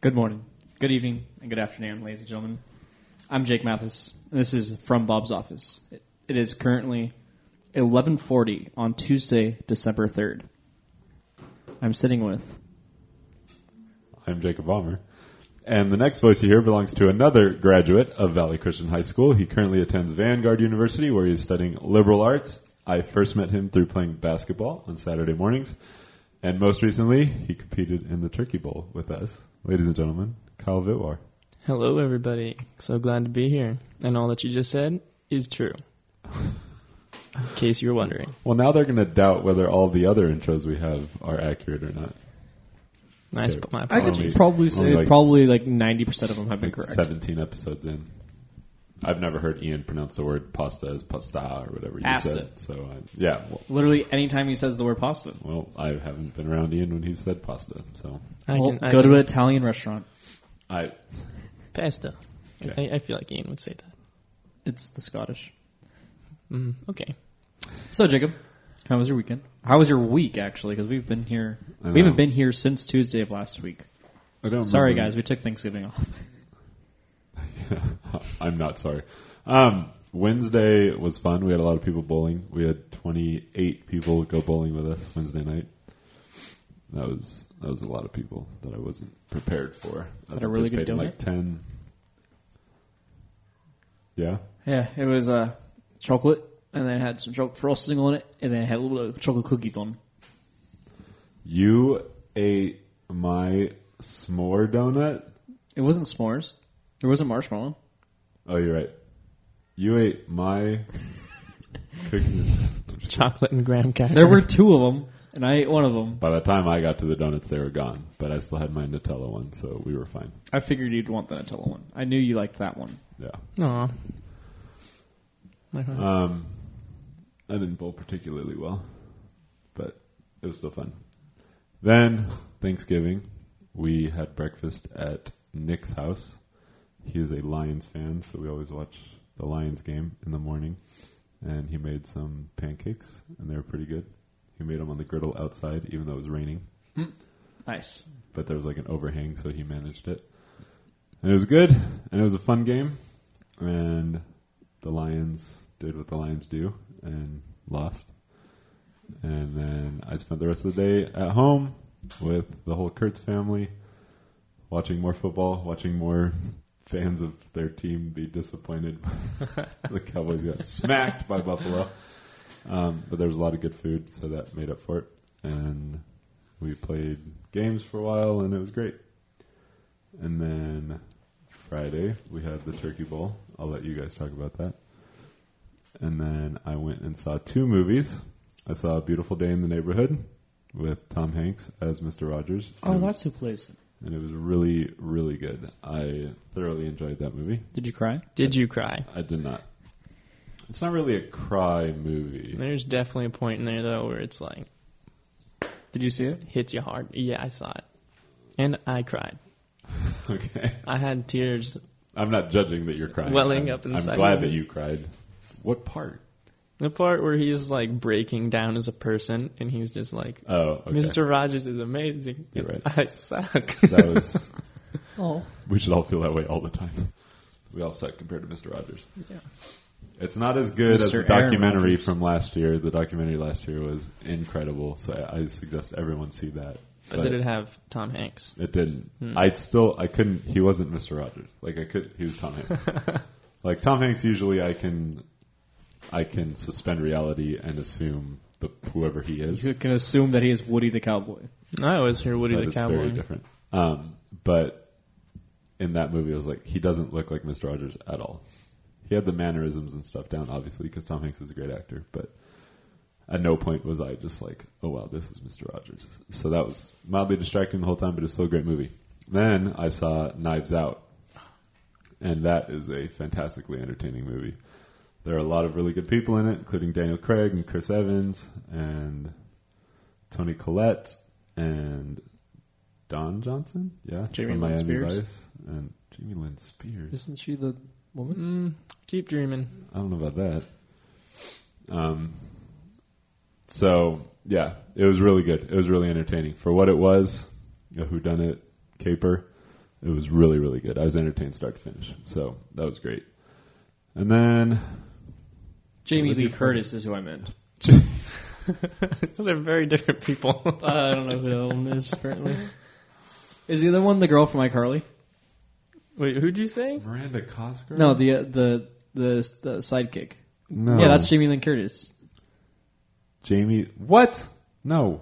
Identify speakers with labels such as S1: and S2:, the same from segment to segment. S1: Good morning, good evening, and good afternoon, ladies and gentlemen. I'm Jake Mathis, and this is from Bob's office. It, it is currently 11:40 on Tuesday, December 3rd. I'm sitting with
S2: I'm Jacob Balmer. And the next voice you hear belongs to another graduate of Valley Christian High School. He currently attends Vanguard University, where he is studying liberal arts. I first met him through playing basketball on Saturday mornings. And most recently, he competed in the Turkey Bowl with us. Ladies and gentlemen, Kyle Vitwar.
S3: Hello, everybody. So glad to be here. And all that you just said is true. In case you were wondering.
S2: Well, now they're going to doubt whether all the other intros we have are accurate or not.
S3: Nice,
S2: So,
S3: but my
S1: I
S2: could
S1: could
S3: apologies.
S1: probably
S2: only
S1: say
S2: like-
S1: probably like 90% of them have been
S2: Like
S1: correct.
S2: 17 episodes in. I've never heard Ian pronounce the word pasta as pasta or whatever you
S1: Pasta.
S2: said. So, uh, yeah. Well,
S1: Literally anytime he says the word pasta.
S2: well, I haven't been around Ian when he said pasta. So,
S3: I
S1: Well,
S3: can, I
S1: Oh, go
S3: can,
S1: to an Italian restaurant.
S2: I
S3: pasta.
S2: Okay.
S3: I, I feel like Ian would say that.
S1: It's the Scottish.
S3: Mm, okay.
S1: So Jacob, how was your weekend? How was your week actually? Because we've been here,
S2: I
S1: we haven't
S2: know.
S1: been here since Tuesday of last week.
S2: I don't.
S1: Sorry guys,
S2: remember.
S1: we took Thanksgiving off.
S2: I'm not sorry. Um, Wednesday was fun. We had a lot of people bowling. We had 28 people go bowling with us Wednesday night. That was that was a lot of people that I wasn't prepared for. I
S1: Had a really good
S2: participated in like 10. Yeah,
S1: Yeah, it was uh, chocolate, and then it had some chocolate frosting on it, and then it had a little bit of chocolate cookies on.
S2: you ate my s'more donut.
S1: It wasn't s'mores. There wasn't marshmallow.
S2: Oh, you're right. You ate my cookies.
S3: Chocolate and graham cracker.
S1: There were two of them, and I ate one of them.
S2: By the time I got to the donuts, they were gone, but I still had my Nutella one, so we were fine.
S1: I figured you'd want the Nutella one. I knew you liked that one.
S2: Yeah.
S3: Aw. My
S1: Uh,
S3: heart.
S2: Um, I didn't bowl particularly well, but it was still fun. Then Thanksgiving, we had breakfast at Nick's house. He is a Lions fan, so we always watch the Lions game in the morning. And he made some pancakes, and they were pretty good. He made them on the griddle outside, even though it was raining.
S1: Nice.
S2: but there was like an overhang, so he managed it. And it was good, and it was a fun game, and the Lions did what the Lions do and lost. And then I spent the rest of the day at home with the whole Kurtz family, watching more football, watching more fans of their team be disappointed. the Cowboys got smacked by Buffalo. Um, but there was a lot of good food, so that made up for it. And we played games for a while and it was great. And then Friday we had the Turkey Bowl. I'll let you guys talk about that. And then I went and saw two movies. I saw A Beautiful Day in the Neighborhood with Tom Hanks as Mr. Rogers.
S1: Oh,
S2: and it was-
S1: that's who plays it.
S2: and it was really, really good. I thoroughly enjoyed that movie.
S1: Did you cry?
S3: Did you cry?
S2: I did not. It's not really a cry movie.
S3: There's definitely a point in there, though, where it's like,
S1: Did you see it?
S3: hits you hard. Yeah, I saw it. And I cried.
S2: Okay.
S3: I had tears
S2: I'm not judging that you're crying.
S3: Welling
S2: I'm,
S3: up inside
S2: I'm glad
S3: me.
S2: that you cried. What part?
S3: The part where he's like breaking down as a person and he's just like,
S2: Oh, okay.
S3: Mr. Rogers is amazing.
S2: You're right.
S3: I suck.
S2: That was.
S1: Oh,
S2: we should all feel that way all the time. We all suck compared to Mr. Rogers.
S3: Yeah.
S2: It's not as good as
S1: Mr.
S2: the
S1: Aaron
S2: documentary
S1: Rodgers.
S2: from last year. The documentary last year was incredible, so I, I suggest everyone see that.
S3: But, did it have Tom Hanks?
S2: It didn't.
S3: Hmm.
S2: I'd still I couldn't he wasn't Mr. Rogers. Like I could he was Tom Hanks. like Tom Hanks usually I can I can suspend reality and assume the whoever he is.
S1: you can assume that he is Woody the cowboy.
S3: I always hear Woody
S2: That
S3: the
S2: is
S3: Cowboy.
S2: very different. Um, but in that movie I was like he doesn't look like Mr. Rogers at all. He had the mannerisms and stuff down obviously because Tom Hanks is a great actor, but at no point was I just like, oh wow, this is Mr. Rogers. So that was mildly distracting the whole time, but it's still a great movie. Then I saw Knives Out, and that is a fantastically entertaining movie. There are a lot of really good people in it, including Daniel Craig and Chris Evans and Tony Collette and Don Johnson, yeah,
S1: Jamie
S2: from
S1: Lynn
S2: Miami
S1: Spears.
S2: Vice, and Jamie Lynn Spears.
S1: Isn't she the woman?
S3: Mm, keep dreaming.
S2: I don't know about that. Um, so yeah, it was really good. It was really entertaining for what it was, a whodunit caper. It was really, really good. I was entertained start to finish. So that was great. And then
S1: Jamie
S2: What
S1: Lee
S2: did you-
S1: Curtis is who I meant.
S3: Those are very different people.
S1: I don't know who that one is. Apparently, Mm-hmm. is the other one the girl from iCarly?
S3: Wait, who'd you say?
S2: Miranda Cosgrove?
S1: No, the uh, the the, the sidekick.
S2: No.
S1: Yeah, that's Jamie Lee Curtis.
S2: Jamie. What? No.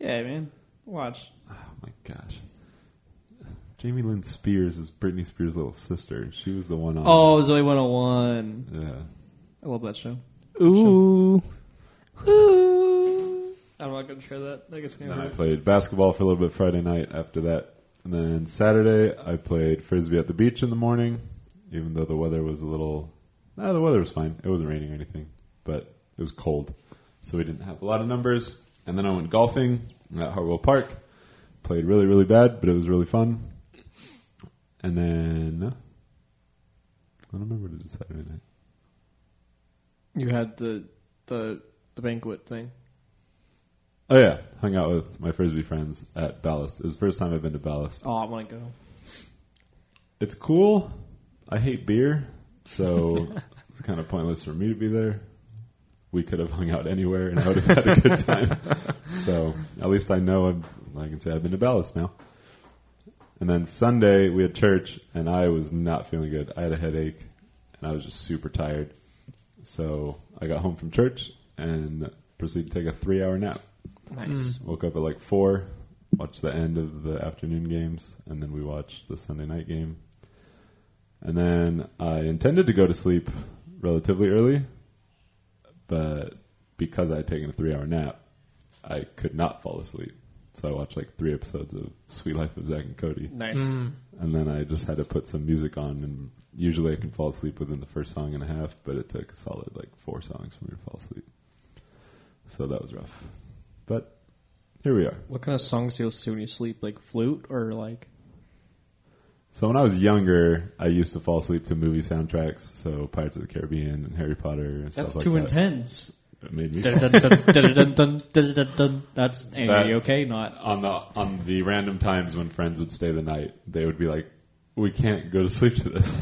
S1: Yeah, man, watch.
S2: Oh my gosh. Jamie Lynn Spears is Britney Spears' little sister. She was the one on.
S1: Oh, Zoe 101.
S2: Yeah.
S1: I love that show.
S3: Ooh.
S1: Ooh. I'm not gonna share that. I guess I'm gonna
S2: And then I
S1: hurt.
S2: played basketball for a little bit Friday night after that. And then Saturday, I played frisbee at the beach in the morning, even though the weather was a little. No, the weather was fine. It wasn't raining or anything, but it was cold. So we didn't have a lot of numbers. And then I went golfing at Hartwell Park. Played really, really bad, but it was really fun. And then. uh, I don't remember what I did Saturday night.
S1: you had the the the banquet thing.
S2: Oh, yeah. Hung out with my frisbee friends at Ballast. It was the first time I've been to Ballast.
S1: Oh, I want to go.
S2: it's cool. I hate beer, so it's kind of pointless for me to be there. We could have hung out anywhere, and I would have had a good time. so at least I know I'm, I can say I've been to Ballast now. And then Sunday we had church, and I was not feeling good. I had a headache, and I was just super tired. So I got home from church and proceeded to take a three-hour nap.
S1: Nice.
S2: Woke up at like four, watched the end of the afternoon games, and then we watched the Sunday night game. And then I intended to go to sleep relatively early, but because I had taken a three hour nap, I could not fall asleep. So I watched like three episodes of Sweet Life of Zach and Cody.
S1: Nice.
S3: Mm.
S2: And then I just had to put some music on, and usually I can fall asleep within the first song and a half, but it took a solid like four songs for me to fall asleep. So that was rough. But here we are.
S1: What kind of songs do you listen to when you sleep? Like flute or like?
S2: So when I was younger, I used to fall asleep to movie soundtracks, so Pirates of the Caribbean and Harry Potter and
S1: That's
S2: stuff
S1: too
S2: like
S1: intense.
S2: that. It made me fall
S1: Dun, dun, dun, dun, dun, dun, dun, dun, dun. That's Andy.
S2: That-
S1: you okay? Not.
S2: on the on the random times when friends would stay the night, they would be like, "We can't go to sleep to this."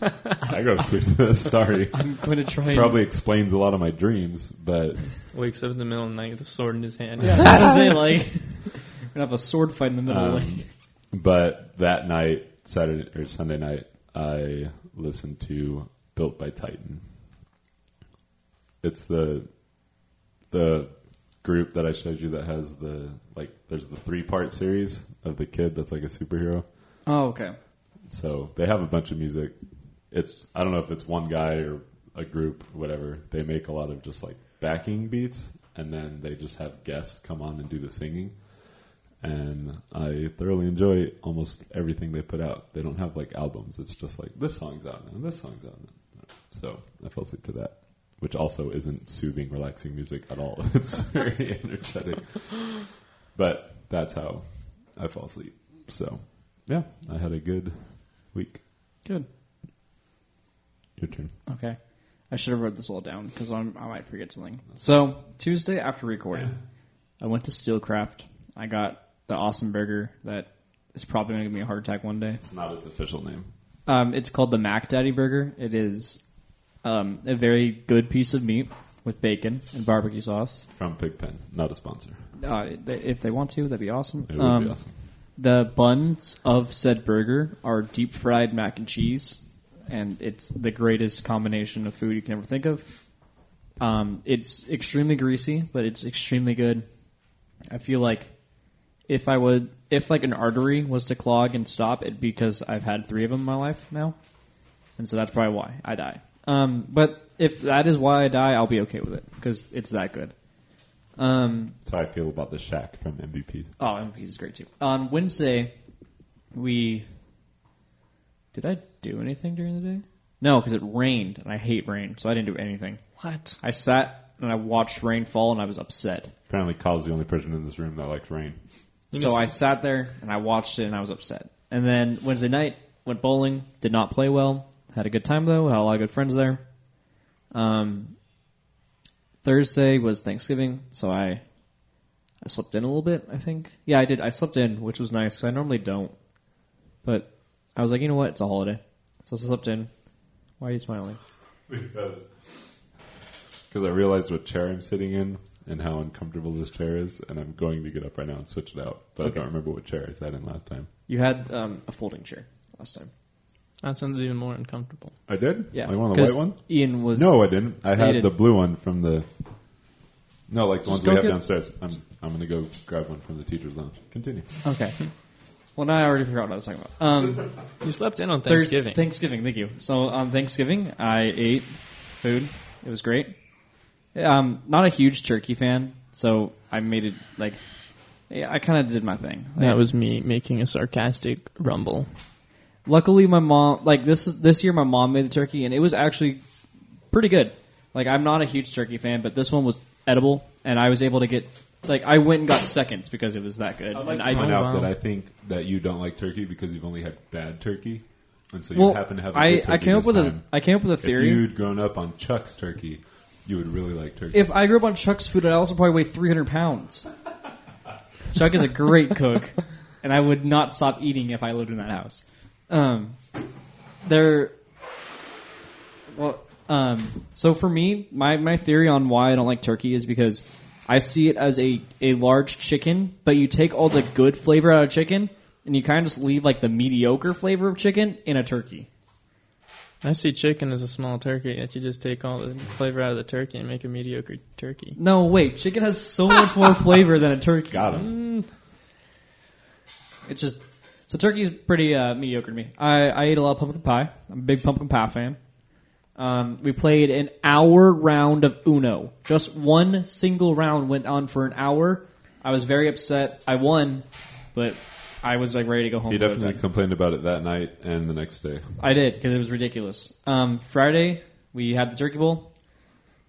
S2: I go to sleep to this. Sorry.
S1: I'm going to try.
S2: Probably explains a lot of my dreams, but
S3: Wakes up in the middle of the night with a sword in his hand.
S1: And, yeah, I say like. We're gonna have a sword fight in the middle.
S2: Um,
S1: like,
S2: But that night, Saturday or Sunday night, I listened to "Built by Titan." It's the the group that I showed you that has the like. There's the three part series of the kid that's like a superhero.
S1: oh, okay.
S2: So they have a bunch of music. It's I don't know if it's one guy or a group, whatever. They make a lot of just like backing beats, and then they just have guests come on and do the singing. And I thoroughly enjoy almost everything they put out. They don't have like albums. It's just like this song's out now, and this song's out now. So I fell asleep to that, which also isn't soothing, relaxing music at all. It's very energetic. But that's how I fall asleep. So yeah, I had a good week.
S1: Good.
S2: Your turn.
S1: Okay. I should have wrote this all down because I might forget something. So Tuesday after recording, I went to Steelcraft. I got the awesome burger that is probably gonna give me a heart attack one day.
S2: It's not its official name.
S1: Um, it's called the Mac Daddy Burger. It is um, a very good piece of meat with bacon and barbecue sauce.
S2: From Pigpen, not a sponsor.
S1: Uh, they- if they want to, that'd be awesome.
S2: It would
S1: Um,
S2: be awesome.
S1: The buns of said burger are deep fried mac and cheese, and it's the greatest combination of food you can ever think of. Um, it's extremely greasy, but it's extremely good. I feel like if I would, if like an artery was to clog and stop, it'd be because I've had three of them in my life now, and so that's probably why I die. Um, but if that is why I die, I'll be okay with it because it's that good. Um,
S2: That's how I feel about the Shack from MVP.
S1: Oh, and he's great too. On Wednesday, we did I do anything during the day? No, because it rained, and I hate rain, so I didn't do anything.
S3: What?
S1: I sat and I watched rain fall, and I was upset.
S2: Apparently, Kyle's the only person in this room that likes rain.
S3: You
S1: so
S3: missed-
S1: I sat there and I watched it, and I was upset. And then Wednesday night, went bowling. Did not play well. Had a good time though. Had a lot of good friends there. Um, Thursday was Thanksgiving, so I I slept in a little bit. I think. Yeah, I did. I slept in, which was nice 'cause I normally don't. But I was like, you know what? It's a holiday. So I slept in. Why are you smiling?
S2: because because I realized what chair I'm sitting in and how uncomfortable this chair is, and I'm going to get up right now and switch it out. But I
S1: Okay.
S2: don't remember what chair I sat in last time.
S1: You had um, a folding chair last time.
S3: That sounds even more uncomfortable.
S2: I did.
S1: Yeah.
S2: like one of the
S1: 'Cause
S2: white ones.
S1: Ian was.
S2: No, I didn't. I
S1: Yeah, you
S2: had
S1: did.
S2: the blue one from the. No, like the
S1: Just
S2: ones we
S1: go
S2: have
S1: get-
S2: downstairs. I'm I'm gonna go grab one from the teacher's lounge. Continue.
S1: Okay. Well, now I already forgot what I was talking about. Um,
S3: You slept in on
S1: Thurs-
S3: Thanksgiving.
S1: Thanksgiving, thank you. So on Thanksgiving, I ate food. It was great. Um, not a huge turkey fan, so I made it like yeah, I kind of did my thing.
S3: that was me making a sarcastic rumble.
S1: Luckily, my mom like this this year my mom made the turkey and it was actually pretty good. Like I'm not a huge turkey fan, but this one was edible and I was able to get like I went and got seconds because it was that good.
S2: I'd like
S1: and
S2: to
S1: I
S2: point
S3: Oh,
S2: out
S3: wow.
S2: that I think that you don't like turkey because you've only had bad turkey, and so you
S1: well,
S2: happen to have. A
S1: I,
S2: good turkey
S1: I came up
S2: this
S1: with
S2: time.
S1: a I came up with a theory.
S2: If you'd grown up on Chuck's turkey, you would really like turkey.
S1: If I grew up on Chuck's food, I'd also probably weigh 300 pounds. Chuck is a great cook, and I would not stop eating if I lived in that house. Um, there. Well, um, so for me, my, my theory on why I don't like turkey is because I see it as a, a large chicken, but you take all the good flavor out of chicken, and you kind of just leave like the mediocre flavor of chicken in a turkey.
S3: I see chicken as a small turkey that you just take all the flavor out of the turkey and make a mediocre turkey.
S1: No, wait, chicken has so much more flavor than a turkey.
S2: Got
S1: Mm.
S2: him.
S1: It's just so turkey's pretty uh, mediocre to me. I, I ate a lot of pumpkin pie. I'm a big pumpkin pie fan. Um, we played an hour round of Uno. Just one single round went on for an hour. I was very upset. I won, but I was like ready to go home.
S2: He
S1: and go to
S2: definitely
S1: bed.
S2: complained about it that night and the next day.
S1: I did because it was ridiculous. Um, Friday we had the turkey bowl.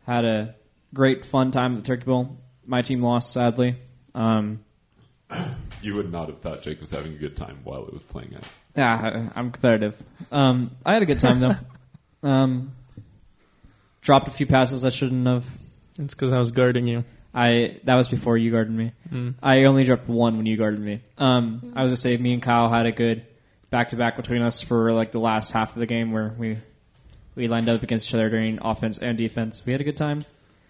S1: Had a great fun time at the turkey bowl. My team lost sadly. Um,
S2: You would not have thought Jake was having a good time while it was playing out.
S1: Yeah, I- I'm competitive. Um, I had a good time though. um, dropped a few passes I shouldn't have.
S3: It's because I was guarding you.
S1: I that was before you guarded me.
S3: Mm.
S1: I only dropped one when you guarded me. Um, I was gonna say me and Kyle had a good back to back between us for like the last half of the game where we we lined up against each other during offense and defense. We had a good time.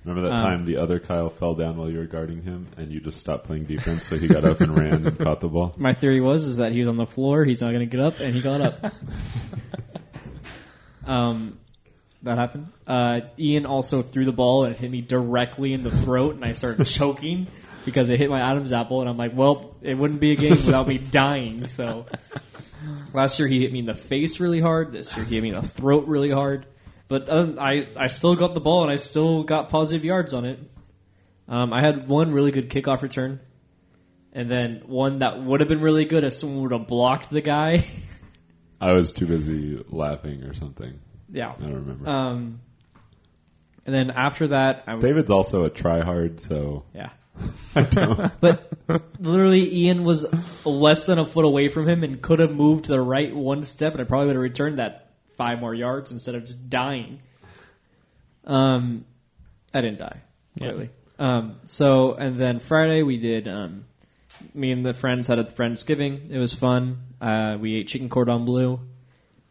S2: Remember that
S1: Um,
S2: time the other Kyle fell down while you were guarding him and you just stopped playing defense, so he got up and ran and caught the ball?
S1: My theory was is that he was on the floor. He's not gonna get up, and he got up. um, that happened. Uh, Ian also threw the ball and it hit me directly in the throat, and I started choking because it hit my Adam's apple. And I'm like, well, it wouldn't be a game without me dying. So last year he hit me in the face really hard. This year he hit me in the throat really hard. But um, I I still got the ball and I still got positive yards on it. Um, I had one really good kickoff return, and then one that would have been really good if someone would have blocked the guy.
S2: I was too busy laughing or something.
S1: yeah.
S2: I don't remember.
S1: Um, and then after that, I w-
S2: David's also a tryhard, so
S1: yeah.
S2: I don't.
S1: But literally, Ian was less than a foot away from him and could have moved to the right one step, and I probably would have returned that five more yards instead of just dying. Um, I didn't die,
S3: Yeah.
S1: really. Um, so and then Friday we did. Um, me and the friends had a friendsgiving. It was fun. Uh, we ate chicken cordon bleu.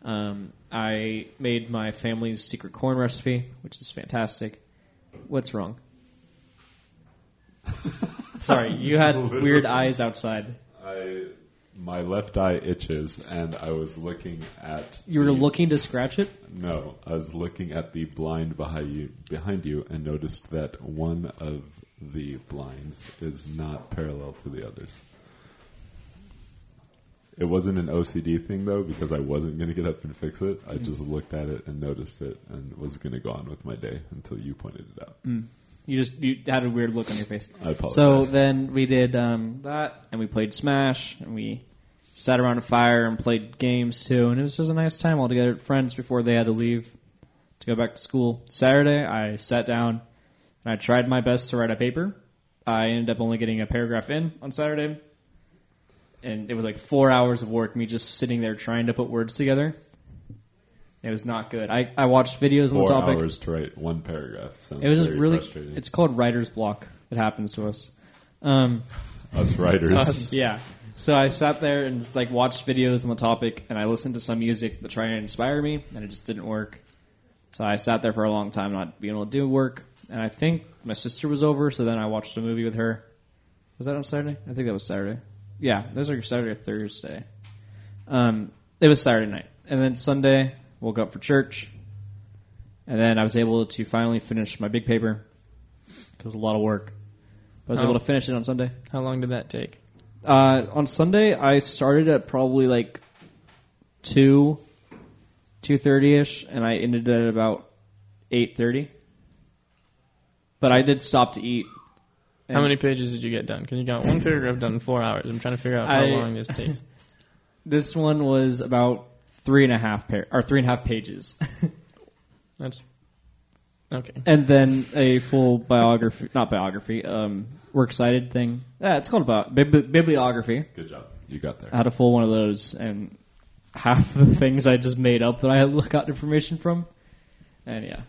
S1: Um, I made my family's secret corn recipe, which is fantastic. What's wrong? Sorry, you had weird eyes outside.
S2: I, my left eye itches, and I was looking at.
S1: You were
S2: the-
S1: looking to scratch it?
S2: No, I was looking at the blind behind you, behind you, and noticed that one of the blinds is not parallel to the others. It wasn't an OCD thing though, because I wasn't going to get up and fix it.
S1: Mm-hmm.
S2: I just looked at it and noticed it, and was going to go on with my day until you pointed it out.
S1: You just you had a weird look on your face.
S2: I apologize.
S1: Mm-hmm. So then we did um, that, and we played Smash, and we sat around a fire and played games too, and it was just a nice time all together with friends before they had to leave to go back to school. Saturday, I sat down and I tried my best to write a paper. I ended up only getting a paragraph in on Saturday, and it was like four hours of work, me just sitting there trying to put words together. It was not good. I, I watched videos on
S2: four
S1: the topic.
S2: hours to write one paragraph. Sounds
S1: It was just
S2: very
S1: really.
S2: frustrating.
S1: It's called writer's block. It happens to us. Um,
S2: us writers.
S3: Us.
S1: yeah. So I sat there and just like watched videos on the topic, and I listened to some music that tried to inspire me, and it just didn't work. So I sat there for a long time, not being able to do work. And I think my sister was over, so then I watched a movie with her. Was that on Saturday? I think that was Saturday. Yeah, those are Saturday or Thursday. Um, it was Saturday night, and then Sunday woke up for church, and then I was able to finally finish my big paper. It was a lot of work. I was
S3: Oh.
S1: able to finish it on Sunday.
S3: How long did that take?
S1: Uh, on Sunday, I started at probably like two, two thirty ish, and I ended at about eight thirty. But I did stop to eat.
S3: How
S1: And
S3: many pages did you get done? Because you got one paragraph done in four hours. I'm trying to figure out how
S1: I-
S3: long this takes.
S1: This one was about three and a half par- or three and a half pages,
S3: That's okay.
S1: and then a full biography, not biography, um, work cited thing. Yeah, it's called about bibli- bibliography.
S2: Good job. You got there.
S1: I had a full one of those, and half of the things I just made up that I had got information from, and yeah.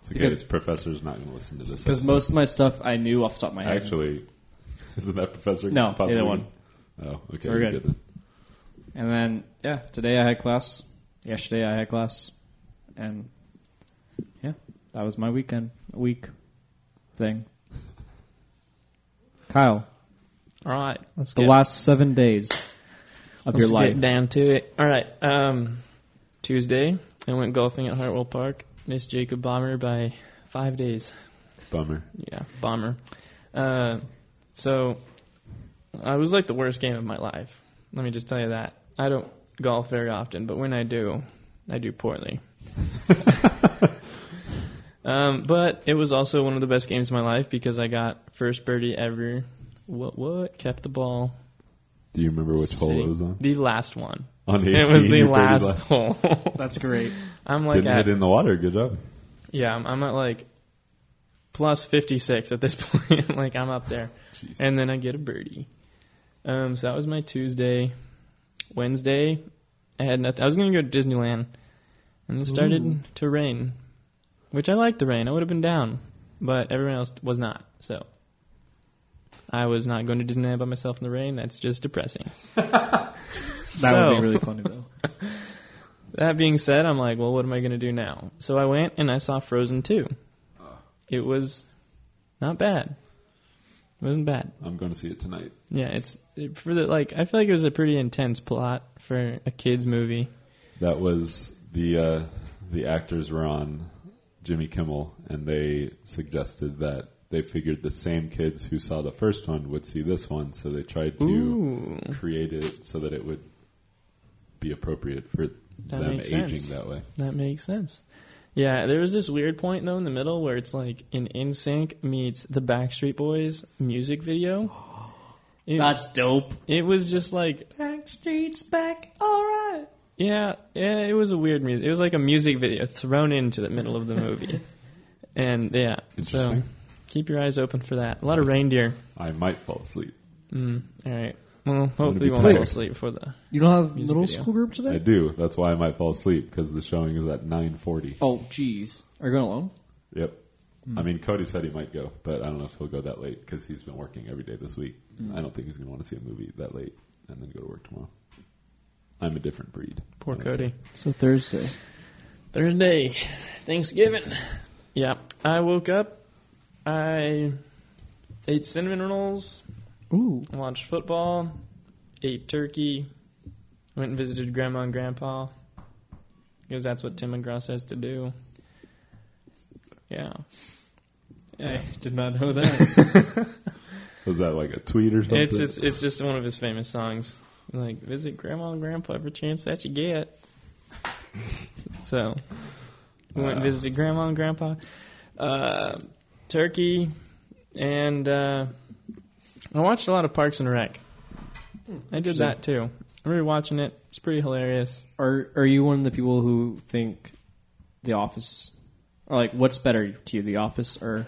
S2: It's okay.
S1: because-
S2: His professor's not going to listen to this.
S1: Because
S2: episode.
S1: most of my stuff I knew off the top of my head.
S2: actually, isn't that professor?
S1: No,
S2: possibly-
S1: either one.
S2: Oh, okay.
S1: So we're
S2: you're
S1: good.
S2: then.
S1: And then, yeah, today I had class. Yesterday I had class. And, yeah, that was my weekend, week thing. Kyle,
S3: All right. Let's
S1: the
S3: get,
S1: last seven days of
S3: let's
S1: your life.
S3: get down to it. All right. Um, Tuesday, I went golfing at Hartwell Park. Missed Jacob Bomber by five days.
S2: Bummer.
S3: Yeah, bomber. Uh, so I was like the worst game of my life. Let me just tell you that. I don't golf very often, but when I do, I do poorly. um, but it was also one of the best games of my life because I got first birdie ever. What what kept the ball?
S2: Do you remember which hole it
S3: sitting-
S2: was on?
S3: The last one.
S2: On 18,
S3: It was
S2: you
S3: the
S2: birdie
S3: last
S2: left.
S3: hole.
S1: That's great.
S3: I'm like
S2: Didn't
S3: at
S2: hit in the water. Good job.
S3: yeah, I'm, I'm at like plus 56 at this point. like I'm up there.
S2: Jeez.
S3: and then I get a birdie. Um, so that was my Tuesday. Wednesday, I had nothing. I was gonna go to Disneyland, and it started
S2: Ooh.
S3: to rain, which I liked the rain. I would have been down, but everyone else was not. So I was not going to Disneyland by myself in the rain. That's just depressing.
S1: That
S3: So-
S1: would be really funny, though.
S3: That being said, I'm like, well, what am I going to do now? So I went and I saw Frozen 2. It was not bad. It wasn't bad.
S2: I'm going to see it tonight.
S3: Yeah, it's for the like. I feel like it was a pretty intense plot for a kids movie.
S2: That was the uh, the actors were on Jimmy Kimmel, and they suggested that they figured the same kids who saw the first one would see this one, so they tried to
S3: Ooh,
S2: create it so that it would be appropriate for
S3: That
S2: them
S3: makes
S2: aging
S3: sense.
S2: that way.
S3: that makes sense. Yeah, there was this weird point though in the middle where it's like an NSYNC meets the Backstreet Boys music video. It,
S1: That's dope.
S3: it was just like
S1: Backstreet's back, Oh. alright.
S3: yeah, yeah, it was a weird music. It was like a music video thrown into the middle of the movie, and yeah, so
S2: Interesting.
S3: keep your eyes open for that. A lot of reindeer.
S2: I might fall asleep.
S3: Mm, all right. Well, hopefully
S2: be
S3: you won't
S2: tired.
S3: fall asleep before the
S1: You don't have
S3: Music
S1: middle
S3: video.
S1: school group
S2: I
S1: today?
S2: do. That's why I might fall asleep because the showing is at 9:40.
S1: Oh, jeez. Are you going alone?
S2: Yep. I mean, Cody said he might go, but I don't know if he'll go that late because he's been working every day this week.
S1: Hmm.
S2: I don't think he's going to want to see a movie that late and then go to work tomorrow. I'm a different breed.
S3: Poor
S2: I don't
S3: Cody.
S1: So Thursday.
S3: Thursday, Thanksgiving. Yeah, I woke up. I ate cinnamon rolls,
S1: Ooh.
S3: watched football, ate turkey, went and visited grandma and grandpa because that's what Tim McGraw says to do. Yeah. I did not know that.
S2: care. Was that like a tweet or something?
S3: it's, it's it's just one of his famous songs. Like visit grandma and grandpa every chance that you get. So we went
S2: Wow.
S3: and visited grandma and grandpa, uh, Turkey, and uh, I watched a lot of Parks and Rec. I did that too. I'm rewatching it. It's pretty hilarious.
S1: Are are you one of the people who think The Office, or like what's better to you, The Office or?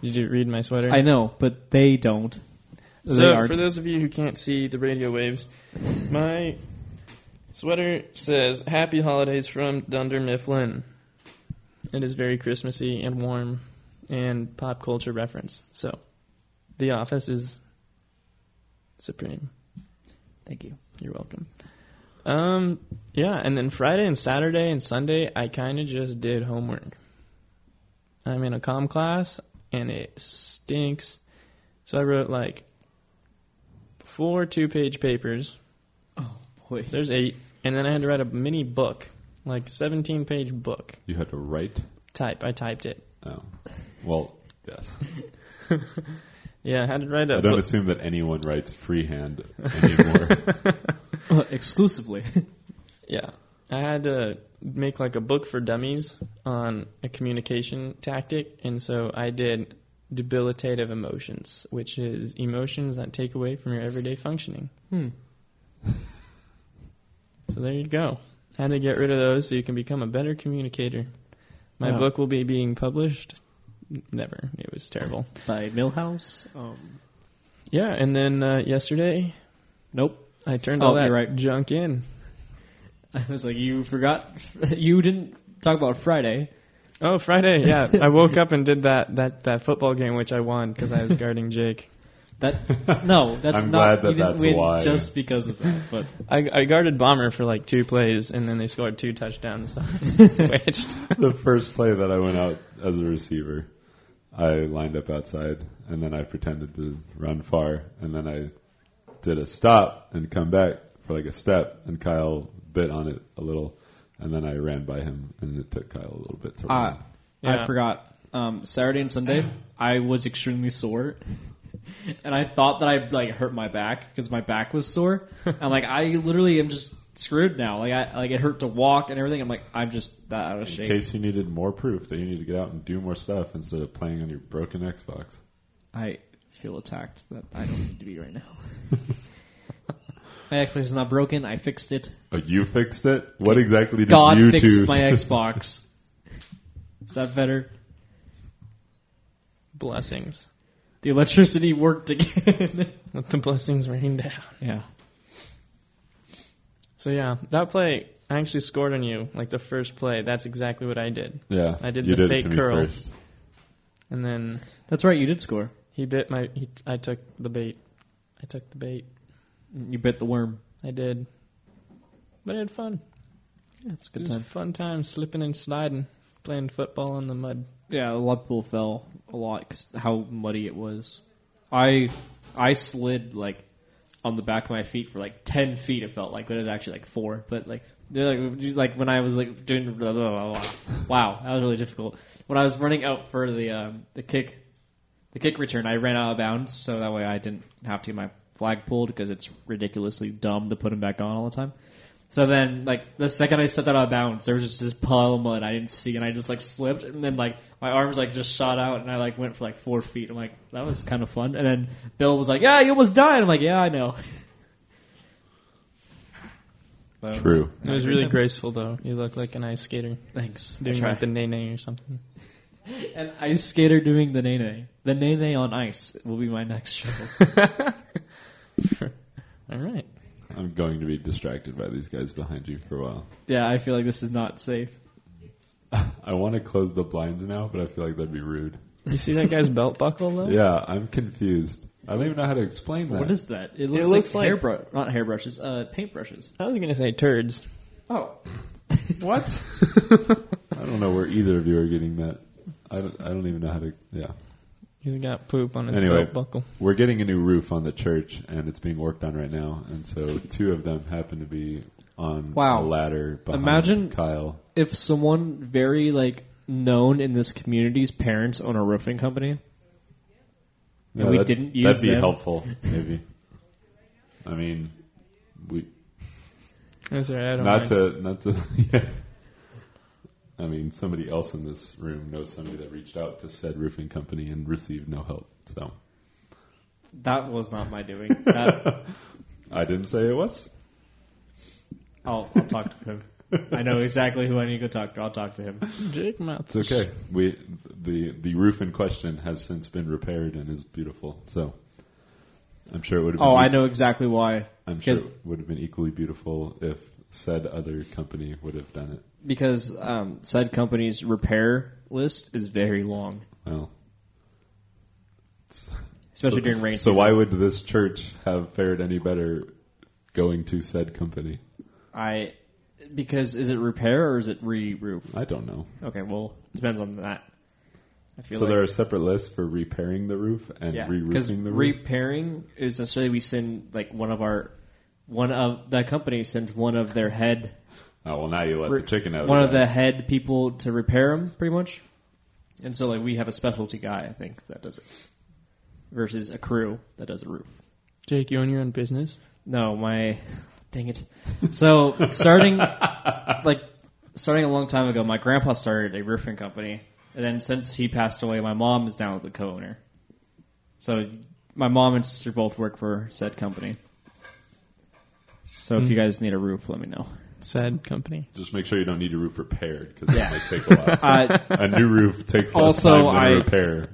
S3: Did you read my sweater?
S1: I know, but they don't.
S3: So
S1: they are.
S3: for those of you who can't see the radio waves, my sweater says "Happy Holidays from Dunder Mifflin." It is very Christmassy and warm, and pop culture reference. So, The Office is supreme.
S1: Thank you.
S3: You're welcome. Um, yeah, and then Friday and Saturday and Sunday, I kind of just did homework. I'm in a comm class, and it stinks. So I wrote like four two-page papers.
S1: Oh boy.
S3: There's eight, and then I had to write a mini book, like 17-page book.
S2: You had to write.
S3: Type. I typed it.
S2: Oh, well, yes.
S3: Yeah, I had to write a
S2: I don't
S3: book.
S2: assume that anyone writes freehand anymore.
S1: Uh, exclusively.
S3: Yeah. I had to make like a book for dummies on a communication tactic, and so I did debilitative emotions, which is emotions that take away from your everyday functioning.
S1: hmm.
S3: So there you go. Had to get rid of those so you can become a better communicator. My
S1: Wow.
S3: book will be being published. N- Never. It was terrible.
S1: By Millhouse. Um,
S3: Yeah, and then uh, yesterday
S1: nope.
S3: I turned
S1: Oh,
S3: all that
S1: you're right.
S3: junk in.
S1: I was like, you forgot. You didn't talk about Friday.
S3: Oh, Friday. Yeah, I woke up and did that that that football game which I won because I was guarding Jake.
S1: That no, that's
S2: I'm
S1: not.
S2: glad that
S1: you didn't
S2: that's
S1: win
S2: why.
S1: just because of that. But
S3: I, I guarded Bomber for like two plays, and then they scored two touchdowns. So I switched.
S2: the first play that I went out as a receiver, I lined up outside and then I pretended to run far and then I did a stop and come back for like a step and Kyle bit on it a little and then I ran by him and it took Kyle a little bit to
S1: I,
S2: run.
S3: Yeah.
S1: I forgot. Um, Saturday and Sunday, I was extremely sore, and I thought that I like hurt my back because my back was sore. I'm like, I literally am just screwed now. Like I like it hurt to walk and everything. I'm like, I'm just that out of
S2: In
S1: shape.
S2: case you needed more proof that you need to get out and do more stuff instead of playing on your broken Xbox.
S1: I feel attacked that I don't need to be right now. my Xbox is not broken. I fixed it.
S2: Oh, you fixed it? What exactly did
S1: God
S2: you
S1: fixed
S2: do?
S1: my Xbox. Is that better?
S3: Blessings.
S1: The electricity worked again.
S3: Let the blessings rain down.
S1: yeah.
S3: So yeah, that play I actually scored on you. Like the first play, that's exactly what I did.
S2: yeah.
S3: I did
S2: you
S3: the
S2: did it to
S3: fake
S2: me
S3: curl.
S2: first.
S3: And then
S1: That's right, you did score.
S3: he bit my. He, I took the bait. I took the bait.
S1: You bit the worm.
S3: I did. But I had fun.
S1: Yeah, it's a
S3: It was a fun time slipping and sliding, playing football in the mud.
S1: Yeah, a lot of people fell a lot because how muddy it was. I I slid like on the back of my feet for like ten feet. It felt like, but it was actually like four. But like they're like like when I was like doing blah, blah, blah, blah. wow, that was really difficult. When I was running out for the um, the kick the kick return, I ran out of bounds, so that way I didn't have to get my flag pulled because it's ridiculously dumb to put them back on all the time. So then, like the second I stepped out of bounds, there was just this pile of mud I didn't see, and I just like slipped, and then like my arms like just shot out, and I like went for like four feet. I'm like, that was kind of fun. And then Bill was like, "Yeah, you almost died." I'm like, "Yeah, I know." So,
S2: True.
S3: It was really graceful though. You look like an ice skater
S1: Thanks. I
S3: doing
S1: try.
S3: like the nay nay or something.
S1: An ice skater doing the nene. The nene on ice will be my next show.
S3: All right.
S2: I'm going to be distracted by these guys behind you for a while.
S1: yeah, I feel like this is not safe.
S2: I want to close the blinds now, but I feel like that'd be rude.
S3: You see that guy's belt buckle though?
S2: Yeah, I'm confused. I don't even know how to explain that.
S1: Oh. What is that? It looks,
S3: looks
S1: like,
S3: like-
S1: hairbrush, not hairbrushes, uh, paintbrushes.
S3: I was gonna say turds.
S1: Oh,
S3: What?
S2: I don't know where either of you are getting that. I don't, I don't even know how to. Yeah,
S3: He's got poop on his
S2: Anyway.
S3: belt buckle.
S2: we're getting a new roof on the church, and it's being worked on right now. And so two of them happen to be on
S1: Wow.
S2: a ladder behind
S1: Imagine-
S2: Kyle.
S1: if someone very like known in this community's parents own a roofing company.
S2: No,
S1: we
S2: that-
S1: didn't use
S2: That'd be
S1: them.
S2: helpful, maybe. I mean, we
S3: That's all right. Oh, I don't
S2: not
S3: mind.
S2: to not to yeah. I mean, somebody else in this room knows somebody that reached out to said roofing company and received no help. So
S1: That was not my doing. That,
S2: I didn't say it was.
S1: I'll, I'll talk to him. I know exactly who I need to go talk to. I'll talk to him.
S3: Jake mouth.
S2: It's okay. We the the roof in question has since been repaired and is beautiful. So I'm sure it would have. Been e-
S1: Oh, I know exactly why.
S2: I'm sure
S1: because-
S2: it would have been equally beautiful if said other company would have done it.
S1: Because um, said company's repair list is very long,
S2: Well. it's-
S1: especially during rain.
S2: So why would this church have fared any better going to said company?
S1: I because is it repair or is it re-roof?
S2: I don't know.
S1: Okay, well depends on that. I feel
S2: So
S1: like
S2: there are separate lists for repairing the roof and
S1: yeah,
S2: re-roofing the roof.
S1: repairing is essentially we send like one of our one of the company sends one of their head
S2: oh well, now you let
S1: re-
S2: the chicken out.
S1: one of
S2: the
S1: the head people to repair them pretty much. And so like we have a specialty guy I think that does it versus a crew that does a roof.
S3: Jake, you own your own business.
S1: No, my dang it. So starting like starting a long time ago, my grandpa started a roofing company, and then since he passed away, my mom is now the co-owner. So my mom and sister both work for said company. So if you guys need a roof, let me know.
S3: Said company.
S2: Just make sure you don't need your roof repaired because
S1: Yeah.
S2: that might take a while.
S1: Uh,
S2: a new roof takes less
S1: Also,
S2: time than
S1: I-
S2: a repair.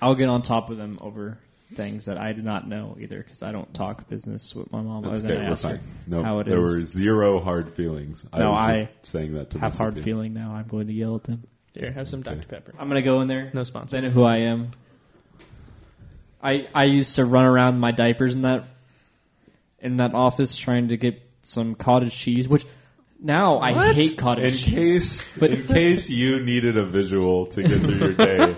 S1: I'll get on top of them over things that I did not know either because I don't talk business with my mom
S2: That's
S1: other than
S2: okay.
S1: I
S2: We're
S1: ask her
S2: fine. No,
S1: how it
S2: there
S1: is.
S2: were zero hard feelings.
S1: No,
S2: I was just saying that to
S1: have
S2: myself.
S1: hard feeling now. I'm going to yell at them.
S3: Here, have some
S2: Okay.
S3: Dr. Pepper.
S1: I'm gonna go in there.
S3: No sponsor.
S1: They know who I am. I I used to run around in my diapers in that in that office trying to get some cottage cheese, which now I
S3: What?
S1: hate
S2: In
S1: cottage cheese.
S2: case, in case you needed a visual to get through your day,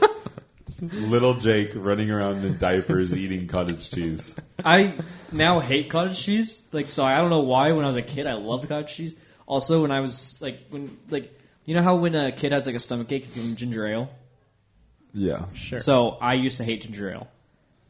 S2: little Jake running around in diapers eating cottage cheese.
S1: I now hate cottage cheese. Like so, I don't know why. When I was a kid, I loved cottage cheese. Also, when I was like when like you know how when a kid has like a stomach ache, you give them ginger ale.
S2: Yeah.
S3: Sure.
S1: So I used to hate ginger ale.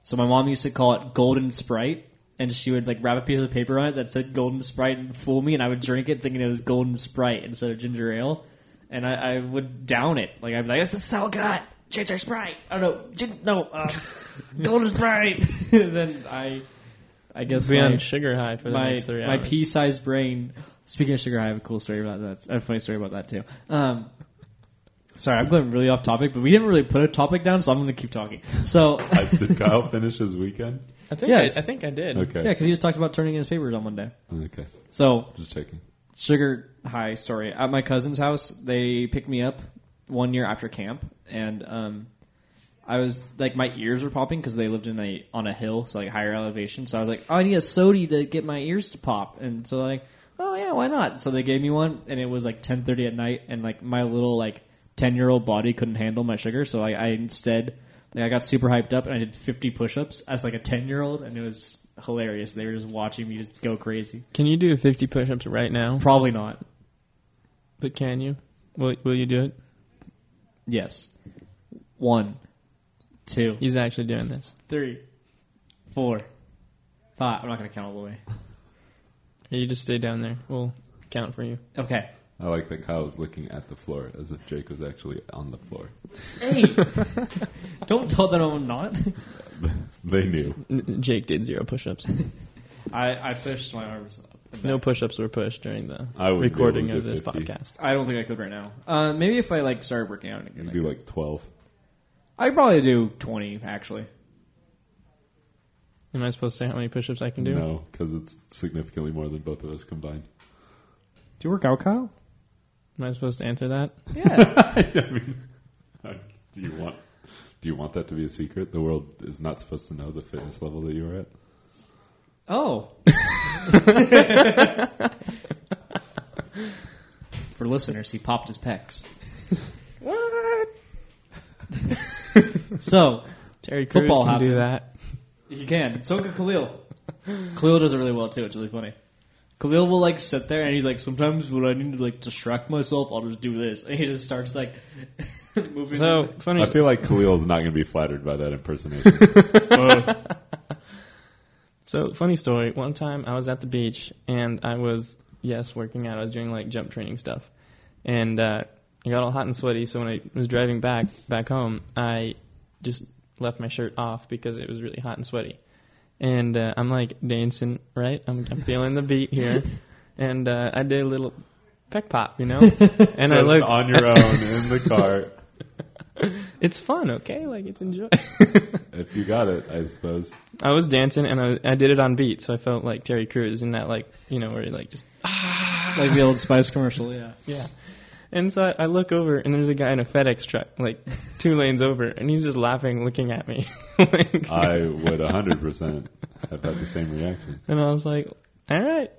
S1: So my mom used to call it golden sprite, and she would like wrap a piece of paper on it that said golden sprite and fool me, and I would drink it thinking it was golden sprite instead of ginger ale, and I, I would down it like I'd be like, "This is so good, ginger sprite." Oh no, gin- no, uh, golden sprite. and then I, I guess
S3: be
S1: my-
S3: on sugar high for the
S1: my
S3: next three
S1: my
S3: hours.
S1: pea-sized brain. Speaking of sugar, I have a cool story about that. A funny story about that too. Um, sorry, I'm going really off topic, but we didn't really put a topic down, so I'm going to keep talking. So
S2: I, did Kyle finish his weekend?
S3: I think
S1: Yes.
S3: I, I think I did.
S1: yeah,
S2: Okay.
S1: because he just talked about turning in his papers on Monday.
S2: Okay.
S1: So
S2: Just checking.
S1: sugar high story. At my cousin's house, they picked me up one year after camp, and um, I was like, my ears were popping because they lived in a on a hill, so like higher elevation. So I was like, oh, I need a soda to get my ears to pop, and so like, oh yeah, why not? So they gave me one, and it was like 10:30 at night, and like my little like 10 year old body couldn't handle my sugar, so I, I instead. Like I got super hyped up and I did 50 push-ups as like a 10-year-old and it was hilarious. They were just watching me just go crazy.
S3: Can you do 50 push-ups right now?
S1: Probably not.
S3: But can you? Will Will you do it?
S1: Yes. One, two,
S3: He's actually doing this.
S1: three, four, five. I'm not gonna count all the way.
S3: Here, you just stay down there. We'll count for you.
S1: Okay.
S2: I like that Kyle was looking at the floor as if Jake was actually on the floor.
S1: Eight. Don't tell that I'm not.
S2: they knew.
S3: N- Jake did zero push-ups.
S1: I, I pushed my arms up. and
S3: No
S1: back.
S3: push-ups were pushed during the
S2: I would be
S3: recording
S2: able
S3: of
S2: to do
S3: this
S2: 50.
S3: podcast.
S1: I don't think I could right now. Uh, maybe if I like started working out again.
S2: You
S1: I
S2: do
S1: could.
S2: like 12.
S1: I could probably do 20 actually.
S3: Am I supposed to say how many push-ups I can do?
S2: No, because it's significantly more than both of us combined.
S1: Do you work out, Kyle?
S3: Am I supposed to answer that?
S1: Yeah.
S2: I mean, do you want do you want that to be a secret? The world is not supposed to know the fitness level that you are at.
S1: oh. For listeners, he popped his pecs.
S3: What?
S1: So
S3: Terry Crews
S1: Football
S3: can do
S1: happened.
S3: that.
S1: You can. So can Khalil. Khalil does it really well too. It's really funny. Khalil will like sit there and he's like, sometimes when I need to like distract myself, I'll just do this, and he just starts like moving.
S3: So funny.
S2: I feel like Khalil is not going to be flattered by that impersonation.
S3: So funny story. One time I was at the beach and I was yes working out. I was doing like jump training stuff, and uh, I got all hot and sweaty. So when I was driving back back home, I just left my shirt off because it was really hot and sweaty. And uh, I'm like dancing, right? I'm, I'm feeling the beat here, and uh, I did a little peck pop, you know. And I
S2: Just
S3: looked
S2: on your own in the car.
S3: It's fun, okay? Like it's enjoy.
S2: If you got it, I suppose.
S3: I was dancing and I, I did it on beat, so I felt like Terry Crews in that like you know where he like just ah.
S1: like the old Spice commercial, yeah.
S3: Yeah. And so I, I look over, and there's a guy in a FedEx truck, like two lanes over, and he's just laughing, looking at me. like,
S2: I would 100% have had the same reaction.
S3: and I was like, All right.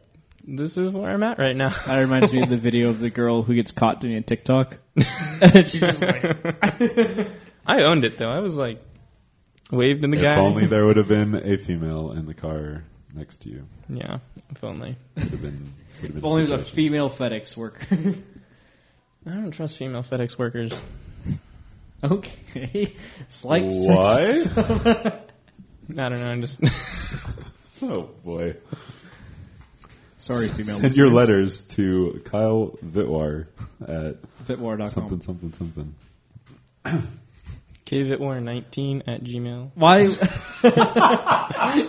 S3: This is where I'm at right now.
S1: That reminds me of the video of the girl who gets caught doing a TikTok. and she's just like,
S3: I owned it though. I was like waved in the
S2: if
S3: guy.
S2: only there would have been a female in the car next to you.
S3: Yeah, if only.
S2: Would have been. Would have been
S1: if only it was a
S2: situation.
S1: female FedEx worker.
S3: I don't trust female FedEx workers.
S1: okay. Slight
S2: What?
S3: I don't know. I'm just
S2: oh boy.
S1: Sorry, female
S2: Send your
S1: listeners.
S2: letters to Kyle Vitwar at
S1: Bitwar.com.
S2: something something something.
S3: kvitwar19 at gmail.
S1: Why?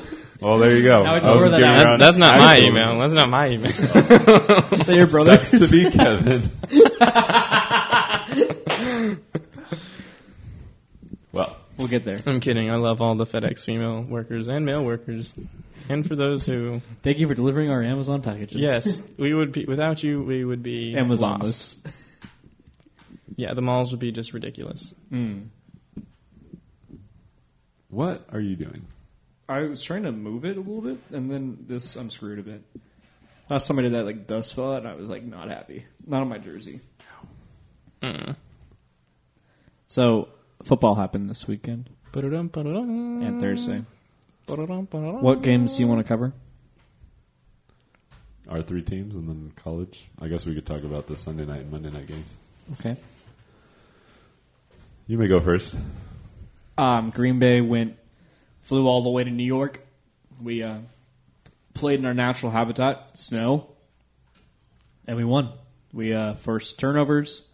S2: Oh, there you go.
S1: Now I can
S2: I was
S1: order that
S2: getting
S1: out.
S2: around-
S3: That's, that's not
S2: I
S3: my
S2: told
S3: email. That's not my email.
S1: so your brother?
S2: Sucks to be Kevin. well,
S1: We'll get there.
S3: I'm kidding. I love all the FedEx female workers and male workers. And for those who,
S1: Thank you for delivering our Amazon packages.
S3: yes, we would be without you, we would be lost.
S1: Amazonless.
S3: Yeah, the malls would be just ridiculous.
S1: Mm.
S2: what are you doing?
S1: I was trying to move it a little bit, and then this unscrewed a bit. Last time I did that, like dust fell out, and I was like not happy. Not on my jersey.
S3: Mm.
S1: So football happened this weekend and
S3: And
S1: Thursday. What games do you want to cover?
S2: Our three teams and then college. I guess we could talk about the Sunday night and Monday night games.
S1: Okay.
S2: You may go first.
S1: Um, Green Bay went, flew all the way to New York. We uh, played in our natural habitat, snow, and we won. We uh, first turnovers.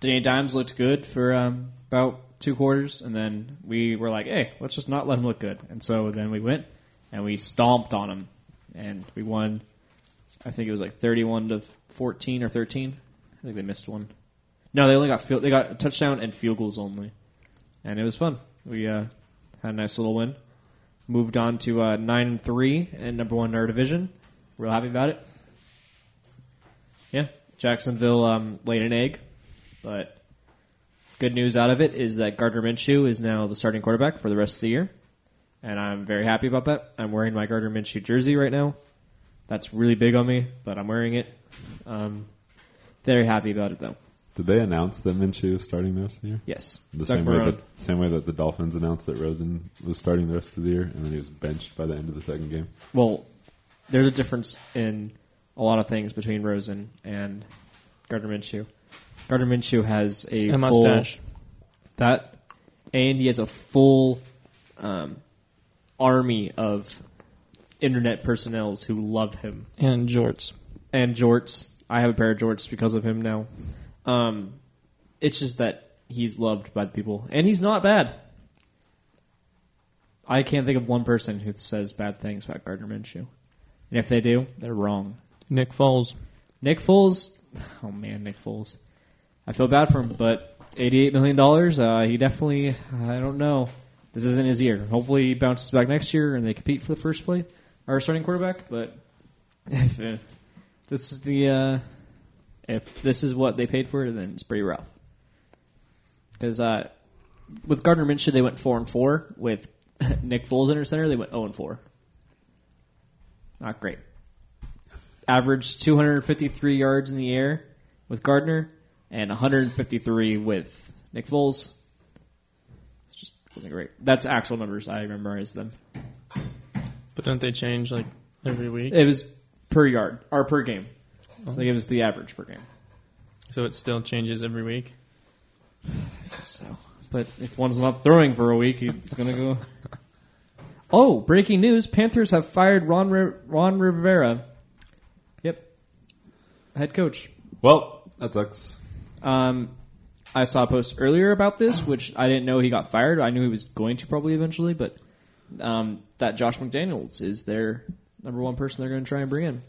S1: Danny Dimes looked good for um, about two quarters, and then we were like, "Hey, let's just not let him look good." And so then we went and we stomped on him, and we won. I think it was like thirty-one to fourteen or thirteen. I think they missed one. No, they only got field, they got a touchdown and field goals only and it was fun. We uh, had a nice little win. Moved on to uh, nine and three and number one in our division. Real happy about it. Yeah, Jacksonville um, laid an egg, but good news out of it is that Gardner Minshew is now the starting quarterback for the rest of the year, and I'm very happy about that. I'm wearing my Gardner Minshew jersey right now. That's really big on me, but I'm wearing it. Um, very happy about it though.
S2: Did they announce that Minshew is starting the rest of the year?
S1: Yes,
S2: The
S1: Doug
S2: same way
S1: Marone.
S2: that same way that the Dolphins announced that Rosen was starting the rest of the year, and then he was benched by the end of the second game.
S1: Well, there's a difference in a lot of things between Rosen and Gardner Minshew. Gardner Minshew has a,
S3: A
S1: full-
S3: mustache.
S1: that, and he has a full um, army of internet personnels who love him
S3: And jorts.
S1: and jorts. I have a pair of jorts because of him now. Um, it's just that he's loved by the people, and he's not bad. I can't think of one person who says bad things about Gardner Minshew, and if they do, they're wrong.
S3: Nick Foles.
S1: Nick Foles, oh man, Nick Foles. I feel bad for him, but eighty-eight million dollars. Uh, he definitely. I don't know. This isn't his year. Hopefully, he bounces back next year and they compete for the first play, our starting quarterback. But if uh, this is the uh, if this is what they paid for, then it's pretty rough. Because uh, with Gardner Minshew, they went four and four. With Nick Foles in their center, they went zero and four. Not great averaged 253 yards in the air with Gardner and 153 with Nick Foles. It just wasn't great. That's actual numbers. I memorized them.
S3: But don't they change like every week?
S1: It was per yard or per game. So it was the average per game.
S3: So it still changes every week?
S1: So, but if one's not throwing for a week, it's gonna go. Oh, breaking news! Panthers have fired Ron Ri- Ron Rivera. Yep, head coach.
S2: Well, that sucks.
S1: Um, I saw a post earlier about this, which I didn't know he got fired. I knew he was going to probably eventually, but um, that Josh McDaniels is their number one person they're going to try and bring in.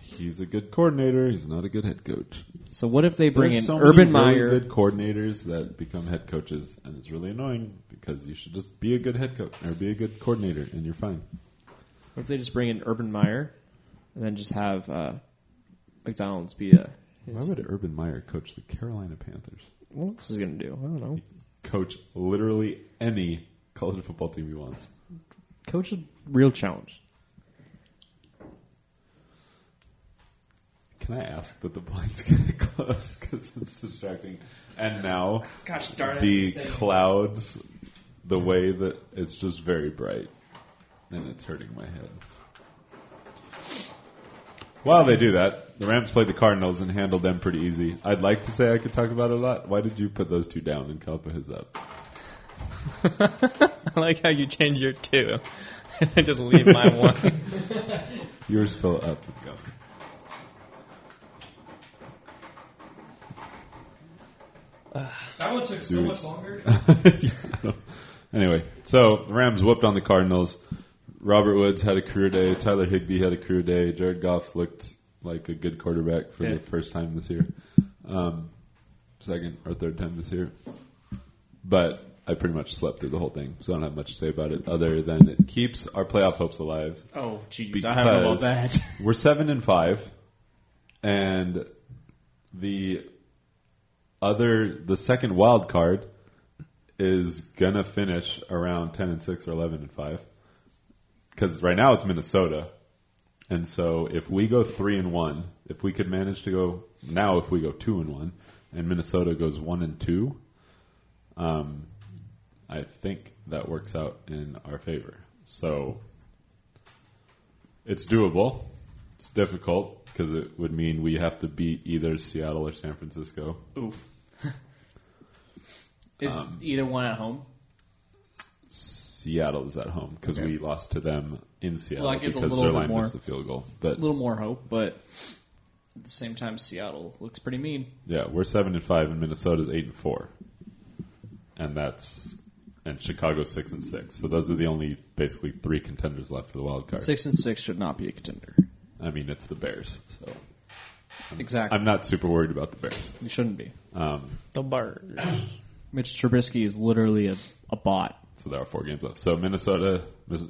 S2: He's a good coordinator. He's not a good head coach.
S1: So what if they bring
S2: There's
S1: in
S2: so many
S1: Urban
S2: really
S1: Meyer?
S2: good coordinators that become head coaches, and it's really annoying because you should just be a good head coach or be a good coordinator, and you're fine.
S1: What if they just bring in Urban Meyer and then just have uh, McDonald's be a?
S2: Why would Urban Meyer coach the Carolina Panthers?
S1: What else is he going to do? I don't know.
S2: Coach literally any college football team he wants.
S1: Coach is a real challenge.
S2: Can I ask that the blinds get closed because it's distracting? And now
S1: Gosh darn it.
S2: the
S1: Stay-
S2: clouds, the way that it's just very bright, and it's hurting my head. While they do that, the Rams played the Cardinals and handled them pretty easy. I'd like to say I could talk about it a lot. Why did you put those two down and Kalpa his up?
S3: I like how you change your two. I just leave my one.
S2: You're still up and going.
S1: That one took so
S2: Dude.
S1: much longer.
S2: anyway, so the Rams whooped on the Cardinals. Robert Woods had a career day. Tyler Higbee had a career day. Jared Goff looked like a good quarterback for
S1: Yeah.
S2: the first time this year, um, second or third time this year. But I pretty much slept through the whole thing, so I don't have much to say about it other than it keeps our playoff hopes alive.
S1: Oh, jeez. I haven't about that.
S2: We're seven and five, and the other the second wild card is gonna finish around ten and six or eleven and five, because right now it's Minnesota, and so if we go three and one, if we could manage to go now, if we go two and one, and Minnesota goes one and two, um, I think that works out in our favor. So it's doable. It's difficult because it would mean we have to beat either Seattle or San Francisco.
S1: Oof. Is
S2: Um,
S1: either one at home?
S2: Seattle is at home because
S1: Okay.
S2: we lost to them in Seattle
S1: Well, that gives
S2: because
S1: a
S2: their
S1: little bit
S2: line
S1: more.
S2: missed the field goal. But
S1: A little more hope, but at the same time, Seattle looks pretty mean.
S2: yeah, we're seven and five, and Minnesota's eight and four, and that's and Chicago's six and six. So those are the only basically three contenders left for the wild card.
S1: Six and six should not be a contender.
S2: I mean, it's the Bears, so
S1: Exactly.
S2: I'm not super worried about the Bears.
S1: You shouldn't be.
S2: Um,
S3: The bird.
S1: Mitch Trubisky is literally a, a bot.
S2: So there are four games left. So Minnesota,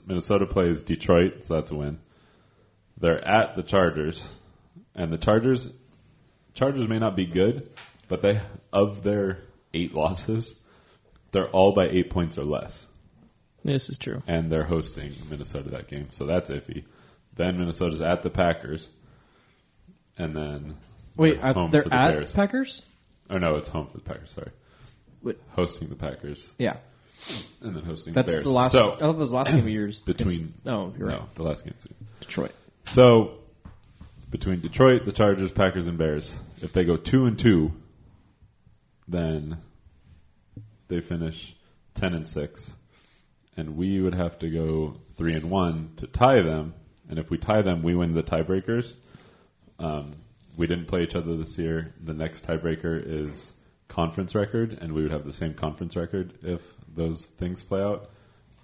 S2: Minnesota plays Detroit, so that's a win. They're at the Chargers, and the Chargers, Chargers may not be good, but they of their eight losses, they're all by eight points or less,
S3: This is true.
S2: and they're hosting Minnesota that game, so that's iffy. Then Minnesota's at the Packers, and then
S1: Wait,
S2: they're
S1: I,
S2: home
S1: they're
S2: for the
S1: at
S2: Bears.
S1: Packers?
S2: oh no, it's home for the Packers. Sorry,
S1: Wait.
S2: hosting the Packers
S1: Yeah.
S2: and then hosting
S1: That's
S2: the Bears.
S1: the last.
S2: So
S1: I thought that was the last game of yours.
S2: Between-
S1: No, you're right.
S2: no, the last game too.
S1: Detroit.
S2: So between Detroit, the Chargers, Packers, and Bears, if they go two and two, then they finish ten and six, and we would have to go three and one to tie them. And if we tie them, we win the tiebreakers. Um, we didn't play each other this year. The next tiebreaker is conference record, and we would have the same conference record if those things play out.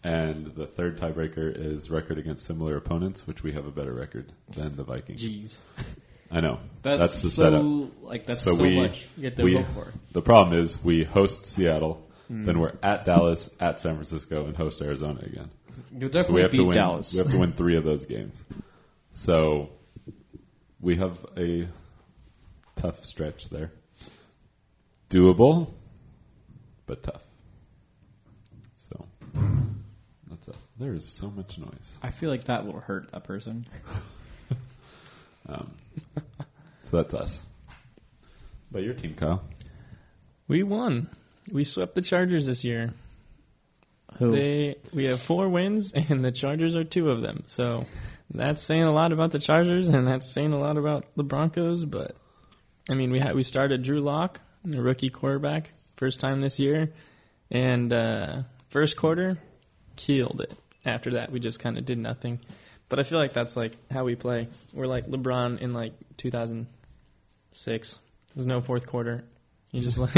S2: And the third tiebreaker is record against similar opponents, which we have a better record than the Vikings.
S1: Jeez.
S2: I know.
S1: That's,
S2: That's the
S1: so
S2: setup.
S1: like that's so,
S2: So we-
S1: much you have to
S2: we-
S1: hope for.
S2: The problem is we host Seattle,
S1: Hmm.
S2: then we're at Dallas, at San Francisco, and host Arizona again.
S1: You'll
S2: So we
S1: definitely
S2: have
S1: beat
S2: to win.
S1: Dallas.
S2: We have to win three of those games. So we have a tough stretch there. Doable, but tough. So that's us. There is so much noise.
S1: I feel like that will hurt that person.
S2: Um, so that's us. But your team, Kyle.
S3: We won. We swept the Chargers this year.
S1: Who?
S3: They we have four wins and the Chargers are two of them. So that's saying a lot about the Chargers and that's saying a lot about the Broncos. But I mean, we had we started Drew Lock, the rookie quarterback, first time this year, and uh, first quarter killed it. After that, we just kind of did nothing. But I feel like that's like how we play. We're like LeBron in like 2006. There's no fourth quarter. You just like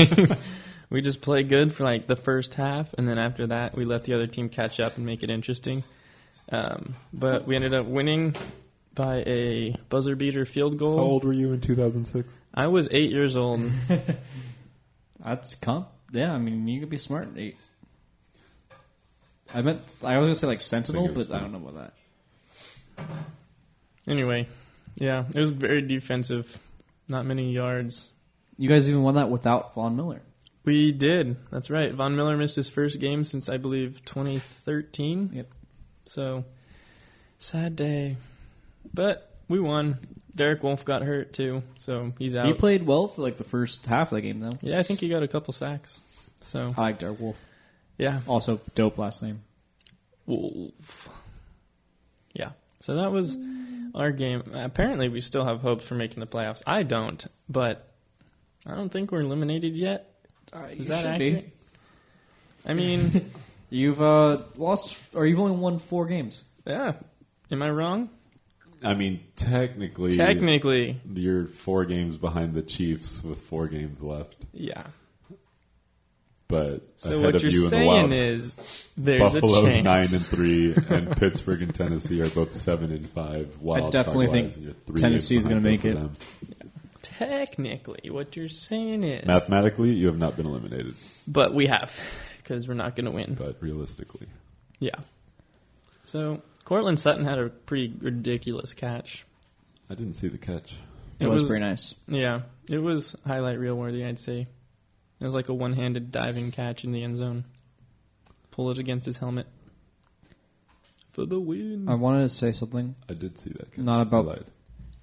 S3: we just play good for like the first half, and then after that, we let the other team catch up and make it interesting. Um, but we ended up winning by a buzzer beater field goal.
S2: were you in 2006?
S3: I was eight years old.
S1: That's comp. Yeah, I mean you could be smart. Nate. I meant I was gonna say like Sentinel,
S2: Fingers
S1: but I
S2: down.
S1: don't know about that.
S3: anyway, yeah, it was very defensive. Not many yards.
S1: You guys even won that without Von Miller.
S3: We did. That's right. Von Miller missed his first game since I believe 2013.
S1: Yep.
S3: So sad day, but we won. Derek Wolf got hurt too, so he's out.
S1: He played well for like the first half of the game though.
S3: yeah, I think he got a couple sacks. So
S1: I like Dark Wolf.
S3: yeah,
S1: Also dope last name.
S3: Wolf. Yeah. So that was our game. Apparently, we still have hopes for making the playoffs. I don't, but I don't think we're eliminated yet. Is that accurate? I mean,
S1: You've uh, lost or you've only won four games.
S3: yeah. Am I wrong?
S2: I mean, technically,
S3: Technically,
S2: you're four games behind the Chiefs with four games left,
S3: yeah.
S2: but
S3: So
S2: ahead
S3: what
S2: of
S3: you're
S2: you in the wild.
S3: saying is there's a
S2: Buffalo's
S3: chance.
S2: nine and three, and Pittsburgh and Tennessee are both seven and five. Wild
S1: definitely think Tennessee's
S2: going to
S1: gonna make it.
S3: Technically, what you're saying is,
S2: Mathematically, you have not been eliminated,
S3: but we have because we're not going to win.
S2: but realistically,
S3: Yeah. So Cortland Sutton had a pretty ridiculous catch.
S2: I didn't see the catch.
S1: It, was, pretty nice.
S3: Yeah, it was highlight reel worthy, I'd say. It was like a one-handed diving catch in the end zone. Pull it against his helmet for the win.
S1: I wanted to say something
S2: I did see that catch.
S1: Not
S2: I
S1: about-
S2: lied.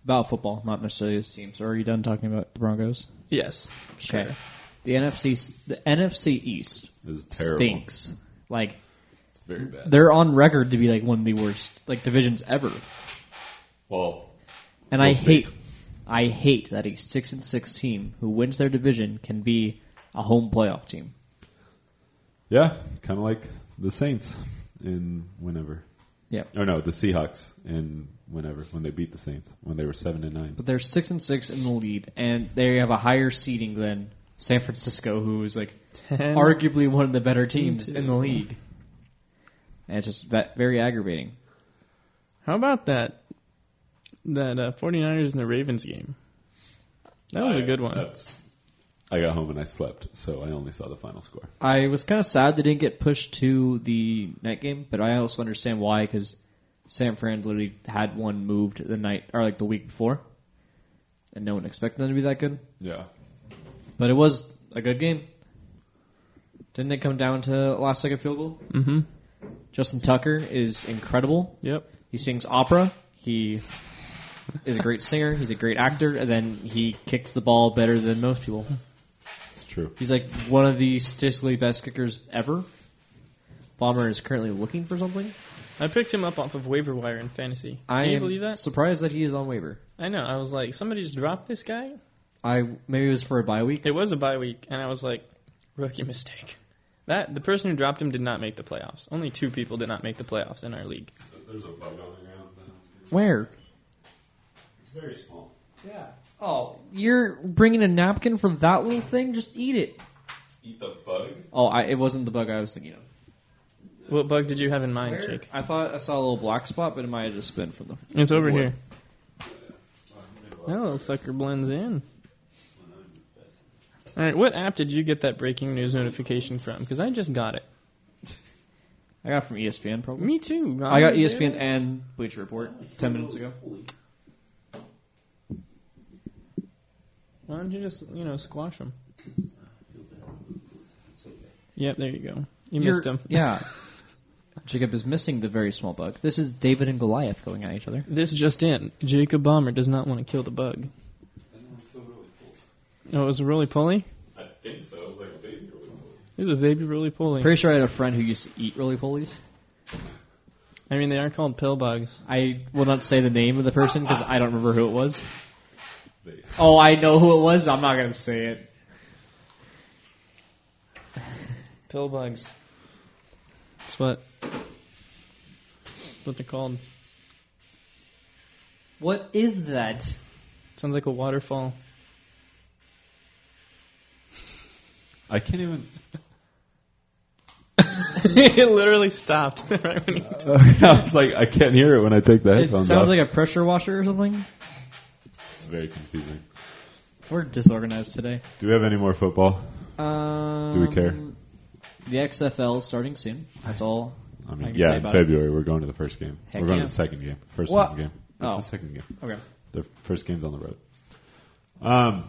S1: about football, not necessarily his team. So are you done talking about the Broncos?
S3: yes, sure.
S1: Okay. The NFC the NFC East
S2: It was terrible.
S1: stinks. Like
S2: It's very bad.
S1: they're on record to be like one of the worst like divisions ever.
S2: well,
S1: And I
S2: We'll see.
S1: hate I hate that a six and six team who wins their division can be a home playoff team.
S2: yeah, kind of like the Saints in whenever.
S1: Yeah.
S2: Oh no, the Seahawks in whenever when they beat the Saints when they were seven and nine.
S1: But they're six and six in the lead and they have a higher seeding than San Francisco who is like
S3: Ten.
S1: arguably one of the better teams in the league. And it's just that very aggravating.
S3: How about that? That uh, 49ers and the Ravens game. That was a
S2: a
S3: good one.
S2: That's. I got home and I slept, so I only saw the final score.
S1: I was kind of sad they didn't get pushed to the night game, but I also understand why because San Fran literally had one moved the night or like the week before, and no one expected them to be that good.
S2: Yeah.
S1: But it was a good game. Didn't it come down to last second field goal?
S3: mm-hmm.
S1: Justin Tucker is incredible.
S3: Yep.
S1: He sings opera. He is a great singer. He's a great actor, and then he kicks the ball better than most people.
S2: It's true.
S1: He's like one of the statistically best kickers ever. Bomber is currently looking for something.
S3: I picked him up off of waiver wire in fantasy.
S1: I
S3: Can you
S1: am
S3: believe that?
S1: surprised that he is on waiver.
S3: I know. I was like, somebody's dropped this guy.
S1: I maybe it was for a bye week.
S3: It was a bye week, and I was like, rookie mistake. That the person who dropped him did not make the playoffs. Only two people did not make the playoffs in our league.
S2: There's a bug on the ground. Now.
S1: Where?
S2: It's very small.
S1: Yeah. Oh, you're bringing a napkin from that little thing? Just eat it.
S2: Eat the bug.
S1: Oh, I, it wasn't the bug I was thinking of.
S3: What bug did you have in mind,
S1: Where?
S3: Jake?
S1: I thought I saw a little black spot, but it might have just been from the.
S3: It's over
S1: What?
S3: here. That little Oh, sucker blends in. All right, what app did you get that breaking news notification from? Because I just got it.
S1: I got it from E ESPN probably.
S3: Me too.
S1: I got E ESPN and Bleacher Report ten minutes ago.
S3: Why don't you just you know squash him? Yep, there you go. You
S1: You're-
S3: missed him.
S1: Yeah. Jacob is missing the very small bug. This is David and Goliath going at each other.
S3: This just in: Jacob Bomber does not want to kill the bug. Oh, it was a roly poly.
S2: I think so. It was like a baby really cool.
S3: He's a baby roly poly.
S1: Pretty sure I had a friend who used to eat roly polies.
S3: I mean, they are called pill bugs.
S1: I will not say the name of the person because I don't remember who it was.
S2: They-
S1: Oh, I know who it was. I'm not gonna say it.
S3: Pill bugs. That's what. What they're called.
S1: What is that?
S3: Sounds like a waterfall.
S2: I can't even.
S3: it literally stopped right when you t-
S2: I was like, I can't hear it when I take the
S1: It
S2: headphones
S1: sounds
S2: off.
S1: like a pressure washer or something.
S2: it's very confusing.
S1: We're disorganized today.
S2: Do we have any more football?
S1: Um,
S2: we care?
S1: The XFL is starting soon. That's all.
S2: I
S1: I
S2: mean,
S1: can
S2: yeah,
S1: say
S2: in
S1: about
S2: February we're going to the first game.
S1: Heck
S2: we're going
S1: yeah.
S2: to the second game. First
S1: What?
S2: one's game. It's
S1: Oh.
S2: the second game.
S1: Okay.
S2: The first game's on the road. Um,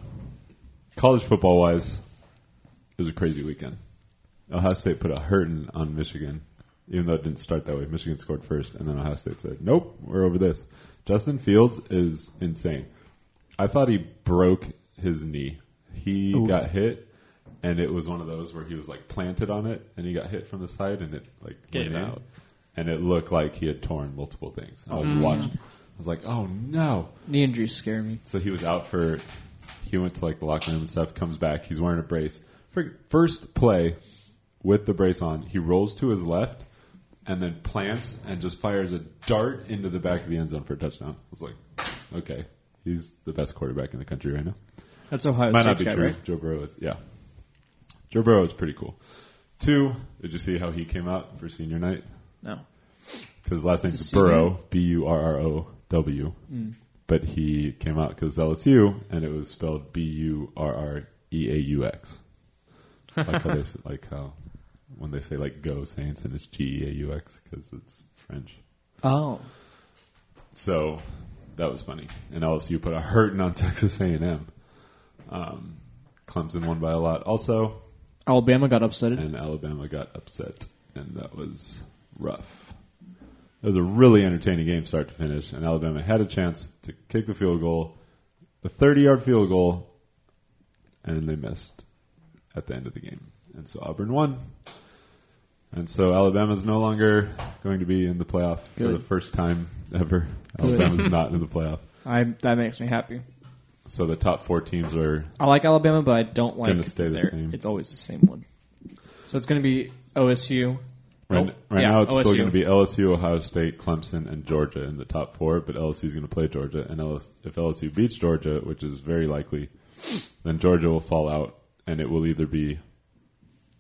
S2: college football wise, it was a crazy weekend. Ohio State put a hurting on Michigan even though it didn't start that way. Michigan scored first, and then Ohio State said, "Nope, we're over this." Justin Fields is insane. I thought he broke his knee. He
S1: Oof.
S2: got hit, and it was one of those where he was like planted on it, and he got hit from the side, and it like
S3: Gave
S2: went in.
S3: out.
S2: and it looked like he had torn multiple things. I was
S3: Mm.
S2: watching. I was like, "Oh no!"
S1: Knee injuries scare me.
S2: So he was out for. He went to like the locker room and stuff. Comes back. He's wearing a brace. Fir- First play with the brace on, he rolls to his left and then plants and just fires a dart into the back of the end zone for a touchdown. I was like, okay, he's the best quarterback in the country right now.
S1: That's Ohio
S2: Might not
S1: State's
S2: be
S1: guy,
S2: true.
S1: right?
S2: Joe Burrow is yeah. Joe Burrow is pretty cool. Two, did you see how he came out for senior night?
S1: No.
S2: Because his last name's
S1: Senior?
S2: Burrow, B U R R O W
S1: Mm.
S2: but he came out because LSU, and it was spelled B U R R E A U X. Like how they s- like how when they say like go Saints and it's G E A U X because it's French.
S1: Oh.
S2: So that was funny. And LSU put a hurting on Texas A and M. Um, Clemson won by a lot also,
S1: Alabama got upsetted.
S2: and Alabama got upset, and that was rough. It was a really entertaining game, start to finish, and Alabama had a chance to kick the field goal, a 30-yard field goal, and they missed at the end of the game. And so Auburn won. And so Alabama's no longer going to be in the playoff for
S1: Good.
S2: the first time ever.
S1: Good.
S2: Alabama's not in the playoff.
S1: I that makes me happy.
S2: So the top four teams are
S1: I like Alabama, but I don't like
S2: Gonna stay the
S1: their-
S2: same.
S1: It's always the same one. So it's going to be OSU.
S2: Right,
S1: Nope.
S2: right
S1: Yeah,
S2: now, it's still
S1: OSU.
S2: going to be LSU, Ohio State, Clemson, and Georgia in the top four. But LSU is going to play Georgia, and LS, if LSU beats Georgia, which is very likely, then Georgia will fall out, and it will either be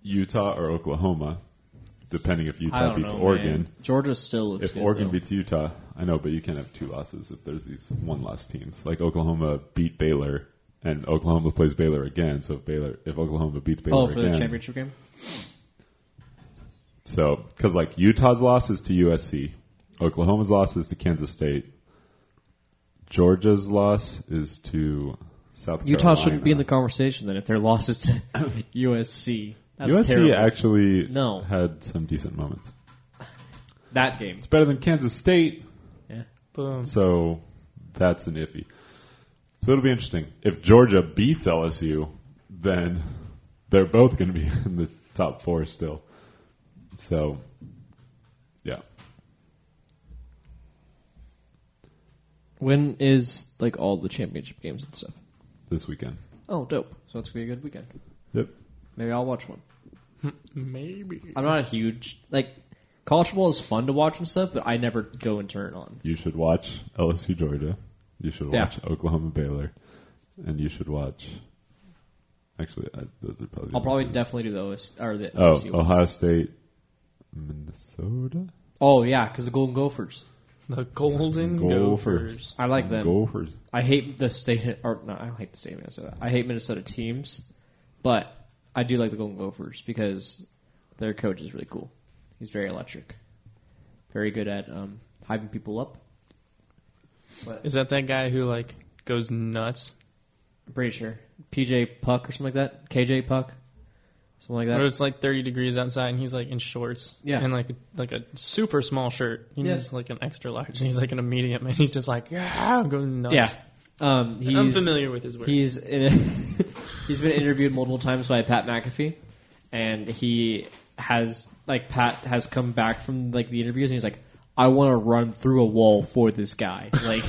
S2: Utah or Oklahoma, depending if
S1: I
S2: Utah
S1: don't
S2: beats
S1: know,
S2: Oregon.
S1: man. Georgia still looks
S2: If
S1: good.
S2: Oregon
S1: though.
S2: beats Utah, I know, but you can't have two losses if there's these one loss teams. Like Oklahoma beat Baylor, and Oklahoma plays Baylor again. So if Baylor, if Oklahoma beats Baylor
S1: oh, for
S2: again,
S1: the championship game.
S2: so, because like Utah's loss is to USC, Oklahoma's loss is to Kansas State, Georgia's loss is to South
S1: Utah
S2: Carolina.
S1: shouldn't be in the conversation then if their loss is to USC. That's
S2: USC
S1: terrible.
S2: actually
S1: No.
S2: had some decent moments.
S1: that game.
S2: It's better than Kansas State,
S3: Boom.
S2: so that's an iffy. So it'll be interesting. If Georgia beats LSU, then they're both going to be in the top four still. So, yeah.
S1: When is like all the championship games and stuff?
S2: This weekend.
S1: Oh, dope. So it's gonna be a good weekend.
S2: Yep.
S1: Maybe I'll watch one.
S3: Maybe.
S1: I'm not a huge like college football is fun to watch and stuff, but I never go and turn it on.
S2: You should watch LSU Georgia. You should
S1: Yeah.
S2: watch Oklahoma Baylor, and you should watch. Actually, I, those are probably.
S1: I'll probably
S2: the two.
S1: definitely do those or the
S2: Oh,
S1: LSU.
S2: Ohio State, Minnesota.
S1: Oh yeah, because the Golden Gophers.
S3: The Golden
S2: Gophers.
S3: Gophers.
S1: I like them.
S2: Gophers.
S1: I hate the state or no, I don't hate the state of Minnesota. I hate Minnesota teams, but I do like the Golden Gophers because their coach is really cool. He's very electric, very good at um, hyping people up. But
S3: Is that that guy who like goes nuts?
S1: I'm pretty sure PJ Puck or something like that, KJ Puck, something like
S3: Where
S1: that.
S3: it's like 30 degrees outside and he's like in shorts.
S1: Yeah.
S3: And like like a super small shirt. He
S1: Yeah.
S3: needs like an extra large. And he's like an immediate man. He's just like, yeah, going nuts.
S1: Yeah, um, he's
S3: I'm familiar with his work.
S1: He's in he's been interviewed multiple times by Pat McAfee, and he has like Pat has come back from like the interviews, and he's like, I want to run through a wall for this guy. Like,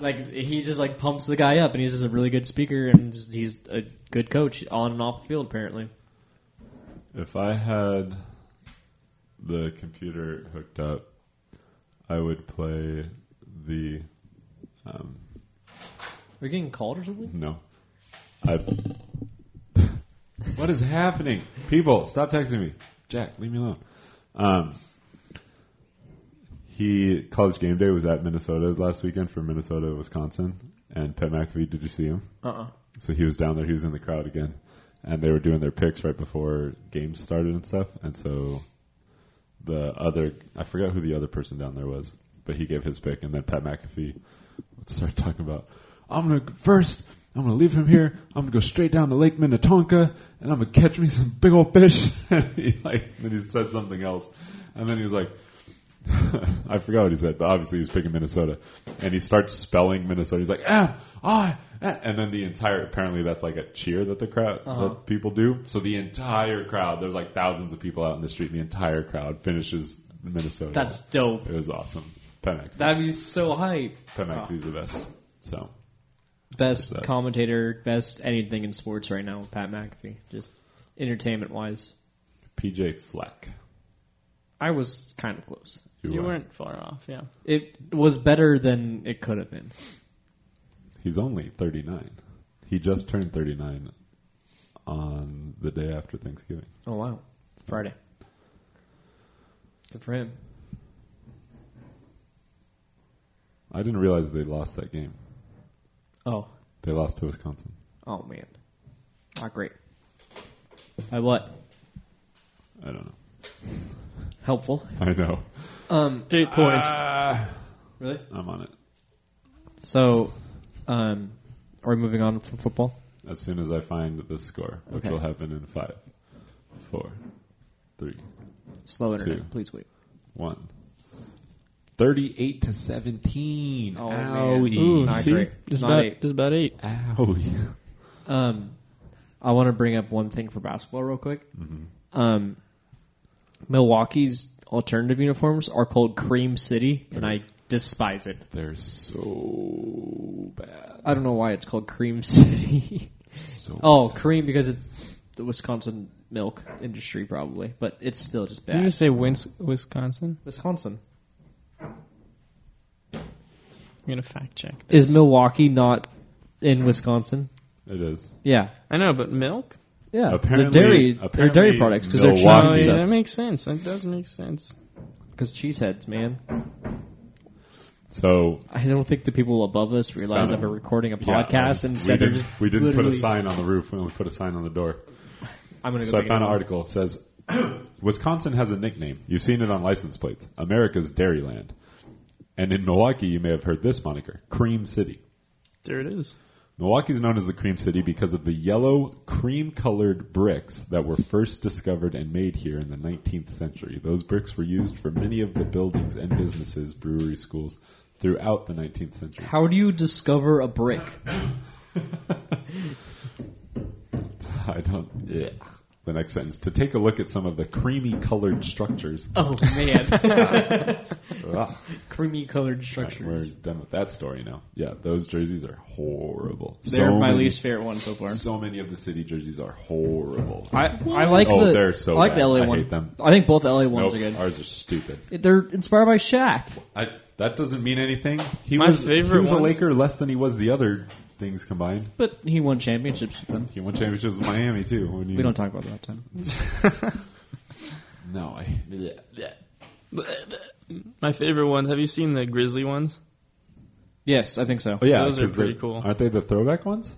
S1: like he just like pumps the guy up, and he's just a really good speaker, and just, he's a good coach on and off the field apparently.
S2: If I had the computer hooked up, I would play the um,
S1: Are you getting called or something?
S2: No. I. what is happening? People, stop texting me. Jack, leave me alone. Um, he college game day was at Minnesota last weekend for Minnesota Wisconsin, and Pat McAfee. Did you see him?
S1: Uh uh
S2: So he was down there. He was in the crowd again, and they were doing their picks right before games started and stuff. And so the other, I forgot who the other person down there was, but he gave his pick, and then Pat McAfee started talking about, "I'm gonna first. I'm gonna leave him here. I'm gonna go straight down to Lake Minnetonka, and I'm gonna catch me some big old fish." and he like, then he said something else, and then he was like, "I forgot what he said," but obviously he was picking Minnesota, and he starts spelling Minnesota. He's like, "Ah, ah," ah," and then the entire apparently that's like a cheer that the crowd
S1: Uh-huh.
S2: that people do. So the entire crowd, there's like thousands of people out in the street. And the entire crowd finishes Minnesota.
S1: That's dope.
S2: it was awesome. Pemex,
S1: That'd be so hype.
S2: Pemex, he's the best. So
S1: Best
S2: That-
S1: commentator, best anything in sports right now, Pat McAfee. Just entertainment wise.
S2: PJ Fleck.
S1: I was kind of close.
S2: You
S3: You
S2: are-
S3: weren't far off, yeah.
S1: It was better than it could have been.
S2: He's only 39. He just turned 39 on the day after Thanksgiving.
S1: Oh wow. Friday. Good for him.
S2: I didn't realize they lost that game.
S1: Oh.
S2: They lost to Wisconsin.
S1: Oh man. Not great. By what?
S2: I don't know.
S1: Helpful.
S2: I know.
S1: Um
S3: Eight points.
S2: Ah,
S1: really?
S2: I'm on it.
S1: So um are we moving on from football?
S2: As soon as I find the score, which
S1: Okay.
S2: will happen in five, four, three,
S1: Slow internet,
S2: Two.
S1: please wait.
S2: one. 38 to 17.
S1: Oh, man.
S2: Owie.
S3: Ooh,
S1: Not
S3: see?
S1: great.
S3: Just
S1: Not
S3: about
S1: eight.
S3: just about eight.
S2: Owie.
S1: Um, I want to bring up one thing for basketball real quick.
S3: Mm-hmm.
S1: Um, Milwaukee's alternative uniforms are called Cream City, and I despise it.
S2: They're
S1: Oh,
S2: so bad.
S1: I don't know why it's called Cream City.
S2: So
S1: oh, cream because it's the Wisconsin milk industry probably, but it's still just
S3: Did you
S1: bad.
S3: just say Wins- Wisconsin?
S1: Wisconsin
S3: I'm gonna fact check.
S1: is Milwaukee not in Wisconsin?
S2: It is.
S1: Yeah,
S3: I know, but milk?
S1: yeah.
S2: Apparently-
S1: the dairy, they're
S2: apparently
S1: dairy products because they're
S2: Milwaukee-
S3: Oh,
S1: cheese
S2: Milwaukee's
S3: yeah,
S2: up.
S3: that makes sense. That does make sense.
S1: because cheeseheads, man.
S2: So
S1: I don't think the people above us realize
S2: Found
S1: that
S2: it.
S1: we're recording a
S2: yeah,
S1: podcast
S2: we
S1: and instead
S2: didn't-
S1: of just
S2: we didn't put a
S1: literally-
S2: sign on the roof. We only put a sign on the door.
S1: I'm gonna go
S2: So I
S1: make
S2: found an
S1: another one.
S2: article. It says Wisconsin has a nickname. You've seen it on license plates. America's Dairyland. And in Milwaukee, you may have heard this moniker, Cream City.
S3: There it is.
S2: Milwaukee is known as the Cream City because of the yellow, cream-colored bricks that were first discovered and made here in the 19th century. Those bricks were used for many of the buildings and businesses, brewery schools, throughout the 19th century.
S1: How do you discover a brick?
S2: I don't. Yeah. The next sentence: To take a look at some of the creamy-colored structures.
S1: Oh man,
S2: Ugh.
S1: creamy colored
S2: We're
S1: structures.
S2: done with that story now. Yeah, those jerseys are horrible.
S1: They're
S2: So
S1: my
S2: many-
S1: least favorite one so far.
S2: So many of the city jerseys are horrible.
S1: I I like
S2: Oh,
S1: the
S2: they're so
S1: I like
S2: bad.
S1: the LA
S2: I
S1: one.
S2: hate them.
S1: I think both LA ones
S2: nope,
S1: are good.
S2: ours are stupid.
S1: They're inspired by Shaq.
S2: I, that doesn't mean anything. He
S3: My
S2: was he
S3: favorite
S2: was a
S3: ones-
S2: Laker less than he was the other things combined.
S1: But he won championships with them.
S2: He won championships with Miami too. When you,
S1: We don't talk about that time.
S2: No, I,
S3: My favorite ones. Have you seen the Grizzly ones?
S1: Yes, I think so.
S2: oh yeah,
S3: Those are
S2: 'cause they're-
S3: pretty cool.
S2: Aren't they the throwback ones?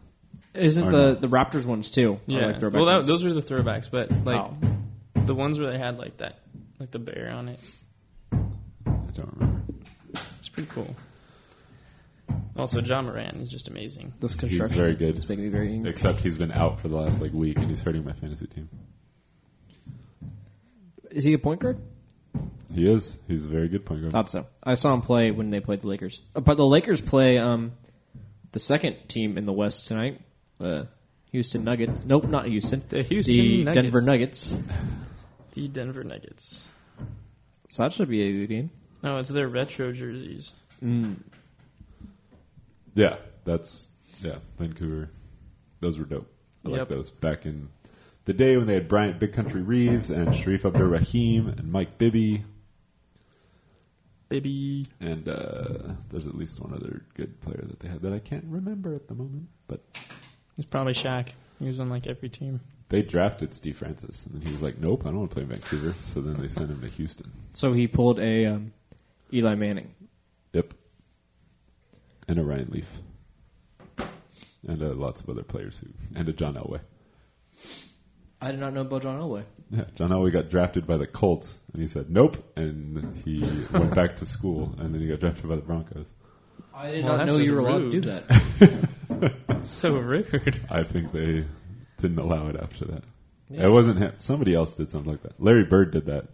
S1: Isn't
S2: Or
S1: the
S2: not.
S1: the Raptors ones too? Or,
S3: Yeah.
S1: like, throwback
S3: well, that,
S1: ones?
S3: those were the throwbacks, but like
S1: Oh.
S3: the ones where they had like that, like the bear on it.
S2: I don't remember.
S3: It's pretty cool. Also, John Moran is just amazing.
S1: this
S2: He's
S1: construction
S2: very good.
S1: is making me very angry.
S2: Except he's been out for the last like week and he's hurting my fantasy team.
S1: Is he a point guard?
S2: He is. He's a very good point guard.
S1: Thought so. I saw him play when they played the Lakers. Uh, But the Lakers play um, the second team in the West tonight. The Houston Nuggets. Nope, not Houston.
S3: The Houston
S1: the
S3: Nuggets.
S1: Denver Nuggets.
S3: The Denver Nuggets.
S1: So that should be a good game.
S3: No, it's their retro jerseys.
S1: Mm.
S2: Yeah, that's yeah, Vancouver. Those were dope. I like
S3: Yep.
S2: those back in the day when they had Bryant Big Country Reeves and Sharif Abdur Rahim and Mike Bibby
S3: Baby.
S2: and uh, there's at least one other good player that they had that I can't remember at the moment. But
S3: It's probably Shaq. He was on like every team.
S2: they drafted Steve Francis and then he was like, Nope, I don't want to play in Vancouver so then they sent him to Houston.
S1: So he pulled a um, Eli Manning.
S2: Yep. And a Ryan Leaf. And uh, lots of other players who and a John Elway.
S1: I did not know about John Elway.
S2: Yeah, John Elway got drafted by the Colts, and he said nope, and he went back to school, and then he got drafted by the Broncos.
S1: I did not
S3: Well, that's
S1: know
S3: just
S1: you were allowed to
S3: rude.
S1: do that.
S3: So rude.
S2: I think they didn't allow it after that.
S3: Yeah.
S2: It wasn't him. Somebody else did something like that. Larry Bird did that.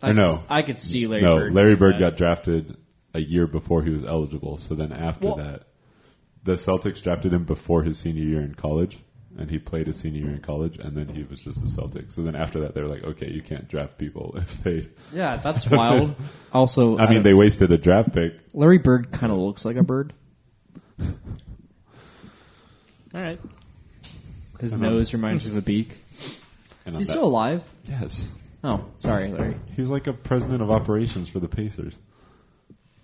S1: I
S2: know.
S1: could- I could see Larry
S2: no,
S1: Bird.
S2: Larry
S1: doing
S2: Bird
S1: that.
S2: got drafted a year before he was eligible. So then after
S1: Well-
S2: that, the Celtics drafted him before his senior year in college, and he played his senior year in college, and then he was just the Celtics. So then after that, they were like, okay, you can't draft people if they.
S1: Yeah, that's wild. also, uh,
S2: I mean, they wasted a draft pick.
S1: Larry Bird kind of looks like a bird.
S3: All right.
S1: His
S2: I know.
S1: nose reminds him of a beak. Is
S2: And on
S1: he
S2: that-
S1: still alive?
S2: yes,
S1: Oh, sorry, Larry.
S2: he's like a president of operations for the Pacers.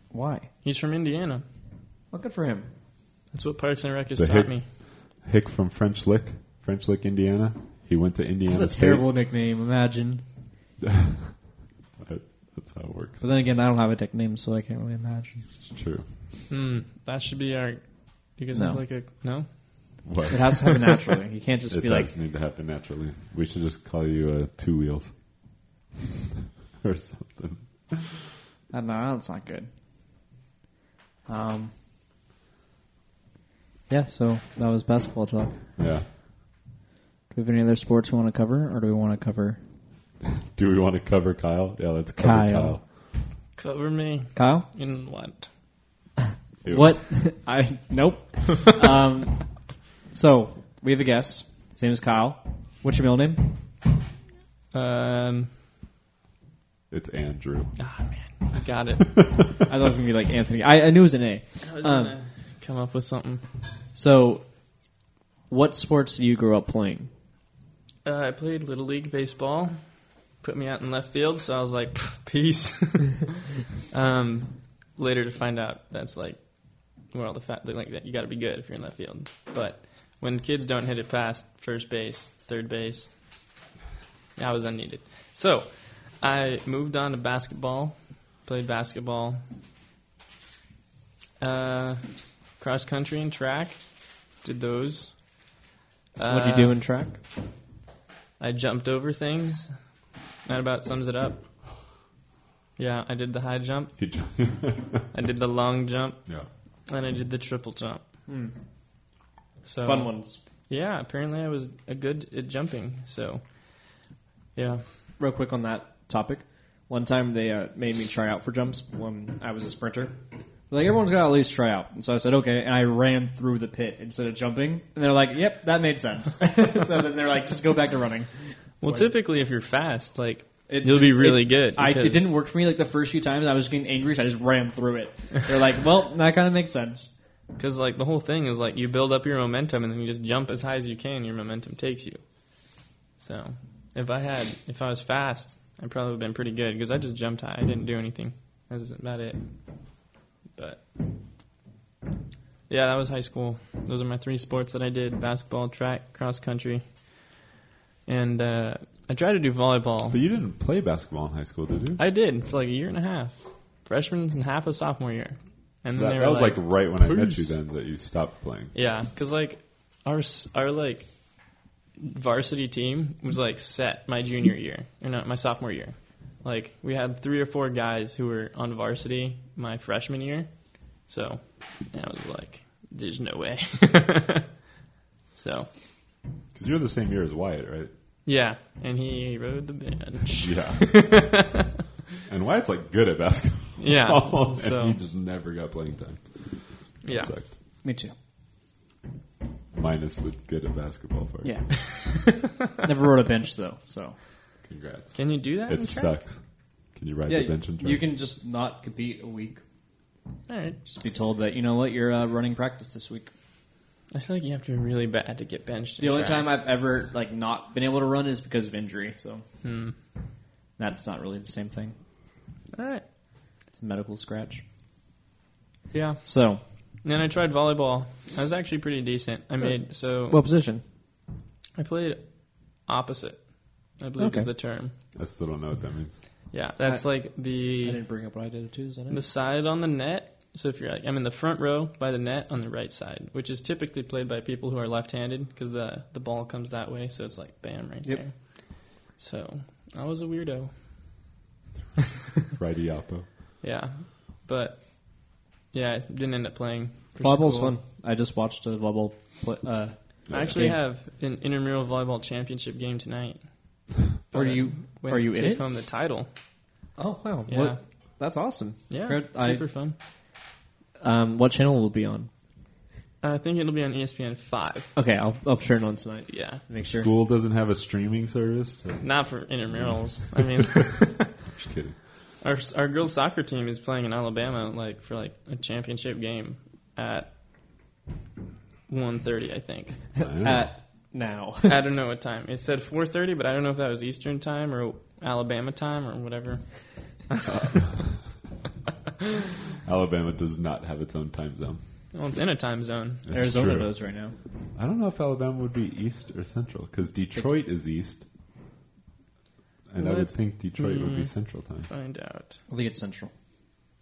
S1: Why?
S3: He's from Indiana.
S1: Well, good for him.
S3: That's what Parks and Rec has
S2: The
S3: taught
S2: hick-
S3: me.
S2: Hick from French Lick, French Lick, Indiana. He went to Indiana
S1: That's a
S2: State.
S1: terrible nickname. Imagine.
S2: That- That's how it works.
S1: But then again, I don't have a nickname, so I can't really imagine.
S2: It's true.
S3: Hmm. That should be our. You guys
S1: No.
S3: have like a no.
S2: What?
S1: It has to happen naturally. You can't just
S2: it
S1: be like,
S2: does need to happen naturally. We should just call you uh, Two Wheels or something.
S1: I don't know, that's not good. Um. Yeah, so that was basketball talk. Do
S2: Yeah.
S1: we have any other sports we want to cover, or do we want to cover
S2: Do we want to cover Kyle? Yeah, let's cover
S1: Kyle.
S2: Kyle.
S3: Cover me
S1: Kyle?
S3: in what?
S2: Ew.
S1: What? I nope. um, so we have a guest. His name is Kyle. What's your middle name?
S3: Um.
S2: It's Andrew.
S3: Ah man, I got it.
S1: I thought it was gonna be like Anthony. I, I knew it was an A.
S3: I was
S1: Um,
S3: gonna come up with something.
S1: So, what sports do you grow up playing?
S3: Uh, I played little league baseball. Put me out in left field, so I was like, "Pff, peace. um, later to find out that's like where all the fat like that. You got to be good if you're in left field. But when kids don't hit it past first base, third base, I was unneeded. So I moved on to basketball. Played basketball, uh, cross country and track. Did those.
S1: What'd
S3: Uh,
S1: you do in track?
S3: I jumped over things. That about sums it up. Yeah, I did the high jump,
S2: He ju-
S3: I did the long jump,
S2: yeah.
S3: and I did the triple jump.
S1: Hmm.
S3: So
S1: Fun ones.
S3: Yeah, apparently I was a good at jumping. So yeah,
S1: Real quick on that topic. One time they uh, made me try out for jumps when I was a sprinter. Like everyone's got to at least try out, and so I said okay, and I ran through the pit instead of jumping. And they're like, "Yep, that made sense." so then they're like, "Just go back to running."
S3: well,
S1: Wait.
S3: typically if you're fast, like
S1: It,
S3: you'll be really
S1: it-
S3: good.
S1: I,
S3: because-
S1: it didn't work for me like the first few times. I was getting angry, so I just ran through it. They're like, well, that kind of makes sense.
S3: Because like the whole thing is like you build up your momentum and then you just jump as high as you can. Your momentum takes you. So if I had, if I was fast, I probably would have been pretty good because I just jumped high. I didn't do anything. That's about it. But yeah, that was high school. Those are my three sports that I did: basketball, track, cross country, and uh, I tried to do volleyball.
S2: But you didn't play basketball in high school, did you?
S3: I did for like a year and a half, freshman and half of sophomore year. And
S2: that
S3: they
S2: that
S3: were
S2: was like, right when I met
S3: "Peace."
S2: you then that you stopped playing.
S3: Yeah, because like our s- our like varsity team was like set my junior year or not my sophomore year. Like we had three or four guys who were on varsity my freshman year, so I was like, "There's no way." so
S2: Because you're the same year as Wyatt, right?
S3: yeah, and he rode the bench.
S2: Yeah. and Wyatt's like good at basketball.
S3: Yeah,
S2: and
S3: so-
S2: he just never got playing time.
S3: Yeah,
S2: Sucked.
S1: Me too.
S2: Minus the good at basketball part.
S1: Yeah. Never rode a bench though, so
S2: Congrats.
S3: can you do that?
S2: It
S3: in track?
S2: sucks. Can you ride
S1: yeah,
S2: the bench and try?
S1: you can just not compete a week.
S3: All right.
S1: Just be told that you know what you're uh, running practice this week.
S3: I feel like you have to be really bad to get benched. in
S1: The only
S3: track.
S1: time I've ever like not been able to run is because of injury. So
S3: Hmm.
S1: that's not really the same thing.
S3: All right.
S1: It's a medical scratch.
S3: Yeah.
S1: So
S3: And I tried volleyball. I was actually pretty decent. I made so
S1: what position?
S3: I played opposite. I believe
S1: Okay.
S3: is the term.
S2: I still don't know what that means.
S3: Yeah, that's like
S1: I
S3: the
S1: didn't bring up what I did too. Is that it?
S3: the side on the net. So if you're like I'm in the front row by the net on the right side, which is typically played by people who are left-handed because the the ball comes that way. So it's like bam right
S1: Yep.
S3: there. So I was a weirdo.
S2: Righty Oppo.
S3: Yeah, but Yeah, I didn't end up playing. for
S1: Volleyball's
S3: school.
S1: fun. I just watched a volleyball play. Uh,
S3: I actually
S1: Yeah.
S3: have an intramural volleyball championship game tonight.
S1: are
S3: But I
S1: you?
S3: went
S1: Are you
S3: to
S1: in
S3: take
S1: it?
S3: home the title?
S1: Oh wow,
S3: Yeah,
S1: What- that's awesome.
S3: yeah,
S1: Great. I-
S3: super fun.
S1: Um, what channel will it be on?
S3: Uh, I think it'll be on E ESPN five.
S1: Okay, I'll I'll turn it on tonight.
S3: Yeah,
S1: Make sure.
S2: School doesn't have a streaming service. To...
S3: not for intramurals. I mean,
S2: Just kidding.
S3: our our girls soccer team is playing in Alabama like for like a championship game at 1:30, I think.
S1: Uh,
S2: Wow.
S1: At now.
S3: I don't know what time. It said 4:30, but I don't know if that was Eastern time or Alabama time or whatever.
S2: Alabama does not have its own time zone.
S3: Well, it's in a time zone.
S2: That's
S1: Arizona
S2: true.
S1: does right now.
S2: I don't know if Alabama would be east or central because Detroit is east, and I would
S3: What?
S2: think Detroit would
S1: Mm-hmm.
S2: be
S3: Mm.
S2: central time.
S3: Find out.
S1: I think it's central.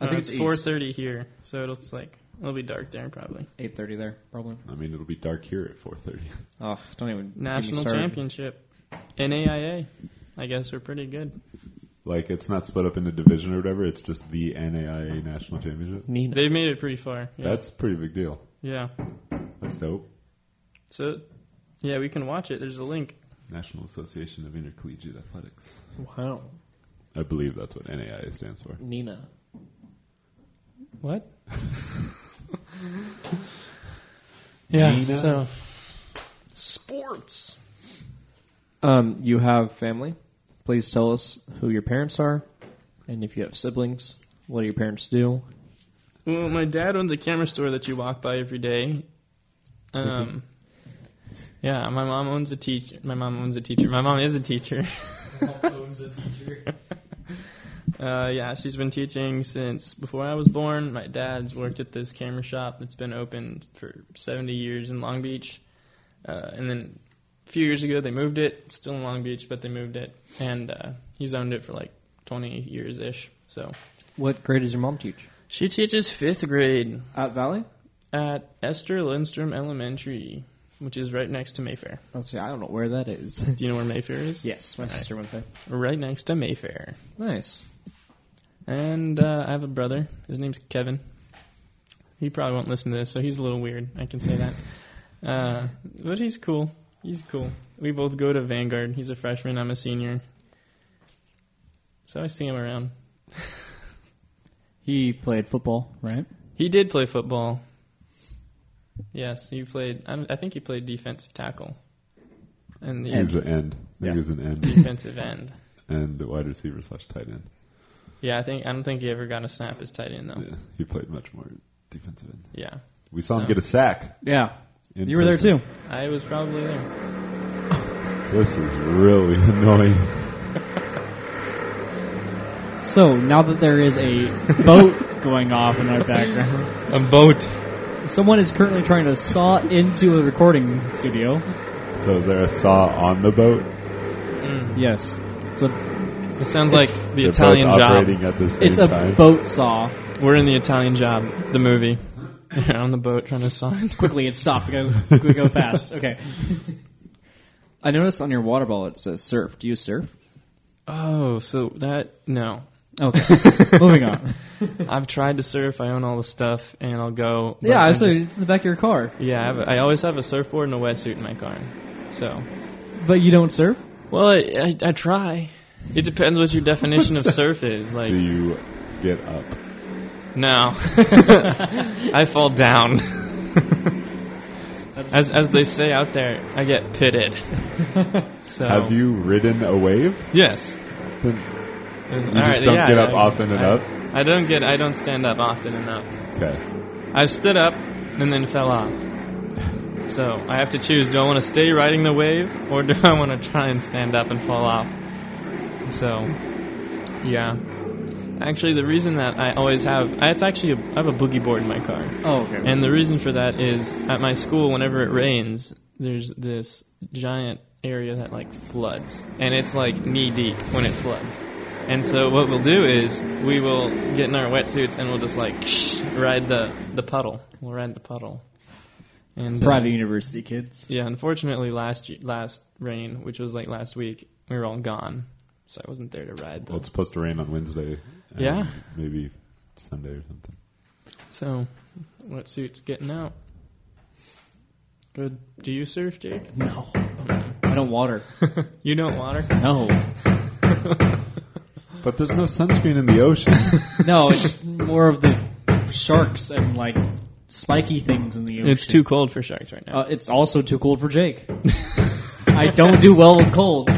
S1: I
S3: No,
S1: think Uh, it's
S3: four
S1: east.
S3: thirty here, so it'll it's like it'll be dark there probably.
S1: Eight thirty there, probably.
S2: I mean, it'll be dark here at 4:30.
S1: Oh, don't even. get me
S3: National
S1: started.
S3: championship, NAIA. I guess we're pretty good.
S2: Like it's not split up into division or whatever. It's just the NAIA national championship.
S1: Nina.
S3: They've made it pretty far. Yeah.
S2: That's a pretty big deal.
S3: yeah.
S2: That's dope.
S3: So yeah, we can watch it. There's a link.
S2: National Association of Intercollegiate Athletics.
S1: wow,
S2: I believe that's what NAIA stands for.
S1: Nina.
S3: What? yeah.
S2: Nina.
S3: So sports.
S1: Um, you have family. Please tell us who your parents are, and if you have siblings, what do your parents do?
S3: Well, my dad owns a camera store that you walk by every day. Um, yeah, my mom owns a teacher. My mom owns a teacher. My mom is a teacher. Uh, yeah, she's been teaching since before I was born. My dad's worked at this camera shop that's been open for 70 years in Long Beach. Uh, and then a few years ago, they moved it. It's still in Long Beach, but they moved it. And uh, he's owned it for like 20 years ish. So
S1: What grade does your mom teach?
S3: she teaches fifth grade
S1: At Valley.
S3: at Esther Lindstrom Elementary, which is right next to Mayfair.
S1: Let's see. I don't know where that is.
S3: Do you know where Mayfair is?
S1: yes, my sister went there.
S3: Right next to Mayfair.
S1: Nice.
S3: And uh, I have a brother. His name's Kevin. He probably won't listen to this, so he's a little weird. I can say that. Uh, but he's cool. He's cool. We both go to Vanguard. He's a freshman. I'm a senior. So I see him around.
S1: He played football, right?
S3: He did play football. Yes, he played. I, don't- I think he played defensive tackle. And the
S2: He's an end. I
S1: Yeah.
S2: think he's an end
S3: defensive end.
S2: and the wide receiver slash tight end.
S3: Yeah, I think I don't think he ever got a snap as tight end though.
S2: Yeah, he played much more defensive end.
S3: Yeah,
S2: We saw him
S3: So-
S2: get a sack.
S1: Yeah,
S2: in
S1: you were there
S2: person.
S1: too.
S3: I was probably there.
S2: This is really annoying.
S1: So now that there is a boat going off in our background,
S3: A boat.
S1: someone is currently trying to saw into the recording studio.
S2: So is there a saw on the boat?
S1: Yes, it's a
S3: Mm. It sounds like the
S2: They're
S3: Italian
S2: both
S3: job.
S2: operating at the same
S1: it's a
S2: time.
S1: boat saw.
S3: We're in the Italian job, the movie. They're on the boat trying to sign.
S1: quickly it stopped. Go, quick, go fast. Okay. I noticed on your water bottle it says surf. Do you surf?
S3: Oh, so that no.
S1: Okay. Moving on.
S3: I've tried to surf. I own all the stuff, and I'll go. but
S1: Yeah, I
S3: I'm
S1: said
S3: just-
S1: it's in the back of your car,
S3: Yeah, I, have a, I always have a surfboard and a wetsuit in my car. So,
S1: but you don't surf.
S3: well, I, I, I try. It depends what your definition of surf is. Like,
S2: Do you get up?
S3: no, I fall down. as as they say out there, I get pitted. So
S2: Have you ridden a wave?
S3: Yes.
S2: Then
S3: It's-
S2: you
S3: all
S2: just
S3: right,
S2: don't
S3: yeah,
S2: get up
S3: I-
S2: often
S3: I-
S2: enough.
S3: I don't get. I don't stand up often enough.
S2: Okay.
S3: I've stood up and then fell off. So I have to choose: do I want to stay riding the wave, or do I want to try and stand up and fall off? So, yeah. Actually, the reason that I always have I- it's actually a, I have a boogie board in my car,
S1: Oh, okay.
S3: and the reason for that is at my school, whenever it rains, there's this giant area that like floods, and it's like knee deep when it floods. And so what we'll do is we will get in our wetsuits and we'll just like ride the the puddle. We'll ride the puddle. And uh,
S1: private university kids.
S3: yeah, unfortunately, last ye- last rain, which was like last week, we were all gone, so I wasn't there to ride.
S2: Well,
S3: The,
S2: it's supposed to rain on Wednesday. and
S3: Yeah.
S2: Maybe Sunday or something.
S3: So, wetsuit's getting out. Good. Do you surf, Jake?
S4: No, I don't water.
S3: You don't water?
S4: No,
S2: But there's no sunscreen in the ocean.
S4: no, it's more of the sharks and like spiky things in the ocean.
S3: It's too cold for sharks right now.
S4: Uh, it's also too cold for Jake. I don't do well with cold.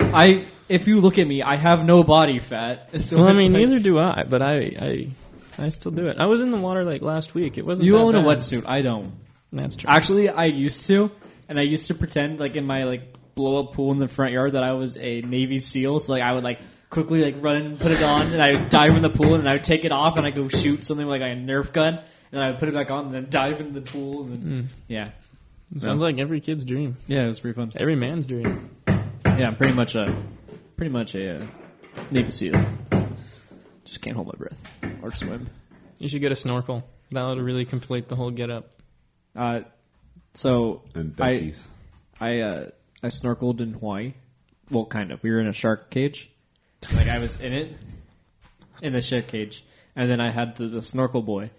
S4: I, if you look at me, I have no body fat. So
S3: well, I
S4: it's
S3: mean,
S4: like-
S3: neither do I, but I, I, I still do it. I was in the water like last week. It wasn't.
S4: You
S3: that
S4: own a
S3: bad.
S4: wetsuit. I don't.
S3: That's true.
S4: Actually, I used to, and I used to pretend like in my like blow up pool in the front yard that I was a Navy SEAL. So like I would like quickly like run and put it on, and I would dive in the pool, and I would take it off, and I go shoot something like a Nerf gun, and then I would put it back on, and then dive into the pool, and then,
S3: Mm.
S4: yeah,
S3: Sounds like every kid's dream,
S4: yeah, it was pretty fun.
S3: every man's dream.
S4: Yeah, I'm pretty much a pretty much a uh, Navy SEAL. Just can't hold my breath or swim.
S3: You should get a snorkel. That would really complete the whole get up.
S4: Uh, so
S2: and
S4: I-
S2: duckies.
S4: I uh, I snorkeled in Hawaii. Well, kind of. We were in a shark cage. Like I was in it, in the shark cage, and then I had the, the snorkel boy,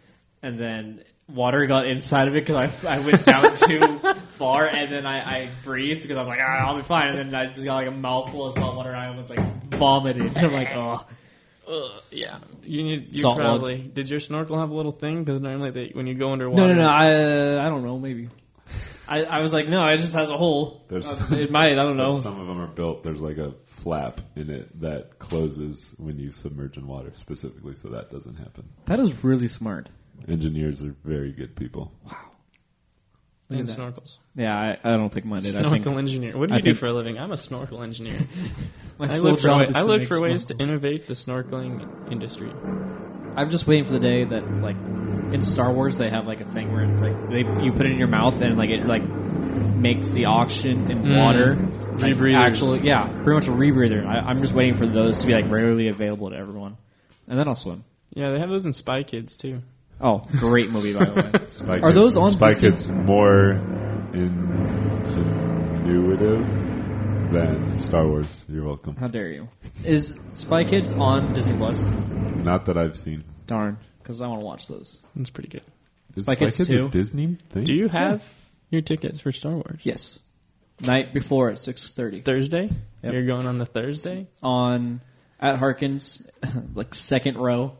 S4: and then water got inside of it because I, I went down too far, and then I, I breathed because I'm like ah, I'll be fine, and then I just got like a mouthful of salt water, and I almost like vomited. I'm like oh
S3: Ugh, yeah. You need. You
S4: Salt water.
S3: probably did your snorkel have a little thing? Because normally they, when you go underwater.
S4: no no no I I don't know maybe. I, I was like, no, it just has a hole.
S2: There's-
S4: Uh, it might, I don't
S2: But
S4: know.
S2: Some of them are built. There's like a flap in it that closes when you submerge in water, specifically, so that doesn't happen.
S4: That is really smart.
S2: Engineers are very good people.
S4: Look
S3: And
S4: at that.
S3: snorkels.
S4: Yeah, I, I don't think mine did. I think
S3: Snorkel engineer. What do
S4: I
S3: you do
S4: think-
S3: for a living? I'm a snorkel engineer.
S4: My
S3: I
S4: sole
S3: look for,
S4: job
S3: wa-
S4: is
S3: I
S4: to
S3: look
S4: make
S3: for ways to
S4: snorkels.
S3: innovate the snorkeling industry.
S4: I'm just waiting for the day that like in Star Wars they have like a thing where it's like they you put it in your mouth and like it like makes the oxygen and
S3: Mm.
S4: water like,
S3: Rebreathers.
S4: actually yeah pretty much a rebreather. I, I'm just waiting for those to be like readily available to everyone, and then I'll swim.
S3: Yeah, they have those in Spy Kids too.
S4: Oh, great movie by the way.
S2: Spy
S4: Are those on
S2: Spy
S4: Disney?
S2: Kids more intuitive than Star Wars? You're welcome.
S4: How dare you? Is Spy Kids on Disney Plus?
S2: Not that I've seen.
S4: Darn, because I want to watch those.
S3: That's pretty good.
S2: Is
S4: Spy Kids
S2: a
S4: 2?
S2: Disney thing?
S3: Do you have your tickets for Star Wars?
S4: Yes, night before at six thirty.
S3: Thursday?
S4: Yep.
S3: You're going on the Thursday?
S4: on at Harkins, like second row,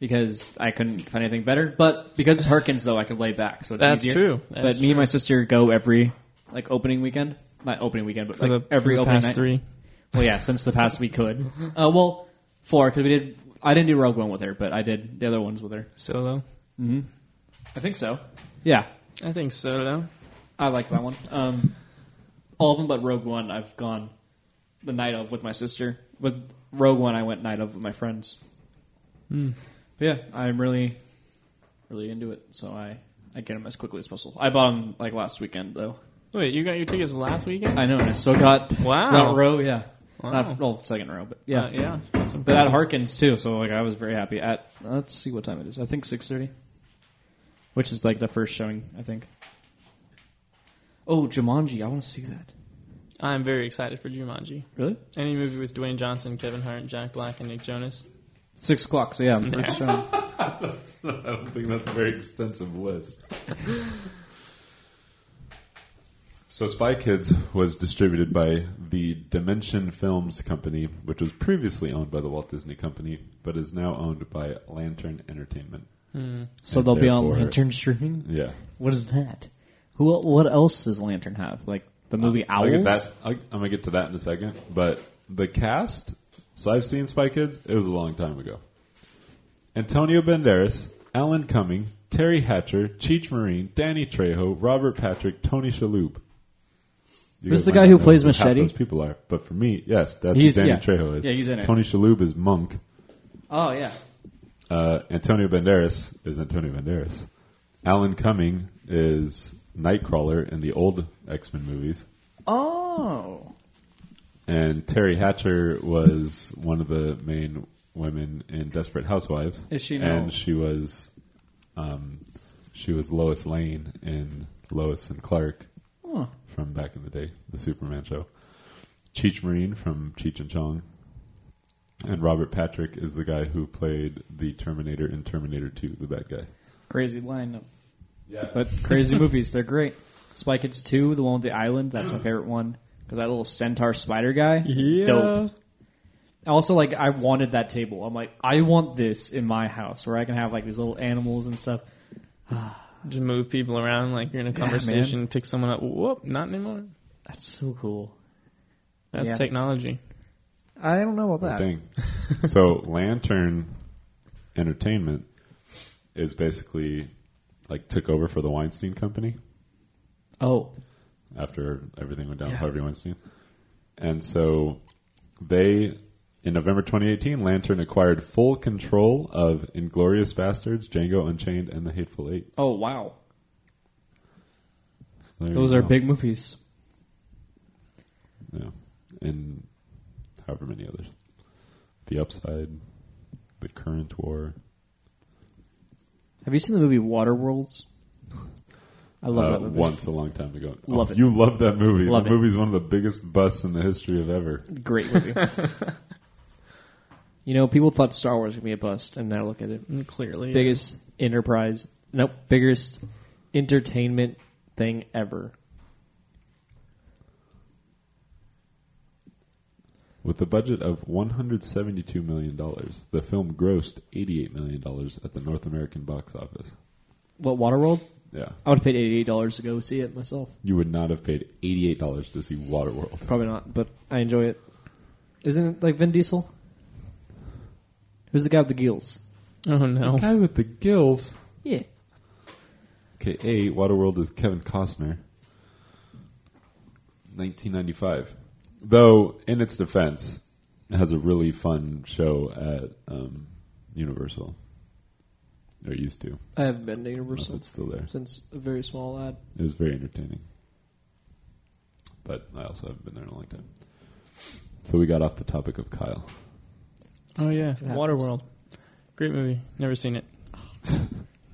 S4: because I couldn't find anything better. But because it's Harkins, though, I can lay back, so it's
S3: That's
S4: easier.
S3: true.
S4: but
S3: That's
S4: me and my sister go every like opening weekend, not opening weekend, but
S3: For
S4: like
S3: the, for
S4: every
S3: the
S4: opening
S3: past
S4: night.
S3: three.
S4: Well, yeah, since the past we could. Uh, well, four because we did. I didn't do Rogue One with her, but I did the other ones with her.
S3: Solo?
S4: Mm-hmm. I think so. Yeah,
S3: I think solo.
S4: I like that one. Um, all of them but Rogue One, I've gone the night of with my sister. With Rogue One, I went night of with my friends.
S3: Hmm.
S4: But yeah, I'm really, really into it. So I, I get them as quickly as possible. I bought them like last weekend though.
S3: Wait, you got your tickets last weekend?
S4: I know, and I still got
S3: Wow.
S4: front row. Yeah,
S3: Wow.
S4: Oh. not well second row, but yeah,
S3: Uh, yeah. That's
S4: But at
S3: impressive.
S4: Harkins too. So like I was very happy. At let's see what time it is. I think 6:30, which is like the first showing. I think. Oh, Jumanji! I want to see that.
S3: I'm very excited for Jumanji.
S4: Really?
S3: Any movie with Dwayne Johnson, Kevin Hart, Jack Black, and Nick Jonas.
S4: Six o'clock. So yeah, first showing.
S2: That's not- I don't think that's a very extensive list. so Spy Kids was distributed by the Dimension Films Company, which was previously owned by the Walt Disney Company, but is now owned by Lantern Entertainment.
S3: Hmm.
S4: So
S2: And
S4: they'll be on
S2: therefore-
S4: Lantern streaming.
S2: Yeah.
S4: What is that? Who? What else does Lantern have? Like the movie
S2: I'll
S4: Owls.
S2: get Um, that- I'll- I'm gonna get to that in a second, but the cast. So I've seen Spy Kids. It was a long time ago. Antonio Banderas, Alan Cumming, Terry Hatcher, Cheech Marine, Danny Trejo, Robert Patrick, Tony Shalhoub. You
S4: Who's
S2: guys
S4: the
S2: might
S4: guy
S2: not
S4: who
S2: know
S4: plays
S2: half
S4: Machete?
S2: Those people are, but for me, yes, that's
S4: He's-
S2: who Danny
S4: yeah.
S2: Trejo is.
S4: Yeah, he's in it.
S2: Tony Shalhoub is Monk.
S4: Oh yeah.
S2: Uh, Antonio Banderas is Antonio Banderas. Alan Cumming is Nightcrawler in the old X Men movies.
S4: Oh.
S2: And Terry Hatcher was one of the main women in Desperate Housewives.
S4: Is she now?
S2: And she was, um, she was Lois Lane in Lois and Clark
S4: Huh.
S2: from back in the day, the Superman show. Cheech Marine from Cheech and Chong. And Robert Patrick is the guy who played the Terminator in Terminator 2, the bad guy.
S1: Crazy lineup.
S2: Yeah.
S1: But crazy movies, they're great. Spy Kids 2, the one with the island, that's my favorite one. Because that little centaur spider guy.
S3: Yeah.
S1: Dope. Also, like, I wanted that table. I'm like, I want this in my house where I can have, like, these little animals and stuff.
S3: Just move people around like you're in a
S1: Yeah, man.
S3: conversation, pick someone up. Whoop, not anymore.
S1: That's so cool.
S3: That's
S1: Yeah.
S3: technology.
S1: I don't know about that.
S2: Dang. so Lantern Entertainment is basically like took over for the Weinstein Company
S1: Oh,
S2: after everything went down
S1: Yeah.
S2: with Harvey Weinstein. And so they in November 2018, Lantern acquired full control of Inglorious Bastards, Django Unchained, and The Hateful Eight.
S1: oh, wow.
S2: There you
S1: Those are
S2: go.
S1: big movies.
S2: Yeah. And however many others. The Upside, The Current War.
S1: Have you seen the movie Waterworlds? I love
S2: uh,
S1: that movie.
S2: Once a long time ago. Oh,
S1: Love it.
S2: You love that movie.
S1: Love
S2: the
S1: it.
S2: movie's one of the biggest busts in the history of ever.
S1: Great movie. you know, people thought Star Wars was going to be a bust, and now look at it.
S3: Mm, Clearly.
S1: biggest enterprise, nope, biggest entertainment thing ever.
S2: With a budget of $172 million, the film grossed $88 million at the North American box office.
S1: What Waterworld?
S2: Yeah.
S1: I would have paid eighty-eight dollars to go see it myself.
S2: You would not have paid $88 to see Waterworld.
S1: Probably not, but I enjoy it. Isn't it like Vin Diesel? Who's the guy with the gills?
S3: Oh
S2: The
S3: no.
S2: guy with the gills.
S1: Yeah.
S2: Okay, A, Waterworld is Kevin Costner. 1995. Though, in its defense, it has a really fun show at um, Universal. Or used to.
S1: I haven't been to
S2: I don't know if
S1: Universal
S2: It's still there.
S1: since a very small lad.
S2: It was very entertaining. But I also haven't been there in a long time. So we got off the topic of Kyle.
S3: Oh yeah.
S1: happens.
S3: Waterworld. Great movie. Never seen it.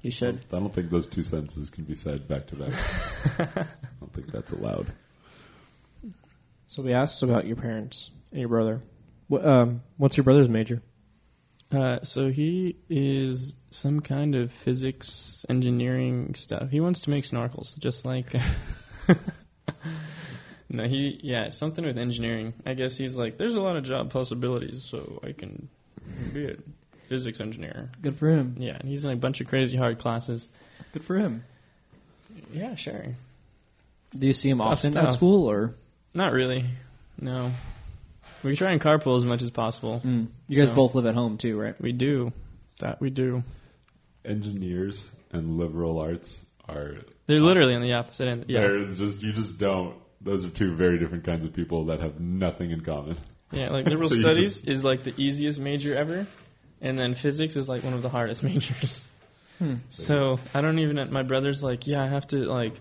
S1: You should.
S2: I don't think those two sentences can be said back to back. I don't think that's allowed.
S1: So we asked about your parents and your brother. What, um, what's your brother's major?
S3: Uh, so he is some kind of physics engineering stuff. He wants to make snorkels, just like. no, he yeah, something with engineering. I guess he's like, there's a lot of job possibilities, so I can be a physics engineer.
S1: Good for him.
S3: Yeah, and he's in a bunch of crazy hard classes.
S1: Good for him.
S3: Yeah, sure.
S1: Do you see him
S3: Tough
S1: often at
S3: stuff.
S1: school or?
S3: Not really. No, we try and carpool as much as possible.
S1: Mm. You guys
S3: No.
S1: both live at home too, right?
S3: We do that. We do.
S2: Engineers and liberal arts are
S3: They're literally on the opposite end. Yeah.
S2: There is just you just don't. Those are two very different kinds of people that have nothing in common.
S3: Yeah, like liberal
S2: So you
S3: studies is like the easiest major ever, and then physics is like one of the hardest majors.
S1: Hmm.
S3: So I don't even. My brother's like, yeah, I have to like.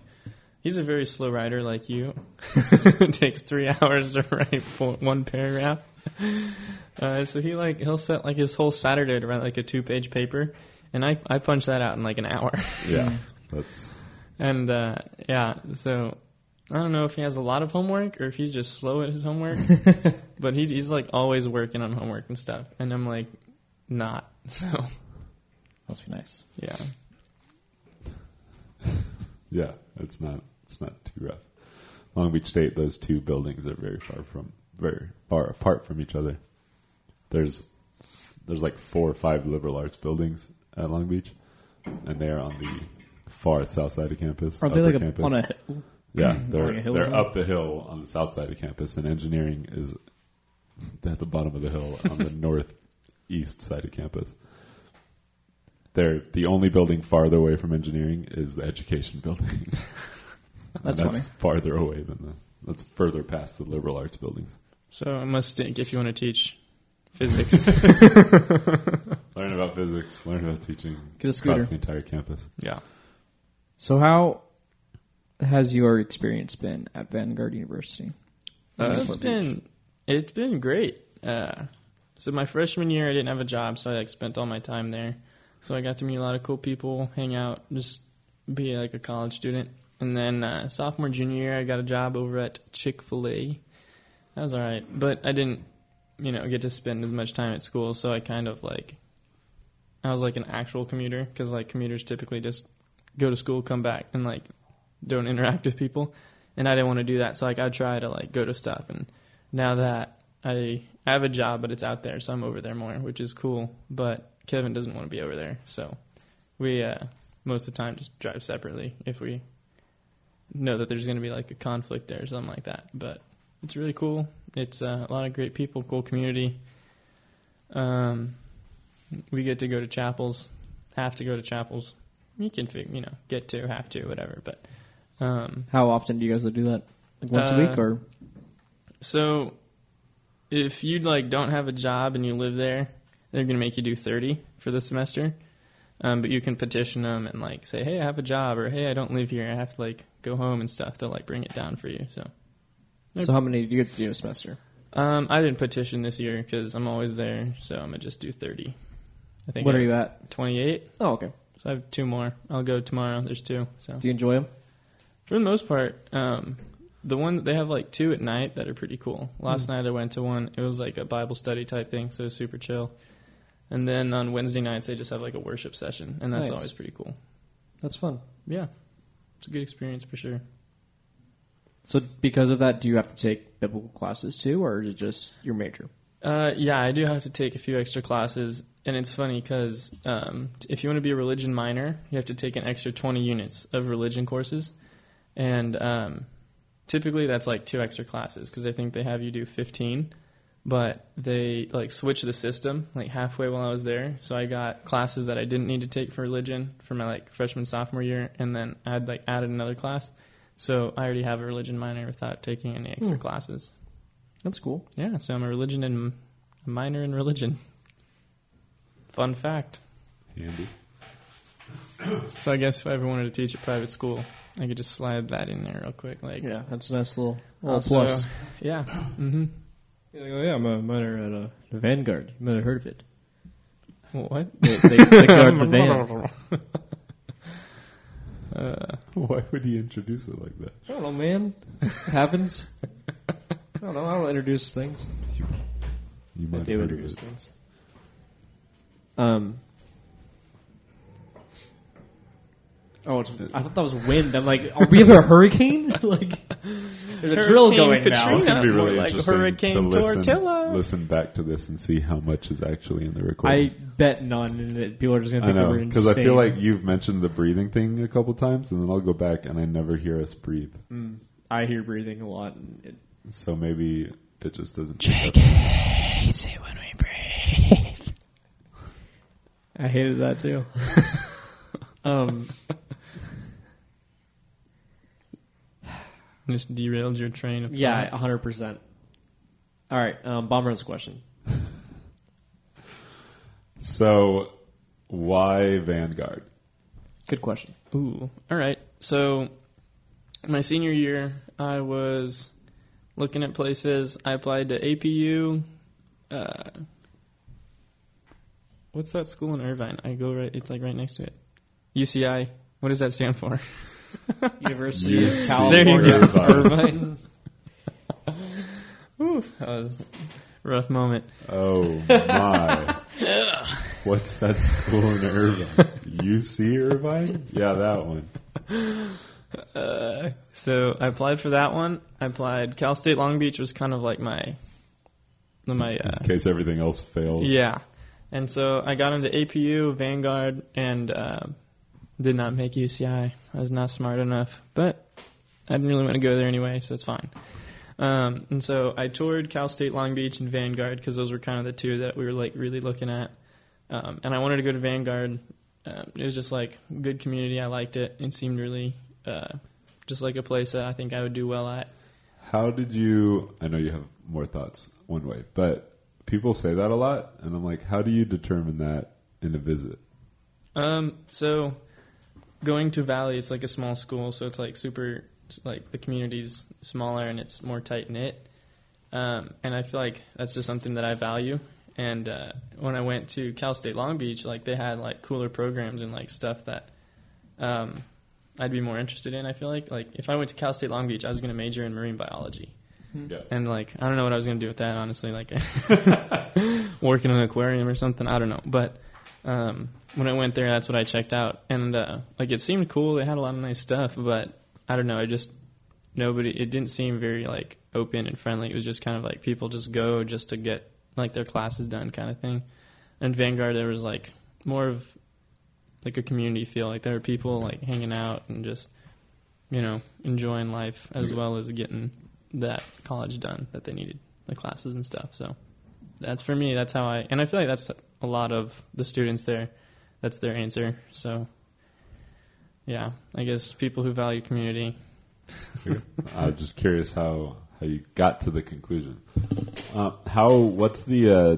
S3: He's a very slow writer, like you. it takes three hours to write for one paragraph. Uh, so he like he'll set like his whole Saturday to write like a two-page paper, and I I punch that out in like an hour.
S2: Yeah, that's
S3: And uh, yeah, so I don't know if he has a lot of homework or if he's just slow at his homework. but he, he's like always working on homework and stuff, and I'm like, not. So
S1: Must be nice.
S3: yeah,
S2: yeah. It's not it's not too rough. Long Beach State. Those two buildings are very far from very far apart from each other. There's there's like four or five liberal arts buildings at Long Beach, and they are on the far south side of campus.
S1: Are they
S2: upper
S1: like a,
S2: campus.
S1: on a hill?
S2: Yeah,
S1: Like
S2: they're
S1: a hill or
S2: they're
S1: something?
S2: up the hill on the south side of campus, and engineering is at the bottom of the hill on the northeast side of campus. They're the only building farther away from engineering is the education building. And
S1: That's funny.
S2: farther away than the that's further past the liberal arts buildings.
S3: so it must stink if you want to teach physics.
S2: Learn about physics, learn about teaching
S1: Get a scooter.
S2: across the entire campus.
S3: yeah,
S1: So how has your experience been at Vanguard University?
S3: uh,
S1: Newport
S3: it's been it's been great. Uh, so my freshman year, I didn't have a job, so I like spent all my time there. So I got to meet a lot of cool people, hang out, just be like a college student. And then uh, sophomore, junior year, I got a job over at Chick Fil A. That was all right, but I didn't you know, get to spend as much time at school. So I kind of like, I was like an actual commuter because like commuters typically just go to school, come back, and like don't interact with people. And I didn't want to do that, so like I try to like go to stuff. And now that I I have a job, but it's out there, so I'm over there more, which is cool. But Kevin doesn't want to be over there, so we uh, most of the time just drive separately if we know that there's going to be like a conflict there or something like that. But it's really cool. It's uh, a lot of great people, cool community. Um, we get to go to chapels, have to go to chapels. You can, fig- you know, get to, have to, whatever. But um,
S1: How often do you guys do that? Like once a
S3: Uh,
S1: week or
S3: So, if you like don't have a job and you live there, they're gonna make you do 30 for the semester. Um, but you can petition them and like say, hey, I have a job, or hey, I don't live here, I have to like go home and stuff. They'll like bring it down for you. So,
S1: so? How many do you get to do a semester?
S3: um, I didn't petition this year because I'm always there, so I'm gonna just do 30. I think.
S1: What
S3: I-
S1: are you at?
S3: 28.
S1: Oh, okay.
S3: So I have two more. I'll go tomorrow. There's two. So
S1: Do you enjoy them?
S3: For the most part, um, the one they have like two at night that are pretty cool. Last night I went to one. It was like a Bible study type thing, so it was super chill. And then on Wednesday nights they just have like a worship session, and that's
S1: Nice.
S3: always pretty cool.
S1: That's fun.
S3: Yeah, it's a good experience for sure.
S1: So because of that, do you have to take biblical classes too, or is it just your major?
S3: Uh, yeah, I do have to take a few extra classes, and it's funny because um, t- if you want to be a religion minor, you have to take an extra 20 units of religion courses, and um, typically that's like two extra classes because I think they have you do 15, but they like switch the system like halfway while I was there, so I got classes that I didn't need to take for religion for my like freshman sophomore year, and then I had like added another class, so I already have a religion minor without taking any extra
S1: Hmm.
S3: classes.
S1: That's cool.
S3: Yeah, so I'm a religion and a minor in religion. Fun fact.
S2: Handy.
S3: So I guess if I ever wanted to teach at private school, I could just slide that in there real quick. Like,
S1: Yeah, that's a nice little, little
S3: Also-
S1: plus.
S3: yeah. Mm-hmm.
S1: You're like, oh yeah, I'm a minor at uh, the Vanguard. You might have heard of it.
S3: What?
S1: They, they, they guard the van.
S3: uh,
S2: Why would he introduce it like that?
S1: I don't know, man. happens. I don't know. I don't introduce things.
S2: You
S1: I
S2: might
S1: do
S2: have heard of
S1: introduce
S2: it.
S1: things. Um. Oh, it's, I thought that was wind. I'm like, are we in a hurricane? like, there's a drill going
S3: Hurricane
S1: now.
S2: It's gonna be
S3: More
S2: really
S3: like
S2: interesting
S3: Hurricane
S2: to listen,
S3: Tortilla.
S2: listen back to this and see how much is actually in the
S1: I
S2: recording.
S1: bet none. And that people are just gonna
S2: I
S1: think that
S2: know
S1: we're
S2: because I
S1: insane.
S2: feel like you've mentioned the breathing thing a couple times, and then I'll go back and I never hear us breathe.
S1: Mm, I hear breathing a lot. And it,
S2: So maybe it just doesn't.
S3: hates it when we breathe.
S1: I hated that too. um,
S3: Just derailed your train of thought.
S1: yeah, 100. percent All right, um, Bomber's question.
S2: So why Vanguard?
S1: Good question.
S3: Ooh. All right. So my senior year, I was looking at places. I applied to APU. Uh, what's that school in Irvine? I go right. It's like right next to it. UCI. What does that stand for?
S1: University
S2: Yes.
S1: of
S2: There
S1: California.
S2: you go.
S3: Irvine. Ooh, that was a rough moment.
S2: Oh my! What's that school in Irvine? UC Irvine? Yeah, that one.
S3: Uh, so I applied for that one. I applied. Cal State Long Beach was kind of like my, my uh,
S2: In case everything else fails.
S3: Yeah. And so I got into APU, Vanguard, and uh, did not make UCI. I was not smart enough, but I didn't really want to go there anyway, so it's fine. Um, and so I toured Cal State Long Beach and Vanguard because those were kind of the two that we were like really looking at. Um, and I wanted to go to Vanguard. Um, it was just like good community. I liked it. It seemed really uh, just like a place that I think I would do well at.
S2: How did you? I know you have more thoughts one way, but people say that a lot, and I'm like, how do you determine that in a visit?
S3: Um, so going to Valley, it's like a small school, so it's like super, like the community's smaller and it's more tight knit. Um, and I feel like that's just something that I value. And uh, when I went to Cal State Long Beach, like they had like cooler programs and like stuff that um, I'd be more interested in. I feel like like if I went to Cal State Long Beach, I was going to major in marine biology.
S2: Yeah.
S3: And like I don't know what I was gonna do with that honestly, like work in an aquarium or something. I don't know. But um, when I went there, that's what I checked out, and uh, like it seemed cool. They had a lot of nice stuff, but I don't know. I just nobody. It didn't seem very like open and friendly. It was just kind of like people just go just to get like their classes done kind of thing. And Vanguard, there was like more of like a community feel. Like there were people like hanging out and just you know enjoying life as
S2: Okay.
S3: well as getting that college done that they needed, the classes and stuff. So that's for me. That's how I and I feel like that's a lot of the students there. That's their answer. So yeah, I guess people who value community.
S2: I was just curious how how you got to the conclusion. Uh, how what's the uh,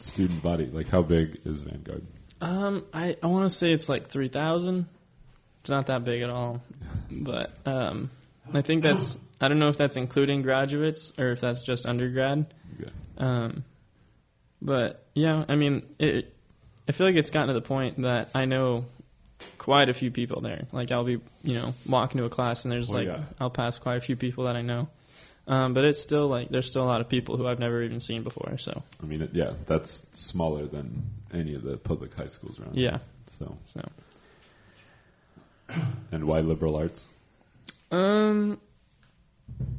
S2: student body like? How big is Vanguard?
S3: Um, I I want to say it's like three thousand. It's not that big at all, but um, I think that's I don't know if that's including graduates or if that's just undergrad.
S2: Yeah.
S3: Um, but yeah, I mean, it, I feel like it's gotten to the point that I know quite a few people there. Like I'll be, you know, walking to a class and there's
S2: Well,
S3: like
S2: yeah.
S3: I'll pass quite a few people that I know. Um, but it's still like there's still a lot of people who I've never even seen before. So
S2: I mean, it, yeah, that's smaller than any of the public high schools around.
S3: yeah,
S2: So
S3: so
S2: and why liberal arts?
S3: um,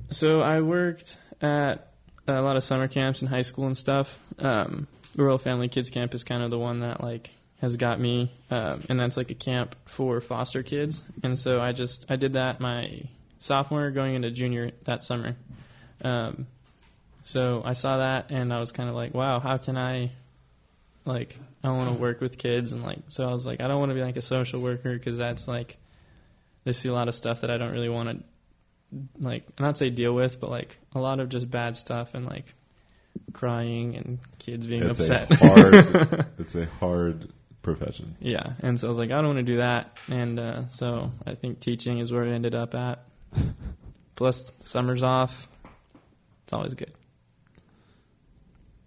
S3: so I worked at a lot of summer camps in high school and stuff. Um, Royal Family Kids Camp is kind of the one that like has got me, um, and that's like a camp for foster kids. And so I just I did that my sophomore going into junior that summer. Um, so I saw that and I was kind of like, wow, how can I, like, I want to work with kids and like, so I was like, I don't want to be like a social worker because that's like, they see a lot of stuff that I don't really want to, like, not say deal with, but like a lot of just bad stuff and like crying and kids being
S2: It's
S3: upset.
S2: a hard. it's a hard profession.
S3: Yeah, and so I was like, I don't want to do that, and uh, so I think teaching is where I ended up at. Plus, summer's off; it's always good.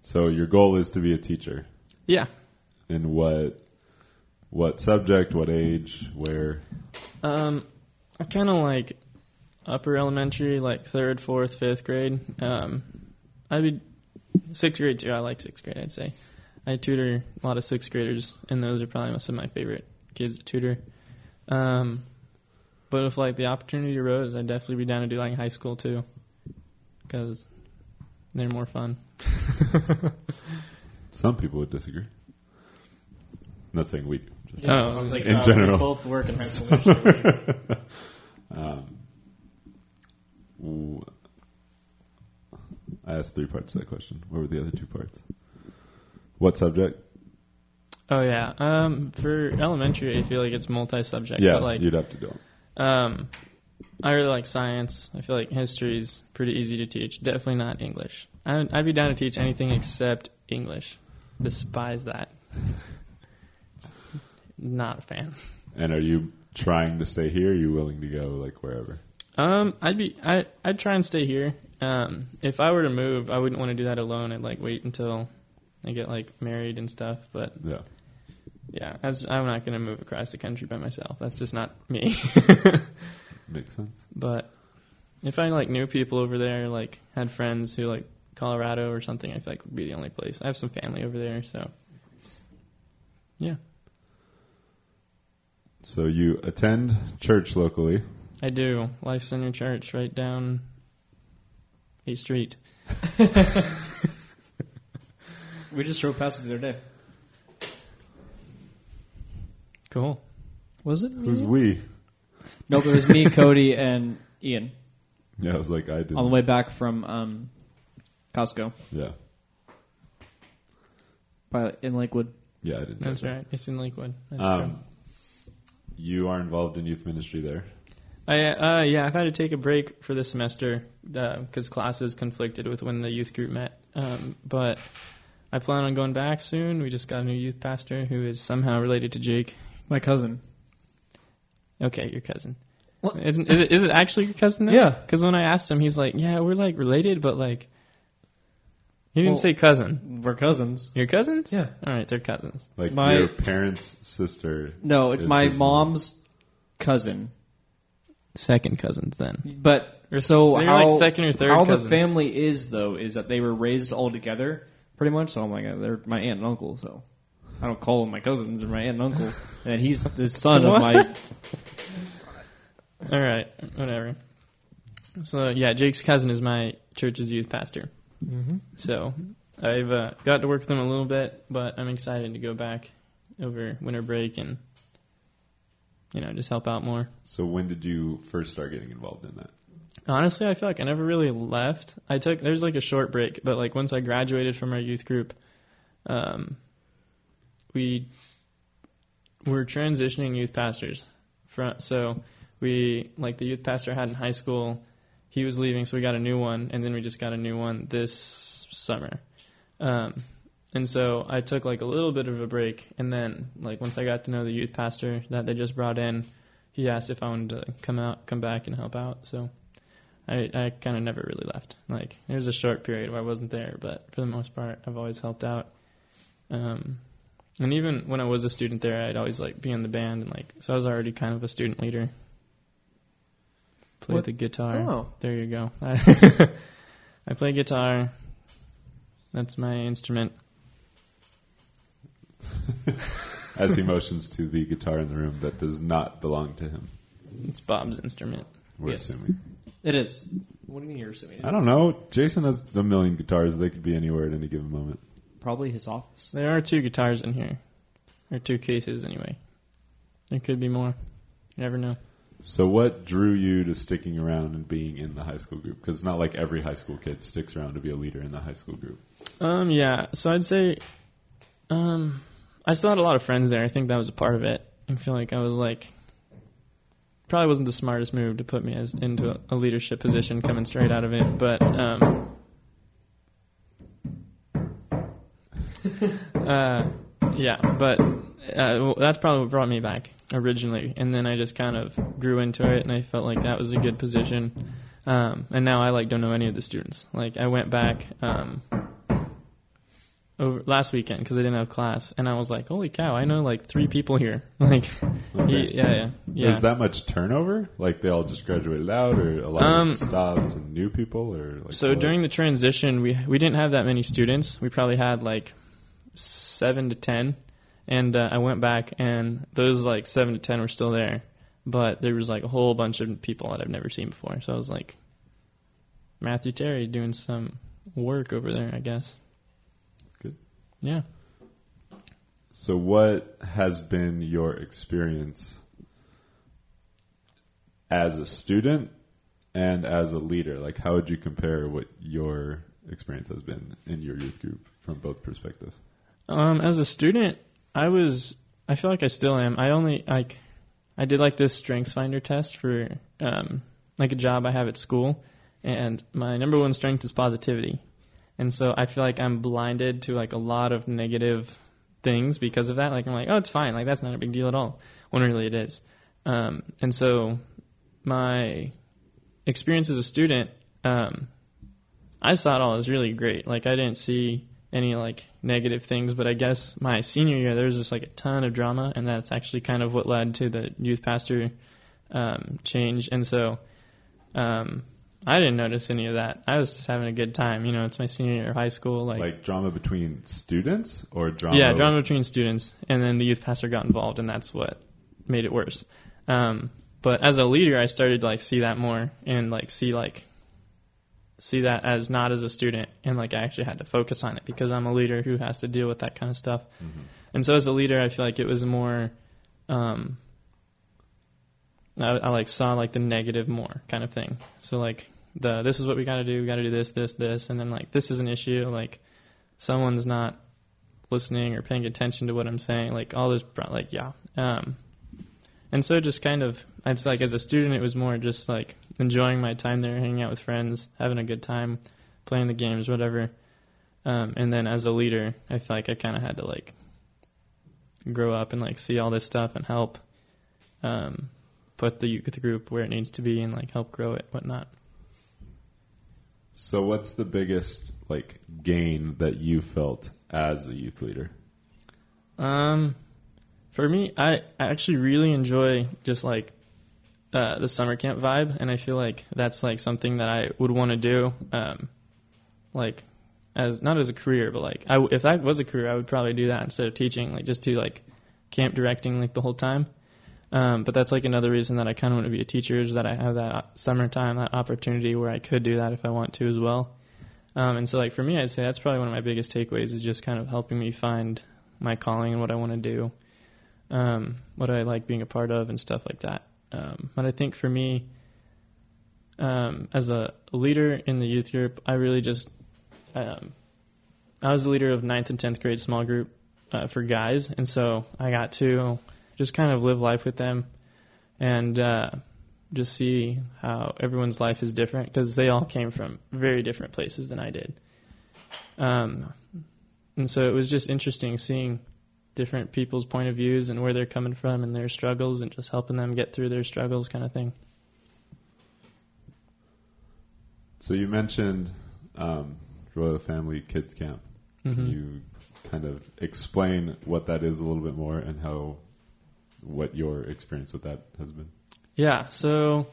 S2: So your goal is to be a teacher.
S3: Yeah,
S2: In what what subject? What age? Where?
S3: um, I kind of like upper elementary, like third, fourth, fifth grade. Um, I would sixth grade too. I like sixth grade. I'd say I tutor a lot of sixth graders, and those are probably some of my favorite kids to tutor. Um, but if like the opportunity arose, I'd definitely be down to do like high school too, because they're more fun.
S2: Some people would disagree. I'm not saying we do. Just
S3: Yeah, I was like,
S2: In uh, we general.
S1: both work in high
S2: um, w- I asked three parts of that question. What were the other two parts? What subject?
S3: Oh yeah. Um, for elementary, I feel like it's multi-subject.
S2: yeah,
S3: but, like
S2: you'd have to do it.
S3: Um, I really like science. I feel like history's pretty easy to teach. Definitely not English. I'd, I'd be down to teach anything except English. Despise that. not a fan.
S2: And are you trying to stay here? Are you willing to go like wherever?
S3: Um, I'd be I I'd try and stay here. Um, if I were to move, I wouldn't want to do that alone. I'd like wait until I get like married and stuff. But
S2: Yeah.
S3: yeah, as I'm not gonna move across the country by myself. That's just not me.
S2: Makes sense.
S3: But if I like knew people over there, like had friends who like Colorado or something, I feel like would be the only place. I have some family over there, so yeah,
S2: So you attend church locally.
S3: I do. Life's in your church, right down a street.
S1: We just drove past it the other day.
S3: Cool.
S1: Was it?
S2: Who's we?
S1: No, but it was me, Cody, and Ian
S2: Yeah, I was like I did.
S1: on the way back from um, Costco
S2: Yeah.
S1: by in Lakewood.
S2: Yeah, I didn't.
S3: That's
S2: know
S3: right. It's in Lakewood. That's
S2: that.
S3: true.
S2: Um, you are involved in youth ministry there.
S3: I uh, yeah, I've had to take a break for this semester because classes conflicted with when the youth group met. Um, but I plan on going back soon. We just got a new youth pastor who is somehow related to Jake.
S1: My cousin.
S3: Okay, your cousin.
S1: What?
S3: Isn't, is, it, is it actually your cousin? Though?
S1: Yeah.
S3: Because when I asked him, he's like, "Yeah, we're like related, but like." He didn't
S1: Well-
S3: say cousin.
S1: We're cousins.
S3: Your cousins?
S1: Yeah.
S3: All right, they're cousins.
S2: Like
S1: My-
S2: your parents' sister
S1: No, it's
S2: Is
S1: my
S2: his mom.
S1: mom's cousin
S3: second cousins then.
S1: But so
S3: They're
S1: how
S3: like second or third
S1: how
S3: cousins.
S1: the family is though is that they were raised all together pretty much. So I'm like uh, they're my aunt and uncle. So I don't call them my cousins. They're my aunt and uncle, and he's the son of my.
S3: All right, whatever. So yeah, Jake's cousin is my church's youth pastor.
S5: Mm-hmm.
S3: So I've uh, got to work with him a little bit, but I'm excited to go back over winter break and you know just help out more.
S2: So when did you first start getting involved in that?
S3: Honestly, I feel like I never really left. I took there's like a short break, but like once I graduated from our youth group, um, we were transitioning youth pastors. From so we like the youth pastor I had in high school, he was leaving, so we got a new one, and then we just got a new one this summer. Um, and so I took like a little bit of a break, and then like once I got to know the youth pastor that they just brought in, he asked if I wanted to come out, come back and help out. So. I, I kind of never really left. Like there was a short period where I wasn't there, but for the most part, I've always helped out. Um, and even when I was a student there, I'd always like be in the band and like so I was already kind of a student leader. Played
S5: What-
S3: the guitar.
S5: Oh.
S3: There you go. I, I play guitar. That's my instrument.
S2: As he motions to the guitar in the room that does not belong to him,
S3: It's Bob's instrument.
S2: we're
S1: Yes.
S2: assuming.
S1: It is. What do you mean you're assuming?
S2: I don't know. Jason has a million guitars. They could be anywhere at any given moment.
S1: Probably his office.
S3: There are two guitars in here, or two cases anyway. There could be more. You never know.
S2: So what drew you to sticking around and being in the high school group? Because it's not like every high school kid sticks around to be a leader in the high school group.
S3: Um, yeah. So I'd say, um, I still had a lot of friends there. I think that was a part of it. I feel like I was like, probably wasn't the smartest move to put me as into a, a leadership position coming straight out of it, but um, uh, yeah. But uh, well, that's probably what brought me back originally, and then I just kind of grew into it, and I felt like that was a good position. Um, and now I like don't know any of the students. Like I went back. Um, over last weekend because I didn't have class, and I was like, "Holy cow! I know like three people here." Like,
S2: Okay.
S3: he- yeah, yeah, yeah.
S2: There's that much turnover? Like they all just graduated out, or a lot
S3: Um,
S2: of them stopped and new people, or like
S3: so
S2: what?
S3: during the transition, we we didn't have that many students. We probably had like seven to ten, and uh, I went back, and those like seven to ten were still there, but there was like a whole bunch of people that I've never seen before. So I was like, Matthew Terry doing some work over there, I guess.
S2: Good.
S3: Yeah.
S2: So, what has been your experience as a student and as a leader? Like, how would you compare what your experience has been in your youth group from both perspectives?
S3: Um, as a student, I was. I feel like I still am. I only like. I did like this Strengths Finder test for um, like a job I have at school, and my number one strength is positivity, and so I feel like I'm blinded to like a lot of negative things because of that. Like I'm like, oh, it's fine. Like that's not a big deal at all. When really it is. Um, and so my experience as a student, um, I saw it all as really great. Like I didn't see any like negative things, but I guess my senior year there was just like a ton of drama, and that's actually kind of what led to the youth pastor um, change. And so um, I didn't notice any of that. I was just having a good time. You know, it's my senior year of high school.
S2: Like, drama between students or drama?
S3: Yeah, drama between students, and then the youth pastor got involved, and that's what made it worse. Um, but as a leader, I started to like see that more and like see like see that as not as a student, and like I actually had to focus on it because I'm a leader who has to deal with that kind of stuff.
S2: Mhm.
S3: And so as a leader, I feel like it was more. Um, I, I like saw like the negative more kind of thing. So like the this is what we got to do. We got to do this, this, this, and then like this is an issue. Like someone's not listening or paying attention to what I'm saying. Like all those pro- like yeah. Um, and so just kind of it's like as a student, it was more just like enjoying my time there, hanging out with friends, having a good time, playing the games, whatever. Um, and then as a leader, I feel like I kind of had to like grow up and like see all this stuff and help um, put the youth group where it needs to be and like help grow it, whatnot.
S2: So, what's the biggest like gain that you felt as a youth leader?
S3: Um, for me, I, I actually really enjoy just like uh, the summer camp vibe, and I feel like that's like something that I would want to do, um, like as not as a career, but like I w if that was a career, I would probably do that instead of teaching, like just do like camp directing like the whole time. Um, but that's like another reason that I kind of want to be a teacher is that I have that o- summertime, that opportunity where I could do that if I want to as well. Um, and so like for me, I'd say that's probably one of my biggest takeaways is just kind of helping me find my calling and what I want to do, um, what I like being a part of and stuff like that. Um, but I think for me, um, as a leader in the youth group, I really just, um, I was the leader of ninth and 10th grade small group uh, for guys. And so I got to just kind of live life with them and uh, just see how everyone's life is different because they all came from very different places than I did. Um, and so it was just interesting seeing different people's point of views and where they're coming from and their struggles and just helping them get through their struggles kind of thing.
S2: So you mentioned um, Royal Family Kids Camp. Can
S3: Mhm.
S2: you kind of explain what that is a little bit more and how what your experience with that has been?
S3: Yeah. So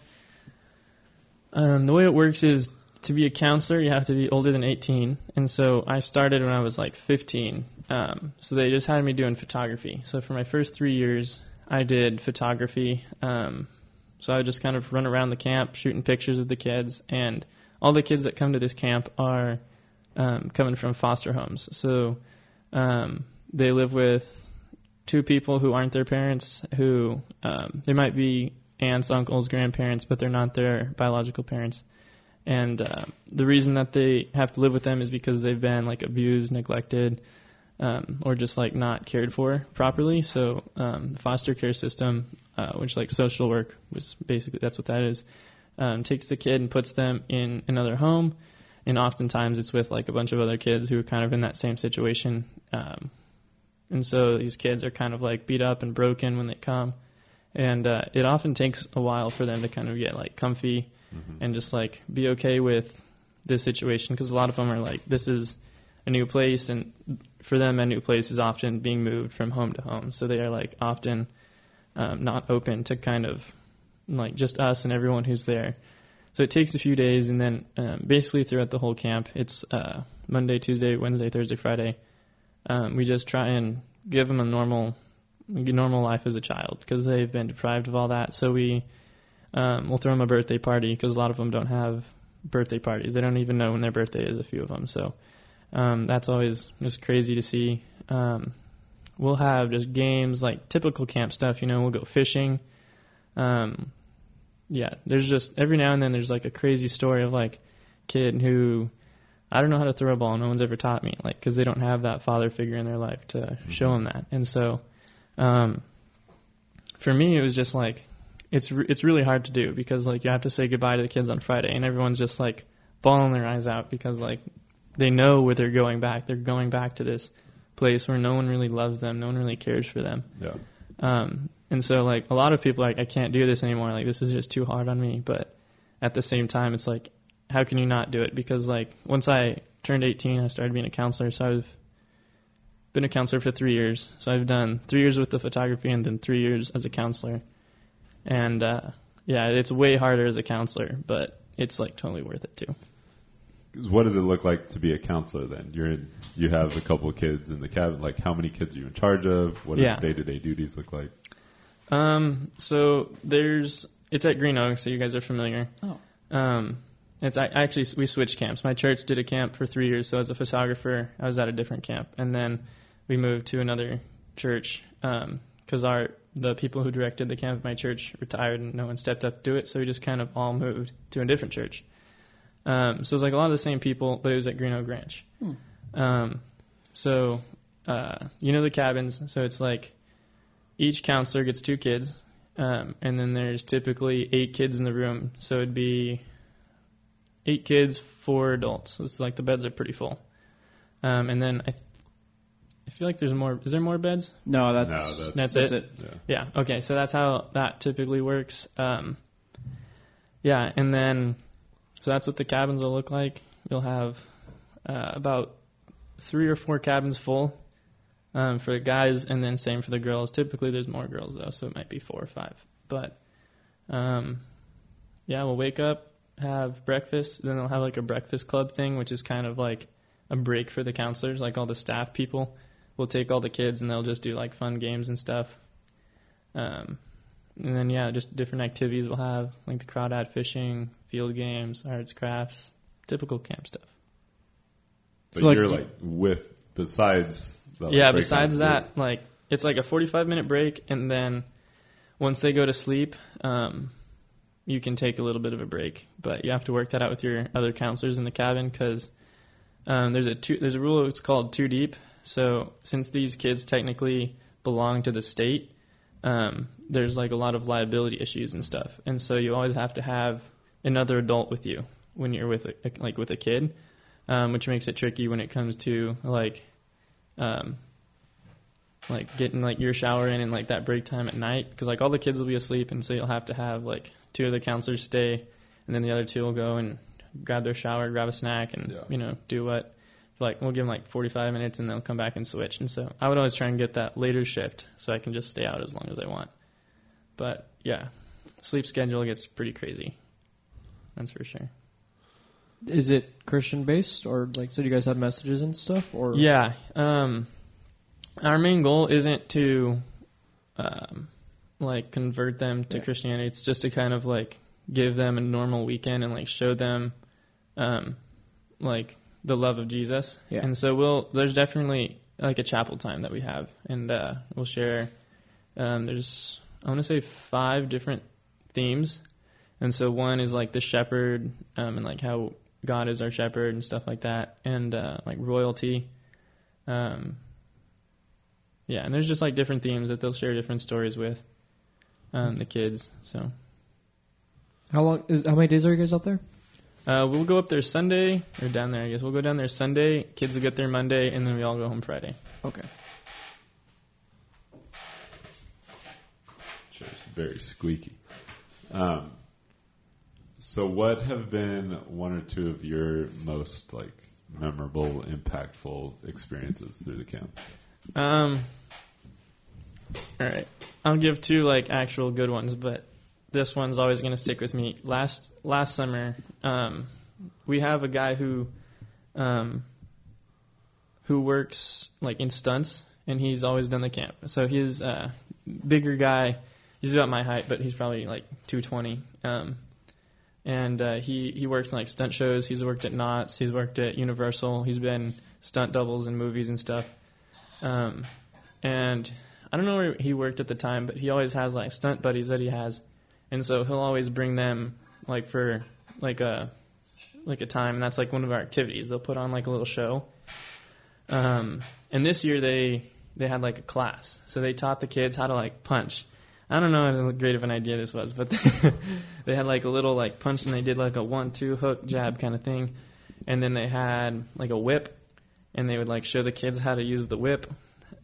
S3: um, the way it works is to be a counselor, you have to be older than 18. And so I started when I was like 15. Um, so they just had me doing photography. So for my first three years, I did photography. Um, so I would just kind of run around the camp shooting pictures of the kids. And all the kids that come to this camp are um, coming from foster homes. So um, they live with two people who aren't their parents, who um, they might be aunts, uncles, grandparents, but they're not their biological parents. And uh, the reason that they have to live with them is because they've been like abused, neglected, um, or just like not cared for properly. So um, the foster care system, uh, which like social work was basically that's what that is, um, takes the kid and puts them in another home. And oftentimes it's with like a bunch of other kids who are kind of in that same situation. Um, and so these kids are kind of like beat up and broken when they come and uh, it often takes a while for them to kind of get like comfy
S2: Mhm.
S3: and just like be okay with this situation because a lot of them are like this is a new place and for them a new place is often being moved from home to home so they are like often um, not open to kind of like just us and everyone who's there so it takes a few days and then um, basically throughout the whole camp it's uh, monday tuesday wednesday thursday friday um, we just try and give them a normal normal life as a child because they've been deprived of all that. So we um, we'll throw them a birthday party because a lot of them don't have birthday parties. They don't even know when their birthday is. A few of them, so um, that's always just crazy to see. Um, we'll have just games like typical camp stuff. You know, we'll go fishing. Um, yeah, there's just every now and then there's like a crazy story of like kid who I don't know how to throw a ball. No one's ever taught me, like, because they don't have that father figure in their life to show them that. And so, um, for me, it was just like, it's re- it's really hard to do because like you have to say goodbye to the kids on Friday, and everyone's just like bawling their eyes out because like they know where they're going back. They're going back to this place where no one really loves them, no one really cares for them.
S2: Yeah.
S3: Um, and so like a lot of people are like I can't do this anymore. Like this is just too hard on me. But at the same time, it's like how can you not do it? Because like once I turned 18, I started being a counselor. So I've been a counselor for three years. So I've done three years with the photography and then three years as a counselor. And uh, yeah, it's way harder as a counselor, but it's like totally worth it too.
S2: 'Cause What does it look like to be a counselor then? You're in, you have a couple kids in the cabin. Like how many kids are you in charge of? What
S3: Yeah.
S2: does day to day duties look like?
S3: Um, so there's it's at Green Oak, so you guys are familiar.
S1: Oh.
S3: Um, it's I actually we switched camps. My church did a camp for three years, so as a photographer, I was at a different camp, and then we moved to another church because our the people who directed the camp at my church retired, and no one stepped up to do it, so we just kind of all moved to a different church. Um, so it was like a lot of the same people, but it was at Green Oak Ranch.
S1: Hmm.
S3: Um, so uh, you know the cabins, so it's like each counselor gets two kids, um, and then there's typically eight kids in the room. So it'd be eight kids, four adults. So it's like the beds are pretty full. Um, and then I, th- I feel like there's more. Is there more beds?
S1: No, that's
S2: No,
S3: that's- That's it.
S2: Yeah.
S3: Yeah. Okay. So that's how that typically works. Um, yeah, and then so that's what the cabins will look like. You'll have uh, about three or four cabins full um, for the guys, and then same for the girls. Typically, there's more girls though, so it might be four or five. But Um, yeah, we'll wake up, have breakfast, then they'll have like a breakfast club thing, which is kind of like a break for the counselors, like all the staff people. will take all the kids and they'll just do like fun games and stuff. Um, and then yeah, just different activities we'll have, like the crawdad fishing, field games, arts, crafts, typical camp stuff.
S2: But
S1: So, like,
S2: you're
S1: you-
S2: like with besides. The, like,
S3: yeah
S2: breakout
S3: besides
S2: group.
S3: that like it's like a 45 minute break and then once they go to sleep um, you can take a little bit of a break but you have to work that out with your other counselors in the cabin because um, there's a two, there's a rule it's called too deep so since these kids technically belong to the state um, there's like a lot of liability issues and stuff and so you always have to have another adult with you when you're with a, like with a kid um, which makes it tricky when it comes to like um, like getting like your shower in and like that break time at night because like all the kids will be asleep and so you'll have to have like two of the counselors stay and then the other two will go and grab their shower grab a snack and
S2: Yeah.
S3: you know do what like we'll give them like 45 minutes and they'll come back and switch and so i would always try and get that later shift so i can just stay out as long as i want but yeah sleep schedule gets pretty crazy that's for sure
S1: Is it Christian based or like so? Do you guys have messages and stuff or
S3: Yeah. Um, our main goal isn't to um, like convert them to
S1: Yeah.
S3: Christianity. It's just to kind of like give them a normal weekend and like show them um, like the love of Jesus.
S1: Yeah.
S3: And so we'll there's definitely like a chapel time that we have, and uh, we'll share. Um, there's I want to say five different themes, and so one is like the shepherd um, and like how God is our shepherd and stuff like that, and uh, like royalty. Um, yeah, and there's just like different themes that they'll share different stories with um, the kids. So
S1: How long is how many days are you guys out there?
S3: uh, we'll go up there Sunday or down there, I guess. We'll go down there Sunday. Kids will get there Monday, and then we all go home Friday.
S1: Okay.
S2: Sure, it's very squeaky. Um, so, what have been one or two of your most like memorable, impactful experiences through the camp?
S3: Um. All right, I'll give two like actual good ones, but this one's always gonna stick with me. Last last summer, um, we have a guy who, um, who works like in stunts, and he's always done the camp. So he's a bigger guy. He's about my height, but he's probably like 220. Um, and uh, he he works in like stunt shows. He's worked at Knott's. He's worked at Universal. He's been stunt doubles in movies and stuff. Um, and I don't know where he worked at the time, but he always has like stunt buddies that he has, and so he'll always bring them like for like a like a time, and that's like one of our activities. They'll put on like a little show. Um, and this year they they had like a class, so they taught the kids how to like punch. I don't know how great of an idea this was, but they had like a little like punch, and they did like a one-two hook jab kind of thing, and then they had like a whip, and they would like show the kids how to use the whip.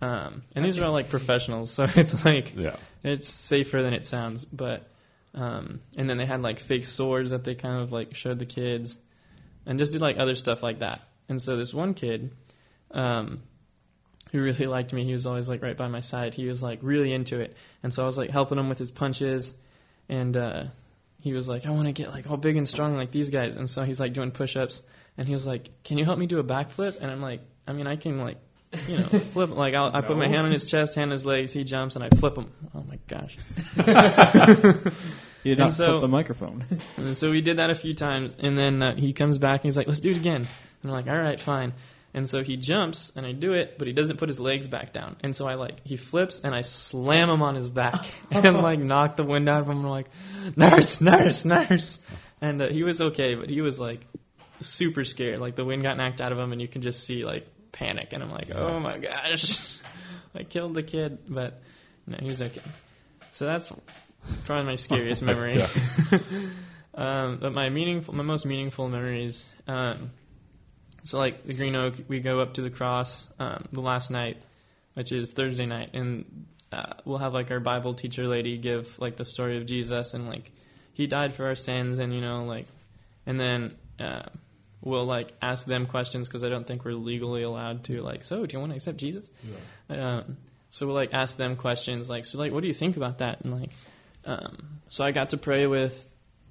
S3: Um, and these are all like professionals, so it's like
S2: Yeah,
S3: it's safer than it sounds, but um, and then they had like fake swords that they kind of like showed the kids, and just did like other stuff like that. And so this one kid, um, who really liked me, he was always like right by my side. He was like really into it, and so I was like helping him with his punches, and uh, he was like, I want to get like all big and strong like these guys. And so he's like doing push-ups, and he was like, Can you help me do a backflip? And I'm like, I mean, I can like. You know, flip like I'll, I put my
S2: No.
S3: hand on his chest, hand on his legs. He jumps, and I flip him. Oh my gosh!
S1: You did
S3: And
S1: not
S3: so-
S1: flip the microphone.
S3: And so we did that a few times, and then uh, he comes back and he's like, "Let's do it again." And I'm like, "All right, fine." And so he jumps, and I do it, but he doesn't put his legs back down. And so I like he flips, and I slam him on his back, and like knock the wind out of him. And I'm like, "Nurse, nurse, nurse!" And uh, he was okay, but he was like super scared. Like the wind got knocked out of him, and you can just see like panic. And I'm like, "Oh my gosh, I killed the kid!" But no, he was okay. So that's probably my scariest
S2: Oh my
S3: memory. um, but my meaningful, my most meaningful memories. Um, so like the Green Oak, we go up to the cross um, the last night, which is Thursday night, and uh, we'll have like our Bible teacher lady give like the story of Jesus and like he died for our sins, and you know like, and then. Uh, We'll like ask them questions because I don't think we're legally allowed to like. So, do you want to accept Uh, Jesus? Um, so we'll like ask them questions like, so like, what do you think about that? And like, Um, so I got to pray with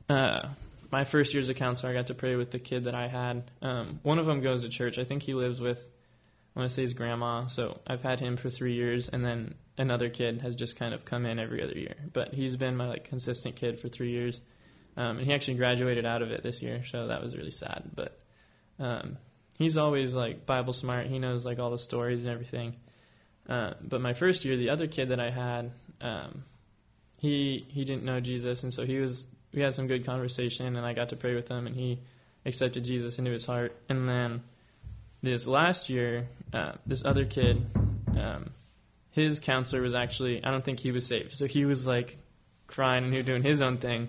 S3: uh, my first year's a counselor. I got to pray with the kid that I had. Um, one of them goes to church. I think he lives with, I want to say his grandma. So I've had him for three years, and then another kid has just kind of come in every other year. But he's been my like consistent kid for three years, um, and he actually graduated out of it this year. So that was really sad. But um, he's always like Bible smart. He knows like all the stories and everything. Uh, but my first year, the other kid that I had, um, he he didn't know Jesus, and so he was we had some good conversation, and I got to pray with him, and he accepted Jesus into his heart. And then this last year, uh, this other kid, um, his counselor was actually I don't think he was saved, so he was like crying and he was doing his own thing.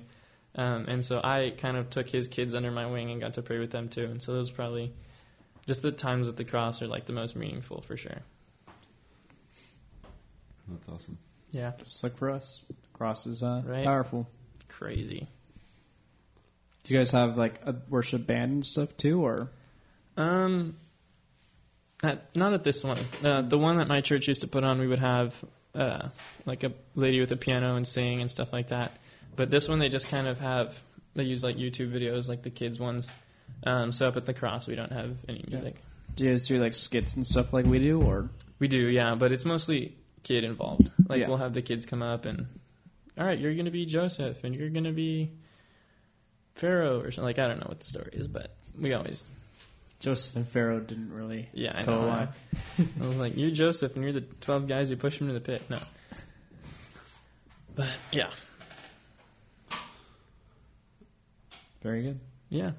S3: Um, and so I kind of took his kids under my wing and got to pray with them too. And so those probably just the times at the cross are like the most meaningful for sure.
S2: That's awesome.
S3: Yeah.
S4: Just like for us, cross is uh,
S3: Right.
S4: powerful.
S3: Crazy.
S4: Do you guys have like a worship band and stuff too, or
S3: Um, at, not at this one. Uh, the one that my church used to put on, we would have uh, like a lady with a piano and sing and stuff like that. But this one, they just kind of have they use like YouTube videos, like the kids ones. Um, so up at the cross, we don't have any
S4: Yeah.
S3: music.
S4: do you guys do like skits and stuff like we do, or
S3: We do, yeah, but it's mostly kid involved. Like
S4: Yeah.
S3: we'll have the kids come up and, all right, you're gonna be Joseph and you're gonna be Pharaoh or something. Like I don't know what the story is, but we always,
S4: Joseph and Pharaoh didn't really
S3: yeah, I
S4: go
S3: know.
S4: along?
S3: I was like, you're Joseph and you're the twelve guys who push him to the pit. No, but yeah,
S4: Very good.
S3: yeah,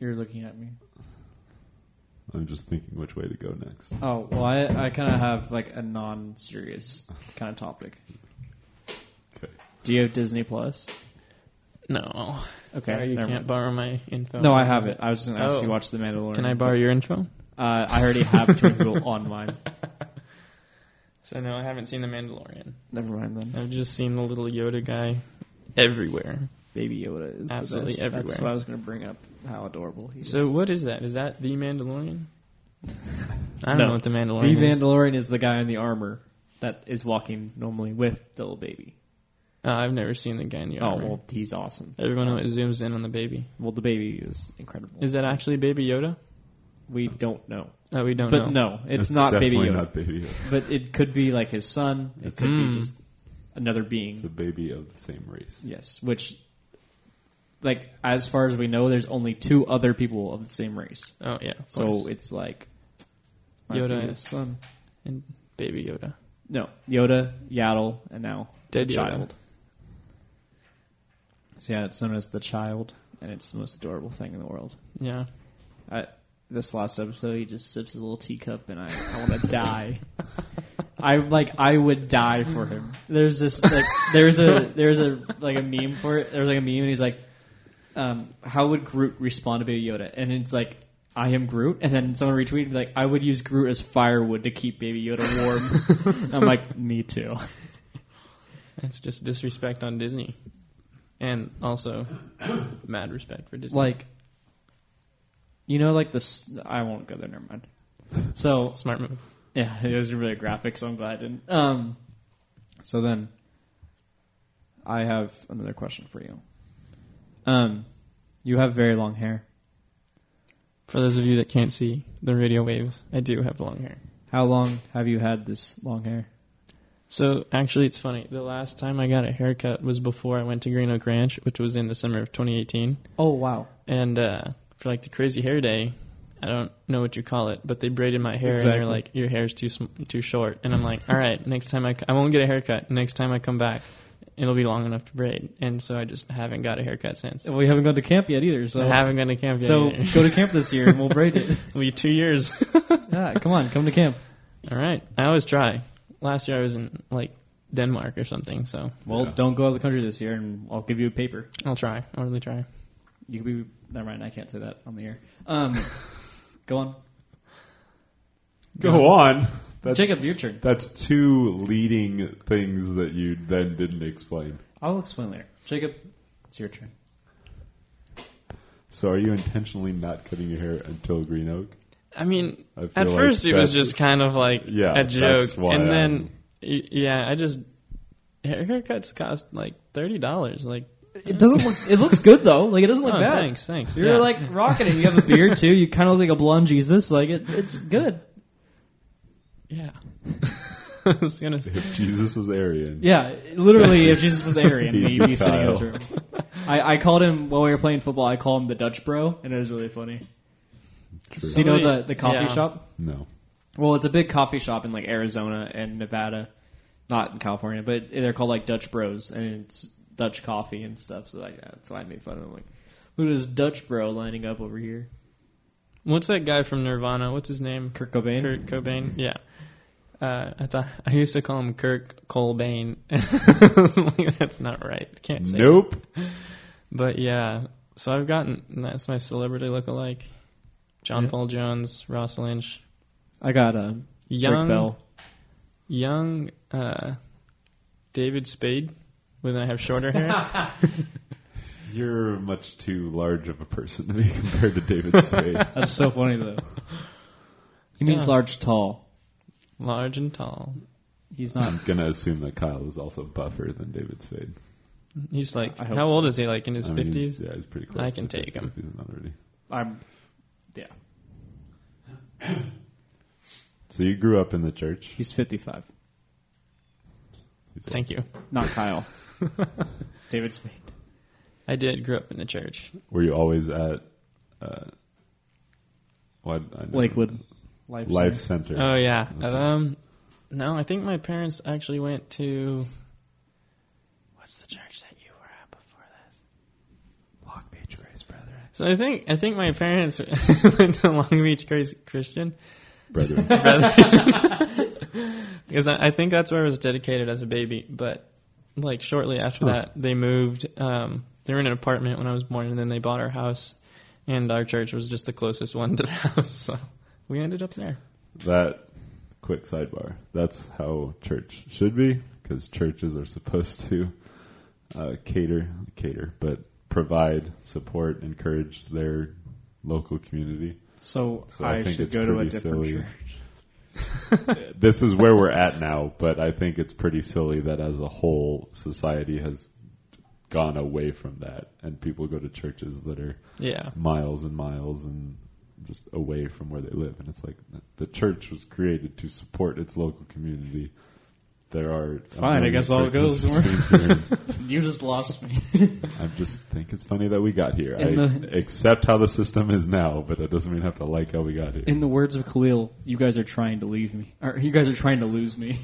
S4: You're looking at me.
S2: I'm just thinking which way to go next.
S4: Oh well, I I kind of have like a non-serious kind of topic.
S2: Okay.
S4: Do you have Disney Plus?
S3: no.
S4: Okay,
S3: Sorry, you
S4: never
S3: can't
S4: mind.
S3: borrow my info.
S4: No, I have it. I was just gonna ask
S3: Oh.
S4: if you watch The Mandalorian.
S3: Can I borrow your info?
S4: Uh, I already have Twin Rule on mine.
S3: So no, I haven't seen The Mandalorian.
S4: Never mind then.
S3: I've just seen the little Yoda guy everywhere.
S4: Baby Yoda
S3: Absolutely
S4: is the best. That's
S3: everywhere.
S4: what I was gonna bring up. How adorable he is.
S3: So what is that? Is that the Mandalorian? I don't
S4: No.
S3: know what the
S4: The
S3: Mandalorian is.
S4: Mandalorian is the guy in the armor that is walking normally with the little baby.
S3: Uh, I've never seen the guy in the armor.
S4: Oh well, he's awesome.
S3: Everyone always zooms in on the baby.
S4: Well, the baby is incredible.
S3: Is that actually Baby Yoda?
S4: we don't know,
S3: Oh, we don't
S4: but
S3: know.
S4: no, it's not baby
S2: definitely
S4: Yoda.
S2: not baby Yoda.
S4: But it could be like his son. It
S2: It's-
S4: could
S3: Mm.
S4: be just another being.
S2: It's a baby of the same race.
S4: Yes, which, like, as far as we know, there's only two other people of the same race.
S3: Oh yeah. of
S4: So
S3: course.
S4: it's like
S3: Yoda
S4: might be
S3: and-
S4: his son.
S3: and Baby Yoda,
S4: No, Yoda, Yaddle, and now
S3: dead Yoda.
S4: child. So yeah, it's known as the child, and it's the most adorable thing in the world.
S3: Yeah.
S4: I, this last episode, he just sips his little teacup, and I, I want to die. I like I would die for him. There's this like there's a there's a like a meme for it. There's like a meme, and he's like, um, "How would Groot respond to Baby Yoda?" And it's like, "I am Groot." And then someone retweeted like, "I would use Groot as firewood to keep Baby Yoda warm." I'm like, "Me too."
S3: That's just disrespect on Disney, and also mad respect for Disney.
S4: Like, you know, like this. I won't go there. Never mind. So
S3: smart move.
S4: Yeah, it was really graphic, so I'm glad I didn't. Um, so then, I have another question for you. Um, you have very long hair.
S3: For those of you that can't see the radio waves, I do have long hair.
S4: How long have you had this long hair?
S3: So actually, it's funny. The last time I got a haircut was before I went to Green Oak Ranch, which was in the summer of 2018.
S4: Oh wow!
S3: And uh, for like the crazy hair day, I don't know what you call it, but they braided my hair and
S4: Exactly.
S3: they're like, "Your hair's too sm- too short." And I'm like, "All right, next time I c- I won't get a haircut. Next time I come back, it'll be long enough to braid." And so I just haven't got a haircut since.
S4: Well, you haven't gone to camp yet either,
S3: So
S4: so
S3: I haven't gone to camp yet.
S4: so
S3: either.
S4: go to camp this year and we'll braid it.
S3: it'll be two years.
S4: Yeah, come on, come to camp.
S3: All right, I always try. Last year I was in like Denmark or something, so
S4: Well,
S2: Yeah.
S4: don't go out of the country this year, and I'll give you a paper.
S3: I'll try. I'll really try.
S4: You could be. Never mind, I can't say that on the air. Um, go on,
S2: Go on. That's,
S4: Jacob. Your turn.
S2: That's two leading things that you then didn't explain.
S4: I'll explain later. Jacob, it's your turn.
S2: So are you intentionally not cutting your hair until Green Oak?
S3: I mean,
S2: I feel
S3: At
S2: like
S3: first, it was
S2: that's-
S3: just kind of like
S2: yeah,
S3: a joke,
S2: that's why I'm-
S3: and then y- yeah, I just hair haircuts cost like thirty dollars. Like
S4: It doesn't look. It looks good though. Like it doesn't look
S3: oh,
S4: bad.
S3: thanks, thanks.
S4: You're
S3: yeah.
S4: like rocking it. You have a beard too. You kind of look like a blonde Jesus. Like it, it's good.
S3: yeah. I was gonna say
S2: If Jesus was Aryan.
S4: Yeah, literally, if Jesus was Aryan,
S2: He'd
S4: he'd be
S2: be
S4: sitting in
S2: Kyle.
S4: his room. I, I called him while we were playing football. I called him the Dutch bro, and it was really funny.
S2: True.
S4: Do you know
S3: Somebody-
S4: the the coffee
S3: yeah.
S4: shop?
S2: No.
S4: Well, it's a big coffee shop in like Arizona and Nevada, not in California, but they're called like Dutch Bros, and it's Dutch coffee and stuff. So like that's why I made fun of him. Like, look at this Dutch bro lining up over here.
S3: What's that guy from Nirvana? What's his name?
S4: Kurt Cobain.
S3: Kurt Cobain. Yeah. Uh, I thought I used to call him Kirk Colbain. That's not right. Can't say. it.
S2: Nope.
S3: But yeah, so I've gotten that's my celebrity lookalike. John
S4: Yeah.
S3: Paul Jones, Ross Lynch,
S4: I got um, Young.
S3: young,
S4: Bell.
S3: young uh, David Spade. When I have shorter hair,
S2: You're much too large of a person to be compared to David Spade.
S4: That's so funny though. He means
S3: Yeah.
S4: large, tall.
S3: large and tall.
S4: He's not.
S2: I'm gonna assume that Kyle is also buffer than David Spade.
S3: He's like,
S4: I hope
S3: how
S4: so.
S3: old is he? Like in his
S2: I mean, he's-
S3: fifties.
S2: Yeah, he's pretty close.
S3: I can
S2: to 50,
S3: take him.
S2: if He's not already.
S4: I'm. Yeah,
S2: So you grew up in the church.
S4: he's 55.
S2: He's
S3: Thank you.
S4: Not Kyle. David Spade.
S3: I did grow up in the church.
S2: Were you always at uh, what? I don't know.
S4: Lakewood. Life.
S2: Life Center.
S3: Oh yeah.
S2: That's it.
S3: Um, no, I think my parents actually went to. What's the church that you were at before this?
S2: Lock Beach Grace Brethren.
S3: So I think I think my parents went to Long Beach Grace Christian
S2: Brethren.
S3: because I, I think that's where I was dedicated as a baby. But like shortly after
S2: Huh.
S3: that, they moved. Um, they were in an apartment when I was born, and then they bought our house, and our church was just the closest one to the house, so we ended up there.
S2: that quick sidebar. That's how church should be, because churches are supposed to uh, cater, cater, but provide support, encourage their local community.
S4: So,
S2: So I
S4: I,
S2: think
S4: should
S2: it's
S4: go to a
S2: pretty
S4: different
S2: silly.
S4: church.
S2: this is where we're at now, but I think it's pretty silly that as a whole society has gone away from that, and people go to churches that are
S3: Yeah.
S2: miles and miles and just away from where they live. And it's like the church was created to support its local community. There are a
S4: Fine, I
S2: million
S4: guess I'll go
S2: churches
S4: somewhere.
S2: between here.
S4: You just lost me.
S2: I just think it's funny that we got here.
S4: In
S2: I
S4: the-
S2: accept how the system is now, but that doesn't mean I have to like how we got here.
S4: In the words of Khalil, you guys are trying to leave me. Or you guys are trying to lose me.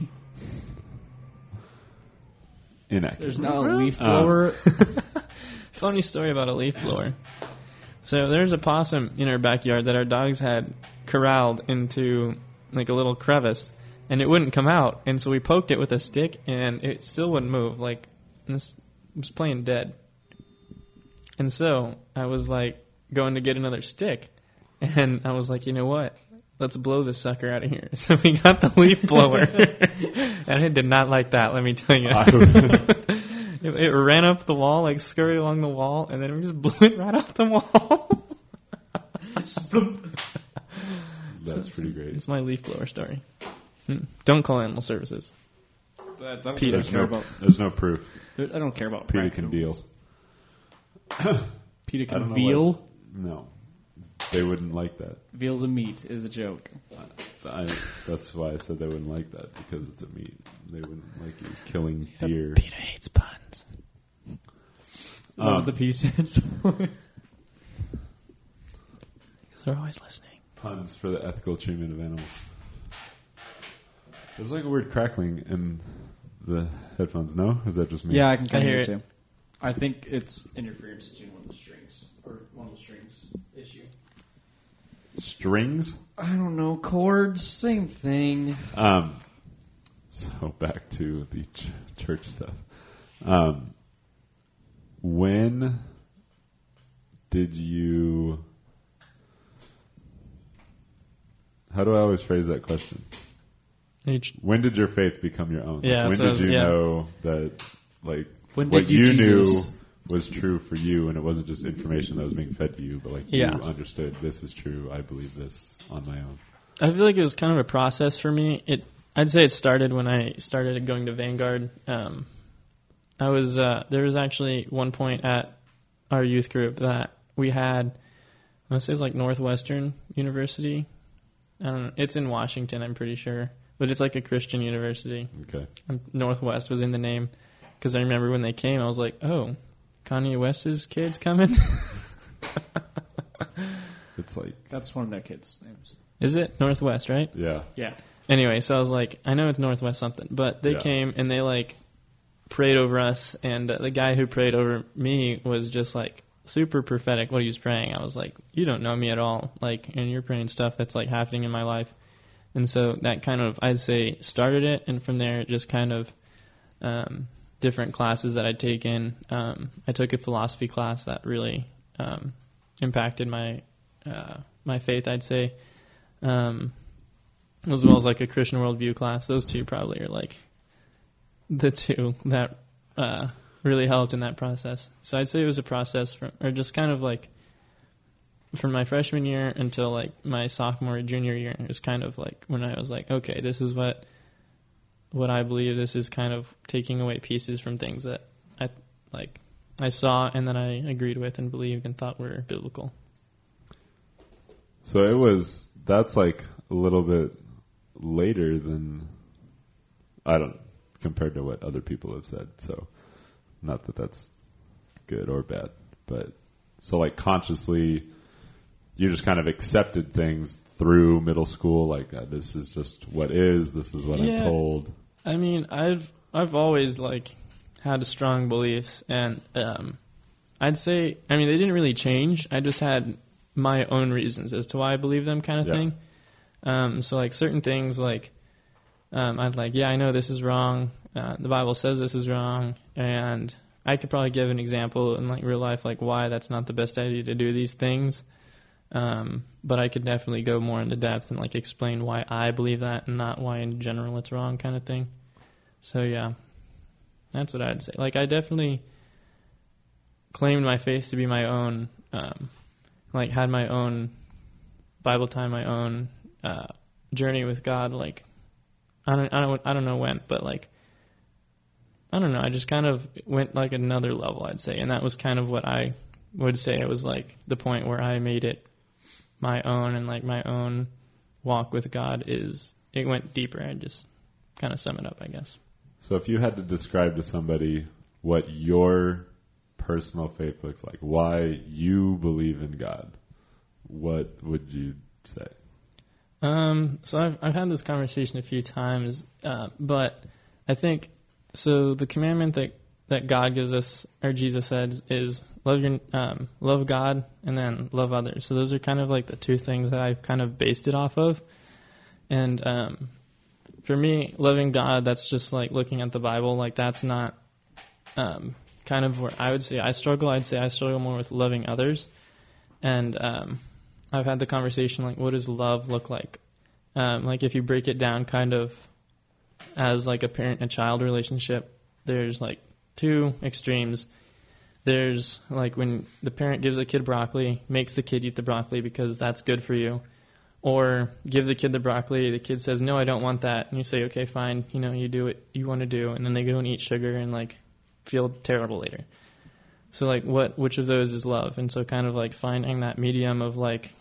S2: Inaccurate.
S4: There's not a leaf
S2: Uh,
S4: blower.
S3: Funny story about a leaf blower. So there's a possum in our backyard that our dogs had corralled into like a little crevice, and it wouldn't come out. And so we poked it with a stick, and it still wouldn't move. Like this it was playing dead. And so I was like going to get another stick, and I was like, you know what? Let's blow this sucker out of here. So we got the leaf blower, and I did not like that. Let me tell you.
S2: I-
S3: It, it ran up the wall, like scurried along the wall, and then we just blew it right off the wall. So
S2: That's
S3: it's-
S2: pretty great.
S3: It's my leaf blower story. Hmm. Don't call animal services.
S4: That- that
S3: Peter.
S4: I
S2: There's
S4: don't care
S2: no,
S4: about.
S2: there's no proof.
S4: I don't care about.
S2: Peter
S4: rank
S2: can
S4: numbers.
S2: deal.
S4: Peter
S2: I don't
S4: can
S2: know
S4: veal.
S2: No, they wouldn't like that.
S4: Veal's a meat is a joke.
S2: I, that's why I said they wouldn't like that because it's a meat. They wouldn't like you killing deer.
S3: Peter hates puns.
S4: One
S2: Um,
S4: of the pieces.
S3: They're always listening.
S2: Puns for the ethical treatment of animals. There's like a weird crackling in the headphones. No, is that just me?
S4: yeah, I can
S3: I
S4: kind of
S3: hear
S4: hear it
S3: it.
S4: too. I think it's interference between one of the strings or one of the strings issue.
S2: Strings.
S4: I don't know chords, same thing.
S2: Um, so back to the ch- church stuff. Um, when did you? How do I always phrase that question?
S3: H-
S2: When did your faith become your own? Like,
S3: Yeah,
S2: when
S3: so I
S2: did
S3: was-
S2: you
S3: yeah.
S2: know that, like,
S4: When
S2: what
S4: did you, Jesus?
S2: knew was true for you, and it wasn't just information that was being fed to you, but like
S3: Yeah.
S2: you understood this is true. I believe this on my own.
S3: I feel like it was kind of a process for me. It, I'd say it started when I started going to Vanguard. Um, I was uh, there was actually one point at our youth group that we had. I want to say it was like Northwestern University. I don't know. It's in Washington, I'm pretty sure, but it's like a Christian university.
S2: Okay.
S3: Um, Northwest was in the name because I remember when they came, I was like, oh, Kanye West's kids coming.
S2: It's like,
S1: That's one of their kids' names.
S3: Is it Northwest, right?
S2: yeah.
S1: Yeah.
S3: Anyway, so I was like, I know it's Northwest something, but they
S2: Yeah.
S3: came and they like prayed over us, and uh, the guy who prayed over me was just like super prophetic what he was praying. I was like, you don't know me at all, like, and you're praying stuff that's like happening in my life, and so that kind of I'd say started it, and from there it just kind of um, different classes that I'd taken. Um, I took a philosophy class that really um, impacted my uh, my faith, I'd say. Um, as well as like a Christian worldview class. Those two probably are like the two that uh, really helped in that process. So I'd say it was a process from, or just kind of like from my freshman year until like my sophomore or junior year. It was kind of like when I was like, okay, this is what what I believe. This is kind of taking away pieces from things that I like. I saw and then I agreed with and believed and thought were biblical.
S2: So it was, that's like a little bit later than, I don't, compared to what other people have said. So not that that's good or bad, but so like consciously, you just kind of accepted things through middle school. Like uh, this is just what is, this is what I'm
S3: Yeah.
S2: told.
S3: I mean, I've I've always like had strong beliefs, and um, I'd say I mean they didn't really change. I just had my own reasons as to why I believe them, kind of
S2: Yeah.
S3: thing. Um, so like certain things, like um, I'd like, yeah, I know this is wrong. Uh, the Bible says this is wrong, and I could probably give an example in like real life, like why that's not the best idea to do these things. Um, but I could definitely go more into depth and like explain why I believe that and not why in general it's wrong, kind of thing. So yeah, that's what I'd say. Like I definitely claimed my faith to be my own. Um, like had my own Bible time, my own uh, journey with God. Like I don't, I don't, I don't know when, but like I don't know. I just kind of went like another level, I'd say, and that was kind of what I would say. It was like the point where I made it my own, and like my own walk with God is it went deeper. I just kind of sum it up, I guess.
S2: So if you had to describe to somebody what your personal faith looks like, why you believe in God, what would you say?
S3: Um, so I've I've had this conversation a few times, uh, but I think so. The commandment that that God gives us, or Jesus says, is love your um, love God and then love others. So those are kind of like the two things that I've kind of based it off of. And um, for me, loving God, that's just like looking at the Bible. Like that's not um, kind of where I would say I struggle. I'd say I struggle more with loving others, and um, I've had the conversation like, what does love look like? Um, like if you break it down, kind of as like a parent and child relationship, there's like two extremes. There's like when the parent gives the kid broccoli, makes the kid eat the broccoli because that's good for you, or give the kid the broccoli, the kid says no, I don't want that, and you say okay, fine, you know you do what you want to do, and then they go and eat sugar and like feel terrible later. So like what which of those is love? And so kind of like finding that medium of like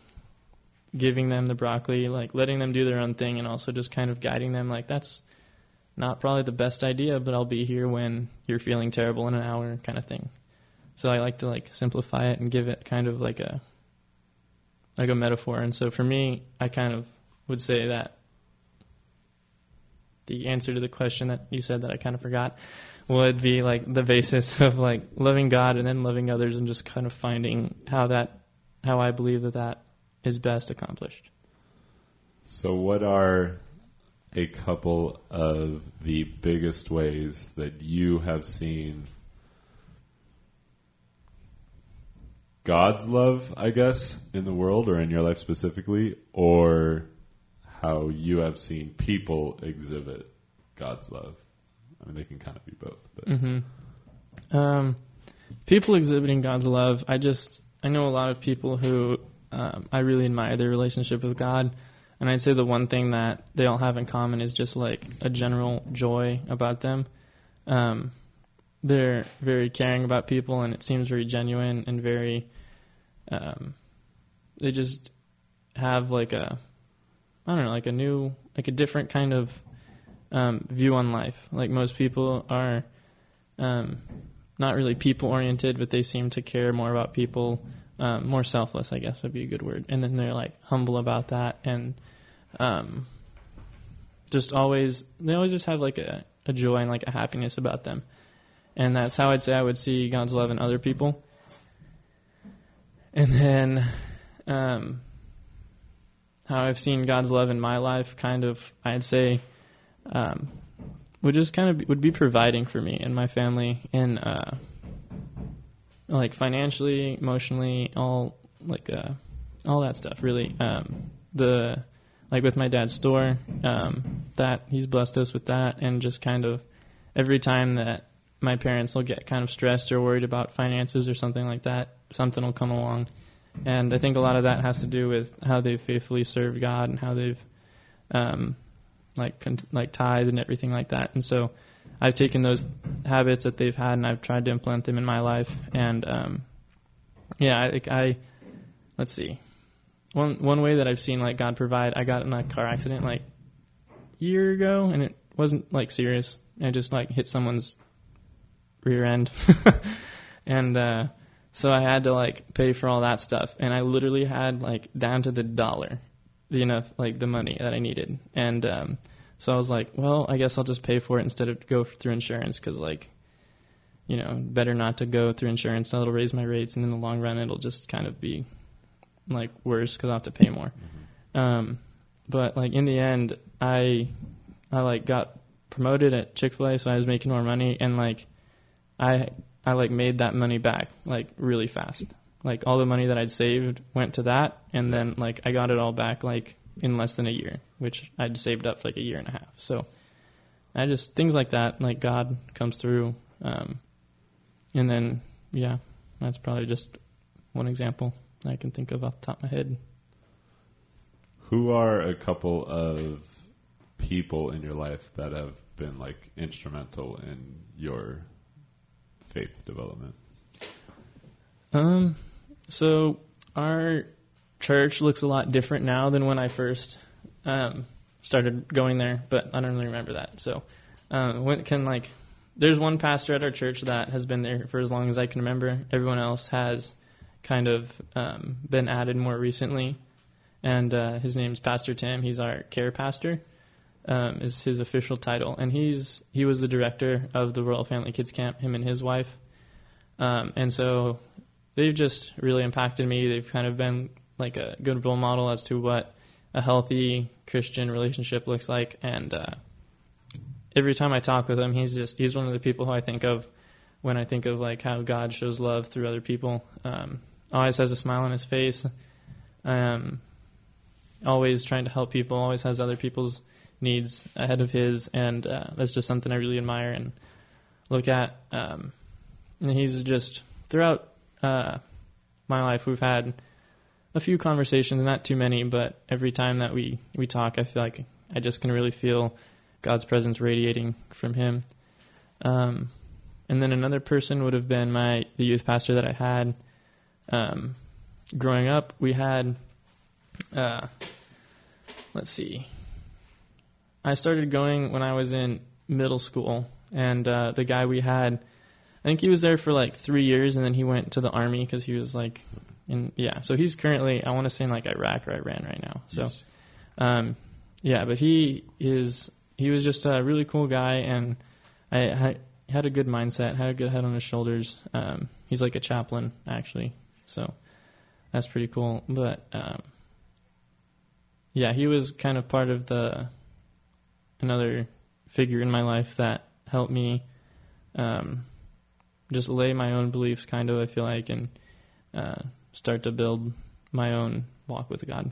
S3: giving them the broccoli, like letting them do their own thing and also just kind of guiding them like that's not probably the best idea, but I'll be here when you're feeling terrible in an hour kind of thing. So I like to like simplify it and give it kind of like a like a metaphor. And so for me, I kind of would say that the answer to the question that you said that I kind of forgot would be like the basis of like loving God and then loving others and just kind of finding how that how I believe that that is best accomplished.
S2: So what are a couple of the biggest ways that you have seen God's love, I guess, in the world or in your life specifically, or how you have seen people exhibit God's love? I mean, they can kind of be both, but
S3: hmm Um, people exhibiting God's love. I just I know a lot of people who um, I really admire their relationship with God, and I'd say the one thing that they all have in common is just like a general joy about them. Um, they're very caring about people, and it seems very genuine and very. Um, they just have like a, I don't know, like a new, like a different kind of um, view on life. Like most people are um, not really people oriented, but they seem to care more about people, um, more selfless, I guess would be a good word. And then they're like humble about that and um, just always, they always just have like a, a joy and like a happiness about them. And that's how I'd say I would see God's love in other people. And then um, how I've seen God's love in my life, kind of, I'd say, um, would just kind of be, would be providing for me and my family and uh, like financially, emotionally, all like uh, all that stuff. Really, um, the like with my dad's store um, that he's blessed us with that, and just kind of every time that my parents will get kind of stressed or worried about finances or something like that, something will come along. And I think a lot of that has to do with how they've faithfully served God and how they've um, like con- like tithe and everything like that. And so I've taken those habits that they've had and I've tried to implement them in my life. And um, yeah, I, think I let's see one one way that I've seen like God provide. I got in a car accident like a year ago and it wasn't like serious. I just like hit someone's rear end, and uh, so I had to like pay for all that stuff. And I literally had like down to the dollar the enough like the money that I needed, and um, so I was like, well, I guess I'll just pay for it instead of go through insurance because like, you know, better not to go through insurance. That'll raise my rates, and in the long run, it'll just kind of be like worse because I'll have to pay more. Um, but like in the end, I I like got promoted at Chick Fil A, so I was making more money, and like I I like made that money back like really fast like all the money that I'd saved went to that, and then like I got it all back like in less than a year, which I'd saved up for like a year and a half. So I just things like that, like God comes through, um, and then yeah, that's probably just one example I can think of off the top of my head.
S2: Who are a couple of people in your life that have been like instrumental in your faith development?
S3: Um, so our church looks a lot different now than when I first um, started going there, but I don't really remember that. So, um, when can like, there's one pastor at our church that has been there for as long as I can remember. Everyone else has kind of um, been added more recently, and uh, his name's Pastor Tim. He's our care pastor. Um, is his official title, and he's he was the director of the Royal Family Kids Camp. Him and his wife, um, and so they've just really impacted me. They've kind of been like a good role model as to what a healthy Christian relationship looks like. And uh, every time I talk with him, he's just he's one of the people who I think of when I think of like how God shows love through other people. Um, always has a smile on his face. Um, always trying to help people. Always has other people's needs ahead of his, and uh, that's just something I really admire and look at. Um, and he's just throughout uh, my life, we've had a few conversations, not too many, but every time that we, we talk, I feel like I just can really feel God's presence radiating from him. Um, and then another person would have been my the youth pastor that I had um, growing up. We had, uh, let's see, I started going when I was in middle school, and uh, the guy we had. I think he was there for like three years, and then he went to the army because he was like, in yeah. So he's currently, I want to say, in like Iraq or Iran right now. So,
S2: Yes.
S3: um, yeah. But he is, he was just a really cool guy, and I, I had a good mindset, had a good head on his shoulders. Um, he's like a chaplain actually, so that's pretty cool. But um, yeah, he was kind of part of the another figure in my life that helped me. Um, just lay my own beliefs kind of I feel like and uh, start to build my own walk with God.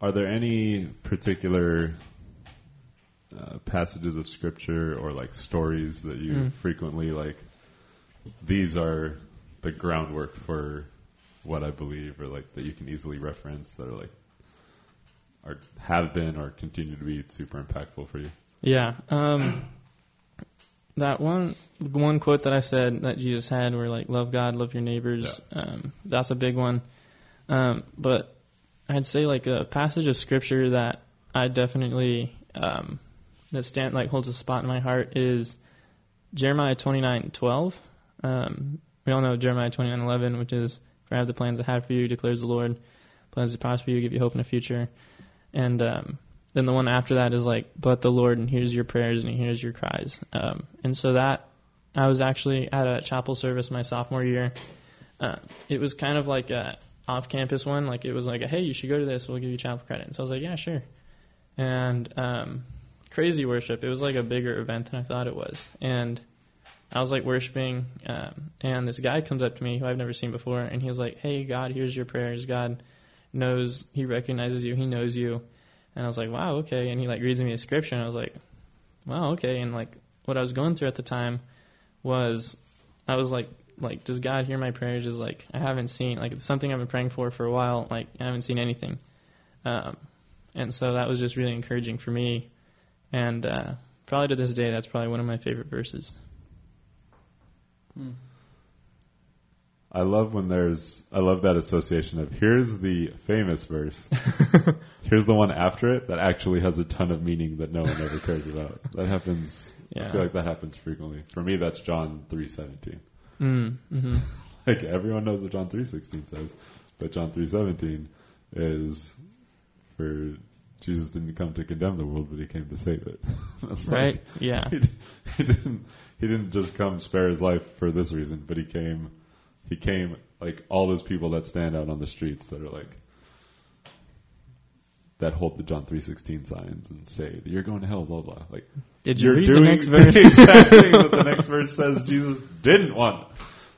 S2: Are there any particular uh, passages of scripture or like stories that you
S3: Mm.
S2: frequently like? These are the groundwork for what I believe, or like that you can easily reference that are like are have been or continue to be super impactful for you.
S3: Yeah. Um, that one one quote that I said that Jesus had, where like love God, love your neighbors. Um, that's a big one. Um, but I'd say like a passage of scripture that I definitely um, that stand like holds a spot in my heart is Jeremiah twenty nine twelve. Um, we all know Jeremiah twenty nine eleven, which is "For I have the plans I have for you," declares the Lord, plans to prosper you, give you hope and a future. And um, then the one after that is like, "But the Lord and hears your prayers and He hears your cries." Um, and so that I was actually at a chapel service my sophomore year. Uh, it was kind of like a off-campus one. Like it was like, a, "Hey, you should go to this. We'll give you chapel credit." And so I was like, "Yeah, sure." And um, crazy worship. It was like a bigger event than I thought it was. And I was like worshiping, um, and this guy comes up to me who I've never seen before, and he's like, "Hey, God, here's your prayers. God knows. He recognizes you. He knows you." And I was like, "Wow, okay." And he like reads me a scripture, and I was like, "Wow, okay." And like what I was going through at the time was, I was like, "Like, does God hear my prayers?" Is like I haven't seen like it's something I've been praying for for a while. Like I haven't seen anything, um, and so that was just really encouraging for me. And uh, probably to this day, that's probably one of my favorite verses.
S2: I love when there's I love that association of here's the famous verse. here's the one after it that actually has a ton of meaning that no one ever cares about. That happens I
S3: Yeah.
S2: feel like that happens frequently. For me that's John three seventeen.
S3: Mm, hmm
S2: Like everyone knows what John three sixteen says, but John three seventeen is for Jesus didn't come to condemn the world, but he came to save it. That's like-
S3: Right? Yeah.
S2: he, he didn't he didn't just come spare his life for this reason, but he came he came like all those people that stand out on the streets that are like that hold the John three sixteen signs and say you're going to hell, blah blah. Like
S3: Did you
S2: you're
S3: read
S2: doing
S3: the next verse?
S2: exactly what the next verse says Jesus didn't want.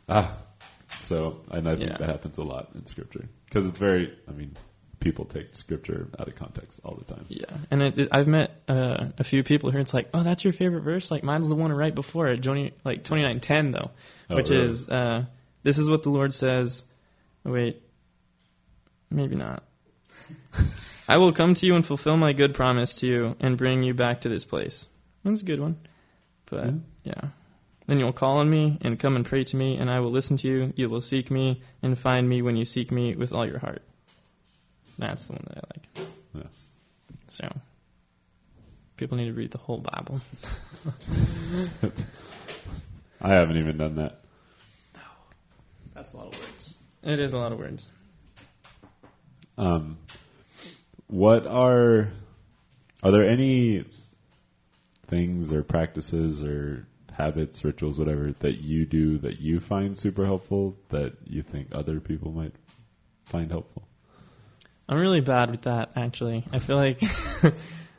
S2: Ah, so and I think
S3: Yeah.
S2: that happens a lot in scripture because it's very. I mean, people take scripture out of context all the time.
S3: yeah. And it, it- I've met uh, a few people who it's like, oh, that's your favorite verse. Like mine's the one right before it, 20, like twenty nine ten though,
S2: Oh,
S3: which
S2: really?
S3: is uh, this is what the Lord says. Oh, Wait, maybe not. I will come to you and fulfill my good promise to you and bring you back to this place. That's a good one, but.
S2: Yeah.
S3: Yeah. Then you'll call on me and come and pray to me, and I will listen to you. You will seek me and find me when you seek me with all your heart. That's the one that I like.
S2: Yeah.
S3: So people need to read the whole Bible.
S2: I haven't even done that.
S1: That's a lot of words.
S3: It is a lot of words.
S2: Um, what are are there any things or practices or habits, rituals, whatever that you do that you find super helpful that you think other people might find helpful?
S3: I'm really bad with that, actually. I feel like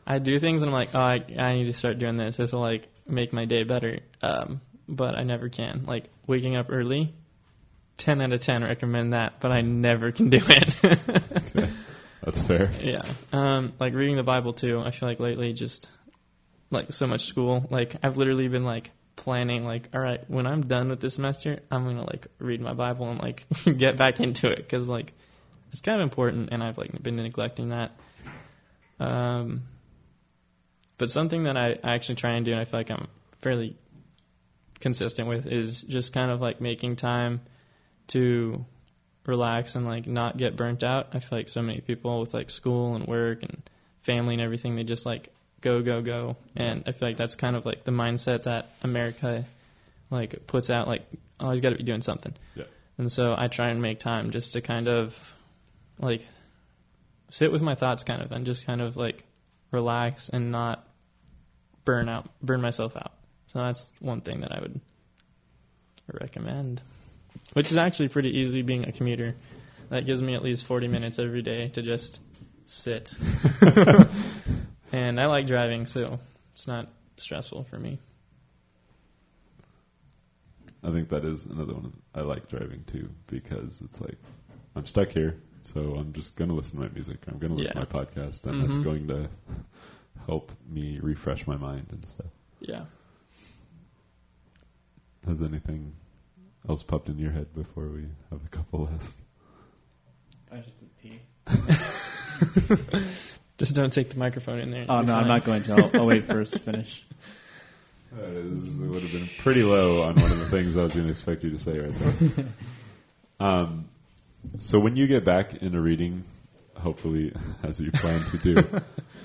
S3: I do things and I'm like, oh, I, I need to start doing this. This will like make my day better. Um, but I never can. Like waking up early, 10 out of 10 recommend that, but I never can do it.
S2: That's fair.
S3: Yeah. Um, like reading the Bible too. I feel like lately just like so much school. Like I've literally been like planning like all right, when I'm done with this semester, I'm going to like read my Bible and like get back into it cuz like it's kind of important and I've like been neglecting that. Um but something that I I actually try and do and I feel like I'm fairly consistent with is just kind of like making time to relax and like not get burnt out. I feel like so many people with like school and work and family and everything, they just like go go go. And I feel like that's kind of like the mindset that America like puts out like always got to be doing something.
S2: Yeah.
S3: And so I try and make time just to kind of like sit with my thoughts kind of and just kind of like relax and not burn out burn myself out. So that's one thing that I would recommend which is actually pretty easy being a commuter. That gives me at least 40 minutes every day to just sit. and I like driving, so it's not stressful for me.
S2: I think that is another one I like driving too because it's like I'm stuck here, so I'm just gonna listen to my music. I'm gonna listen
S3: Yeah.
S2: to my podcast, and that's
S3: Mhm.
S2: going to help me refresh my mind and stuff.
S3: Yeah.
S2: Has anything else popped in your head before we have a couple left?
S1: I just did pee.
S3: Just don't take the microphone in there.
S1: Oh
S3: You're
S1: no, I'm
S3: fine.
S1: not going to. I'll, I'll wait for us to finish.
S2: This is- would have been pretty low on one of the things I was going to expect you to say right there. Um, so when you get back into reading, hopefully as you plan to do,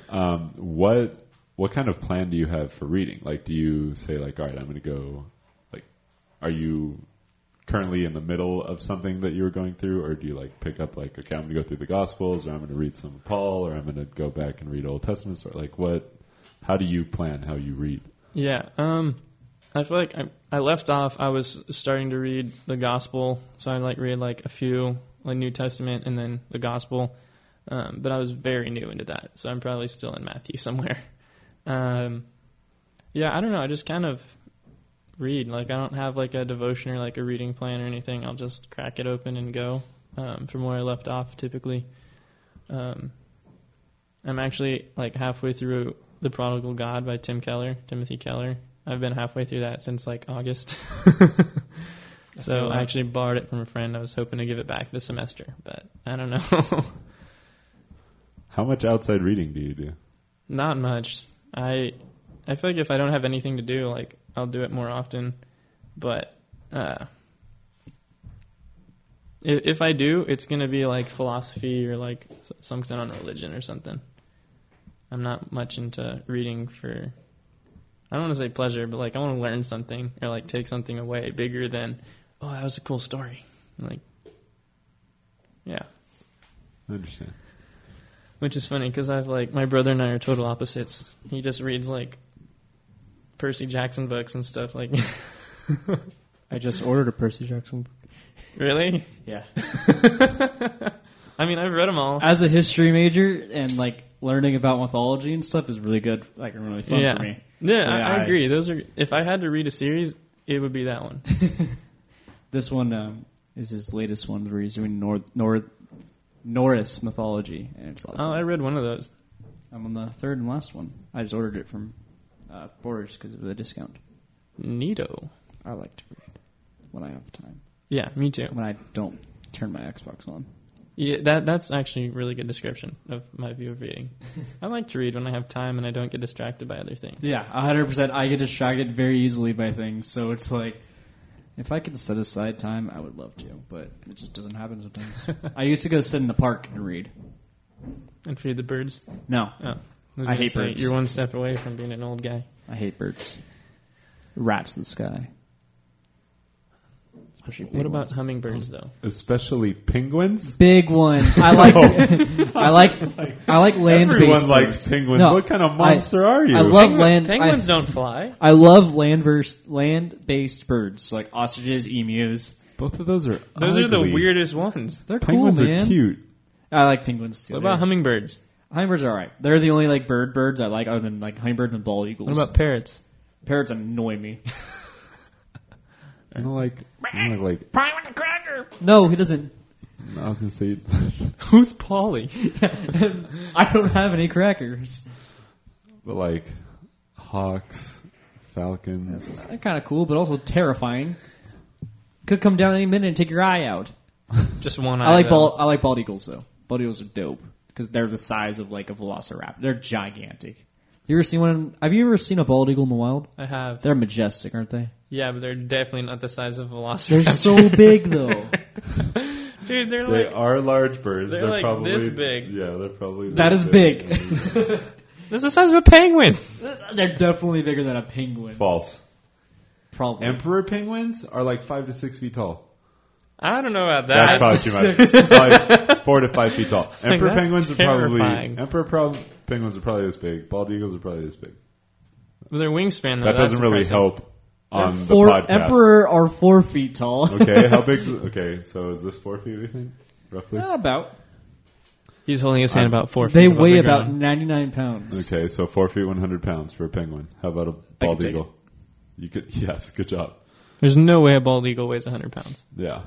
S2: um, what what kind of plan do you have for reading? Like, do you say like, all right, I'm going to go. Like, are you currently in the middle of something that you were going through, or do you like pick up like, okay, I'm going to go through the Gospels, or I'm going to read some of Paul, or I'm going to go back and read Old Testament, or like what? How do you plan how you read?
S3: Yeah. Um, I feel like I, I left off. I was starting to read the gospel, so I like read like a few like New Testament and then the gospel. Um, but I was very new into that, so I'm probably still in Matthew somewhere. Um, yeah, I don't know. I just kind of read. Like I don't have like a devotion or like a reading plan or anything. I'll just crack it open and go um, from where I left off typically. Um, I'm actually like halfway through the Prodigal God by Tim Keller, Timothy Keller. I've been halfway through that since like August. so I actually borrowed it from a friend. I was hoping to give it back this semester, but I don't know.
S2: How much outside reading do you do?
S3: Not much. I I feel like if I don't have anything to do, like I'll do it more often. But uh if, if I do, it's going to be like philosophy or like s- something on religion or something. I'm not much into reading for I don't want to say pleasure, but like I want to learn something or like take something away bigger than oh, that was a cool story. Like yeah.
S2: I understand.
S3: Which is funny because I've like my brother and I are total opposites. He just reads like Percy Jackson books and stuff. Like,
S4: I just ordered a Percy Jackson.
S3: really?
S4: Yeah.
S3: I mean, I've read them all.
S4: As a history major and like learning about mythology and stuff is really good, like really fun
S3: yeah.
S4: for me.
S3: Yeah,
S4: So,
S3: I,
S4: yeah,
S3: I
S4: I-
S3: agree. Those are. If I had to read a series, it would be that one.
S4: This one um, is his latest one where he's doing Nor- Nor- Norse mythology, and it's a lot of
S3: Oh,
S4: fun.
S3: I read one of those.
S4: I'm on the third and last one. I just ordered it from uh, Borders because it was a discount.
S3: Neato.
S4: I like to read when I have time.
S3: Yeah, me too.
S4: When I don't turn my Xbox on.
S3: Yeah, that that's actually a really good description of my view of reading. I like to read when I have time and I don't get distracted by other things.
S4: Yeah, 100%. I get distracted very easily by things, so it's like if I could set aside time, I would love to, but it just doesn't happen sometimes. I used to go sit in the park and read.
S3: And feed the birds.
S4: No,
S3: Oh, was
S4: I
S3: gonna
S4: hate
S3: say,
S4: birds.
S3: You're one step away from being an old guy.
S4: I hate birds. Rats in the sky. Especially big
S3: What about
S4: ones.
S3: hummingbirds though?
S2: Especially penguins.
S4: Big one. I like. I like. I like land.
S2: Everyone likes penguins.
S4: No,
S2: what kind of
S4: I-
S2: monster are you?
S4: I love land.
S3: Penguins
S4: I,
S3: don't fly.
S4: I love land vers- land-based birds like ostriches, emus.
S2: Both of those are.
S3: Those are the
S2: ugly.
S3: weirdest ones.
S4: They're
S2: Penguins
S4: cool,
S2: are
S4: man.
S2: cute.
S4: I like penguins too.
S3: What about hummingbirds?
S4: hummingbirds? Are alright. They're the only like bird birds I like, other than like hummingbird and bald eagles.
S3: What about parrots?
S4: parrots? Annoy me.
S2: I don't like. I don't like.
S3: Pie with a cracker.
S4: no, he doesn't.
S2: like I was gonna say.
S3: Who's Polly?
S4: I don't have any crackers.
S2: But like hawks, falcons.
S4: They're kind of cool, but also terrifying. Could come down any minute and take your eye out.
S3: Just one.
S4: I like
S3: though.
S4: bald. I like bald eagles though. Bald eagles are dope because they're the size of like a velociraptor. They're gigantic. You ever seen one? Have you ever seen a bald eagle in the wild?
S3: I have.
S4: They're majestic, aren't they?
S3: Yeah, but they're definitely not the size of
S4: They're
S3: velociraptors.
S4: so big though.
S3: Dude, they're
S2: They
S3: like
S2: are large birds.
S3: They're
S2: They're,
S3: like
S2: probably
S3: this big.
S2: Yeah, they're probably.
S4: That
S2: this
S4: is big.
S3: this is the size of a penguin.
S4: They're definitely bigger than a penguin.
S2: False.
S4: Probably.
S2: Emperor penguins are like five to six feet tall.
S3: I don't know about
S2: That's
S3: that.
S2: probably too much. Probably four to five feet tall.
S3: like,
S2: Emperor
S3: that's
S2: penguins are
S3: terrifying.
S2: probably emperor prob- penguins are probably this big. Bald eagles are probably this big.
S3: Their wingspan though.
S2: that doesn't
S3: that's
S2: really
S3: impressive.
S2: help on the
S4: four,
S2: podcast.
S4: Emperor are four feet tall.
S2: Okay, how big? Okay, so is this four feet? We think roughly.
S4: Yeah, about.
S3: He's holding his hand
S2: Um,
S3: about four.
S4: They
S3: feet above
S4: weigh
S3: the
S4: about
S3: ground.
S4: 99 pounds.
S2: Okay, so four feet, one hundred pounds for a penguin. How about a bald
S3: take
S2: eagle? You could. Yes, good job.
S3: There's no way a bald eagle weighs 100 pounds.
S2: Yeah.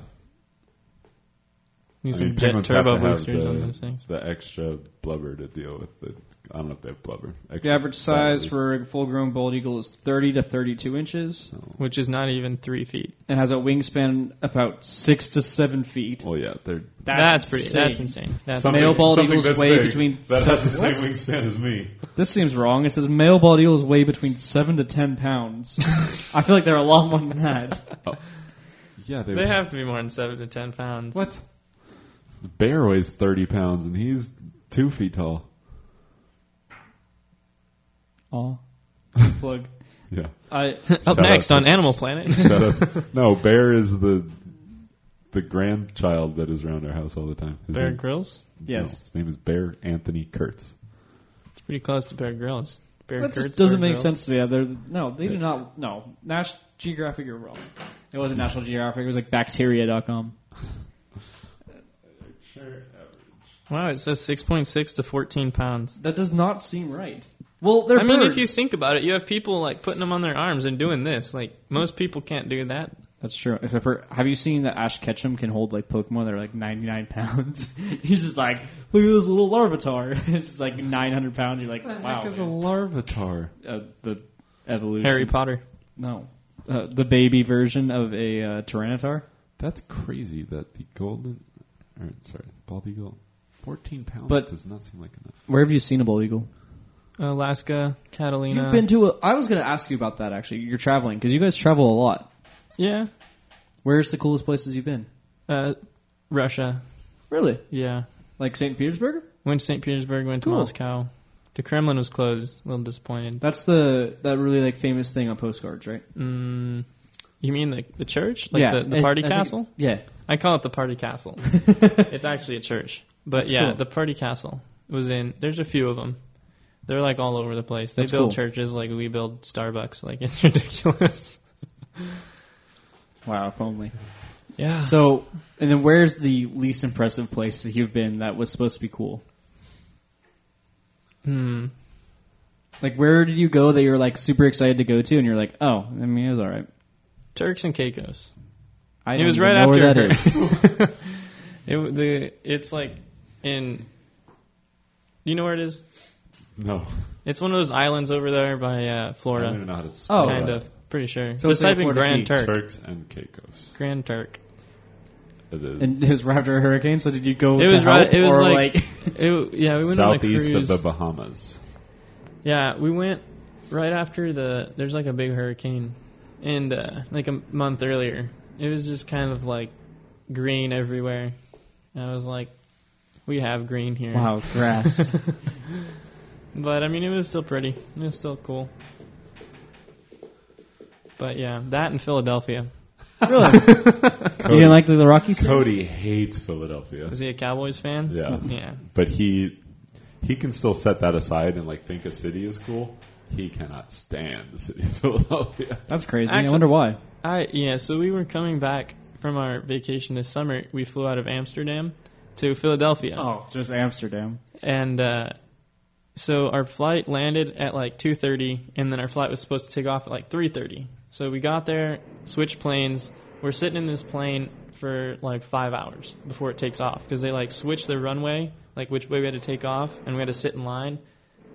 S3: Need
S2: I
S3: some
S2: mean,
S3: jet
S2: penguins have
S3: turbo
S2: to have
S3: boosters on
S2: the-
S3: those things.
S2: The extra blubber to deal with. It. I don't know if they have blubber.
S4: The
S2: Extra
S4: average size
S2: batteries.
S4: for a full-grown bald eagle is 30 to 32 inches
S2: So,
S3: Which is not even three feet.
S4: and has a wingspan about six to seven feet.
S2: well, yeah, they're
S3: That's, pretty. That's insane. That's
S4: Something- male bald
S2: something
S4: eagles
S2: this
S4: weigh
S2: big
S4: between-
S2: that has the
S4: What?
S2: same wingspan as me.
S4: This seems wrong. It says male bald eagles weigh between seven to ten pounds. I feel like they're a lot more than that.
S2: Yeah,
S3: They have to be more than seven to ten pounds.
S4: What?
S2: The bear weighs thirty pounds and he's two feet tall.
S4: Oh, plug.
S2: Yeah.
S4: I
S3: Up
S2: Shout
S3: next
S2: out
S3: on Animal Planet.
S2: Shut up. No, bear is the the grandchild that is around our house all the time. His
S3: Bear
S2: name,
S3: Grylls.
S2: no,
S4: yes.
S2: his name is Bear Anthony Kurtz.
S3: It's pretty close to Bear Grylls. Bear
S4: That just
S3: Grylls,
S4: doesn't
S3: Bear
S4: make
S3: Grylls.
S4: sense to me. Yeah, They're, no, they do not. No, National Geographic, you're wrong. It wasn't National Geographic. It was like Bacteria.com.
S2: Sure.
S3: Wow, it says 6.6 to 14 pounds.
S4: That does not seem right. Well, they're
S3: I mean,
S4: birds.
S3: if you think about it, you have people like putting them on their arms and doing this. Like most people can't do that.
S4: That's true. If ever, have you seen that Ash Ketchum can hold like Pokemon that are like 99 pounds? He's just like, look at this little larvitar. it's just like 900 pounds. You're like, wow.
S2: Heck is a
S4: man.
S2: larvitar.
S4: uh, the evolution.
S3: Harry Potter.
S4: No. Uh, the baby version of a uh, Tyranitar.
S2: That's crazy that the golden, or, sorry, bald eagle, fourteen pounds
S4: But-
S2: does not seem like enough.
S4: Where have you seen a bald eagle?
S3: Alaska, Catalina.
S4: You've been to a. I was going to ask you about that actually. You're traveling because you guys travel a lot.
S3: yeah.
S4: Where's the coolest places you've been?
S3: Uh, Russia.
S4: Really?
S3: Yeah.
S4: Like St. Petersburg?
S3: Went to St. Petersburg, went to
S4: Cool.
S3: Moscow. The Kremlin was closed. A little disappointed.
S4: That's the that really like famous thing on postcards, right?
S3: Mm, you mean the, the church? Like
S4: Yeah.
S3: the, the
S4: I-
S3: party
S4: I think-
S3: castle?
S4: Yeah.
S3: I call it the party castle. it's actually a church. But
S4: That's
S3: yeah,
S4: cool.
S3: the party castle was in. There's a few of them. They're like all over the place. They
S4: That's
S3: build
S4: cool.
S3: churches like we build Starbucks. Like it's ridiculous.
S4: Wow, if only.
S3: Yeah. So
S4: So, and then where's the least impressive place that you've been that was supposed to be cool?
S3: hmm.
S4: Like, where did you go that you were like super excited to go to, and you're like, oh, I mean, it was all right.
S3: Turks and Caicos.
S4: I
S3: It was
S4: don't
S3: right
S4: even know
S3: after it
S4: where that is.
S3: occurred. it w- the it's like in. You know where it is?
S2: No,
S3: It's one of those islands over there by uh,
S2: I don't
S3: Florida.
S2: even know how to spell
S4: Oh.
S3: kind
S2: that.
S3: of. Pretty sure.
S4: So
S3: So Just
S4: it's like
S3: type in
S4: Florida
S3: Grand
S4: Key.
S3: Turk.
S2: Turks and Caicos.
S3: Grand Turk.
S2: It is
S4: And it was right after a hurricane. So did you go?
S3: It
S4: to
S3: was right-
S4: help,
S3: it was
S4: or,
S3: like- It, w- yeah, we went
S2: southeast
S3: on a
S2: of
S3: cruise.
S2: the Bahamas.
S3: Yeah, we went right after the. There's like a big hurricane, and uh, like a month earlier, it was just kind of like green everywhere. And I was like, we have green here.
S4: wow, grass.
S3: But I mean, it was still pretty. It was still cool. But yeah, that and Philadelphia.
S4: really? You
S2: Cody,
S4: didn't like the, the Rocky scenes?
S2: Cody hates Philadelphia.
S3: Is he a Cowboys fan?
S2: Yeah.
S3: Yeah.
S2: but he he can still set that aside and like think a city is cool. He cannot stand the city of Philadelphia.
S4: That's crazy. I
S3: Actually-
S4: wonder why.
S3: I yeah. So we were coming back from our vacation this summer. We flew out of Amsterdam to Philadelphia.
S4: Oh, just Amsterdam.
S3: and uh, so our flight landed at like 2:30, and then our flight was supposed to take off at like 3:30. So we got there, switched planes. We're sitting in this plane for like five hours before it takes off because they like switched their runway, like which way we had to take off, and we had to sit in line.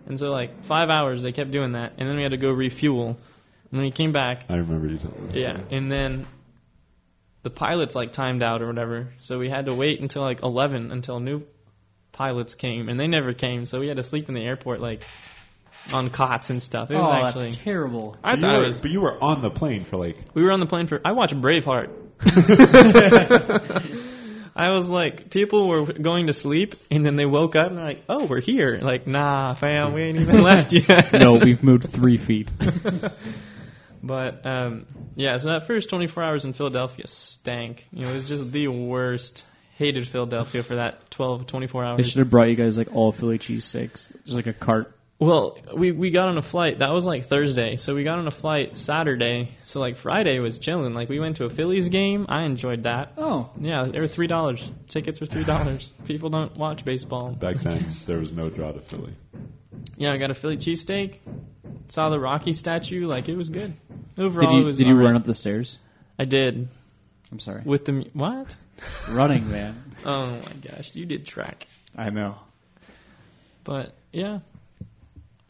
S3: And so like five hours they kept doing that, and then we had to go refuel. And then we came back,
S2: I remember you telling me. this
S3: yeah,
S2: story.
S3: and then the pilots like timed out or whatever, so we had to wait until like eleven until new pilots came, and they never came, so we had to sleep in the airport like on cots and stuff. It was
S4: oh,
S3: actually
S4: that's terrible.
S3: I
S2: But you
S3: thought it
S2: were-
S3: was.
S2: But you were on the plane for like
S3: We were on the plane for. I watched Braveheart. I was like, people were going to sleep, and then they woke up and they're like, "Oh, we're here!" Like, nah, fam, we ain't even left yet.
S4: no, we've moved three feet.
S3: But um, yeah, so that first 24 hours in Philadelphia stank. You know, it was just the worst. Hated Philadelphia for that 12, 24
S4: They
S3: hours.
S4: should have brought you guys like all Philly cheesesteaks. Just like a cart.
S3: Well, we we got on a flight. That was like Thursday, so we got on a flight Saturday. So like Friday was chilling. Like we went to a Phillies game. I enjoyed that.
S4: Oh,
S3: Yeah, they were three dollars. Tickets were three dollars. People don't watch baseball.
S2: back then there was no draw to Philly.
S3: Yeah, I got a Philly cheesesteak. Saw the Rocky statue. Like it was good. Overall,
S4: did you
S3: it was
S4: did you
S3: alright.
S4: run up the stairs?
S3: I did
S4: I'm sorry.
S3: with the mu- what?
S1: Running, man.
S3: Oh my gosh, you did track.
S1: I know.
S3: But yeah,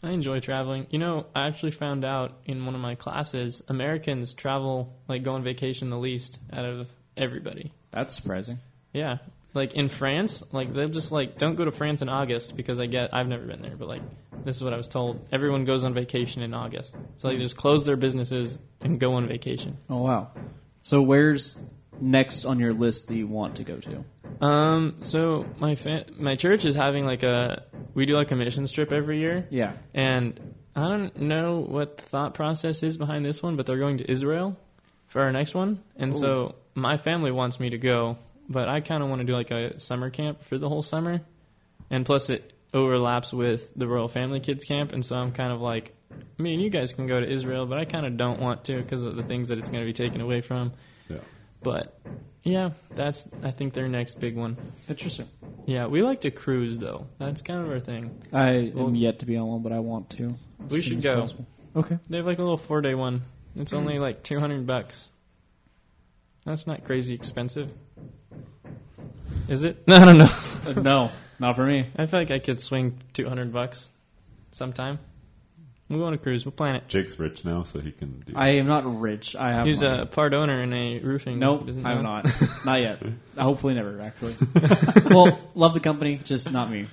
S3: I enjoy traveling. You know, I actually found out in one of my classes, Americans travel like go on vacation the least out of everybody.
S1: That's surprising.
S3: Yeah, like in France, like they'll just like don't go to France in August because I get I've never been there, but like this is what I was told. Everyone goes on vacation in August, so they just close their businesses and go on vacation.
S1: Oh wow. So where's next on your list that you want to go to?
S3: Um, so my fa- my church is having like a we do like a missions trip every year.
S1: Yeah.
S3: And I don't know what the thought process is behind this one, but they're going to Israel for our next one. And so my family wants me to go, but I kind of want to do like a summer camp for the whole summer. And plus, it overlaps with the Royal Family Kids Camp. And so I'm kind of like, I mean, you guys can go to Israel, but I kind of don't want to because of the things that it's going to be taken away from.
S2: Yeah.
S3: But yeah, that's, I think, their next big one.
S1: Interesting.
S3: Yeah, we like to cruise, though. That's kind of our thing.
S1: I
S3: Well-
S1: am yet to be on one, but I want to. as soon
S3: We should
S1: as
S3: go.
S1: possible. Okay.
S3: They have like a little four day one. It's
S1: Hmm.
S3: only like two hundred bucks. That's not crazy expensive. Is it? No, no, no.
S1: Uh, no, not for me.
S3: I feel like I could swing two hundred bucks sometime. We'll go on a cruise, we'll plan it.
S2: Jake's rich now, so he can do.
S1: I am not rich. I have.
S3: He's
S1: money.
S3: a part owner in a roofing
S1: Nope,
S3: business.
S1: I'm not. Not yet. Hopefully never, actually. well, love the company, just not me.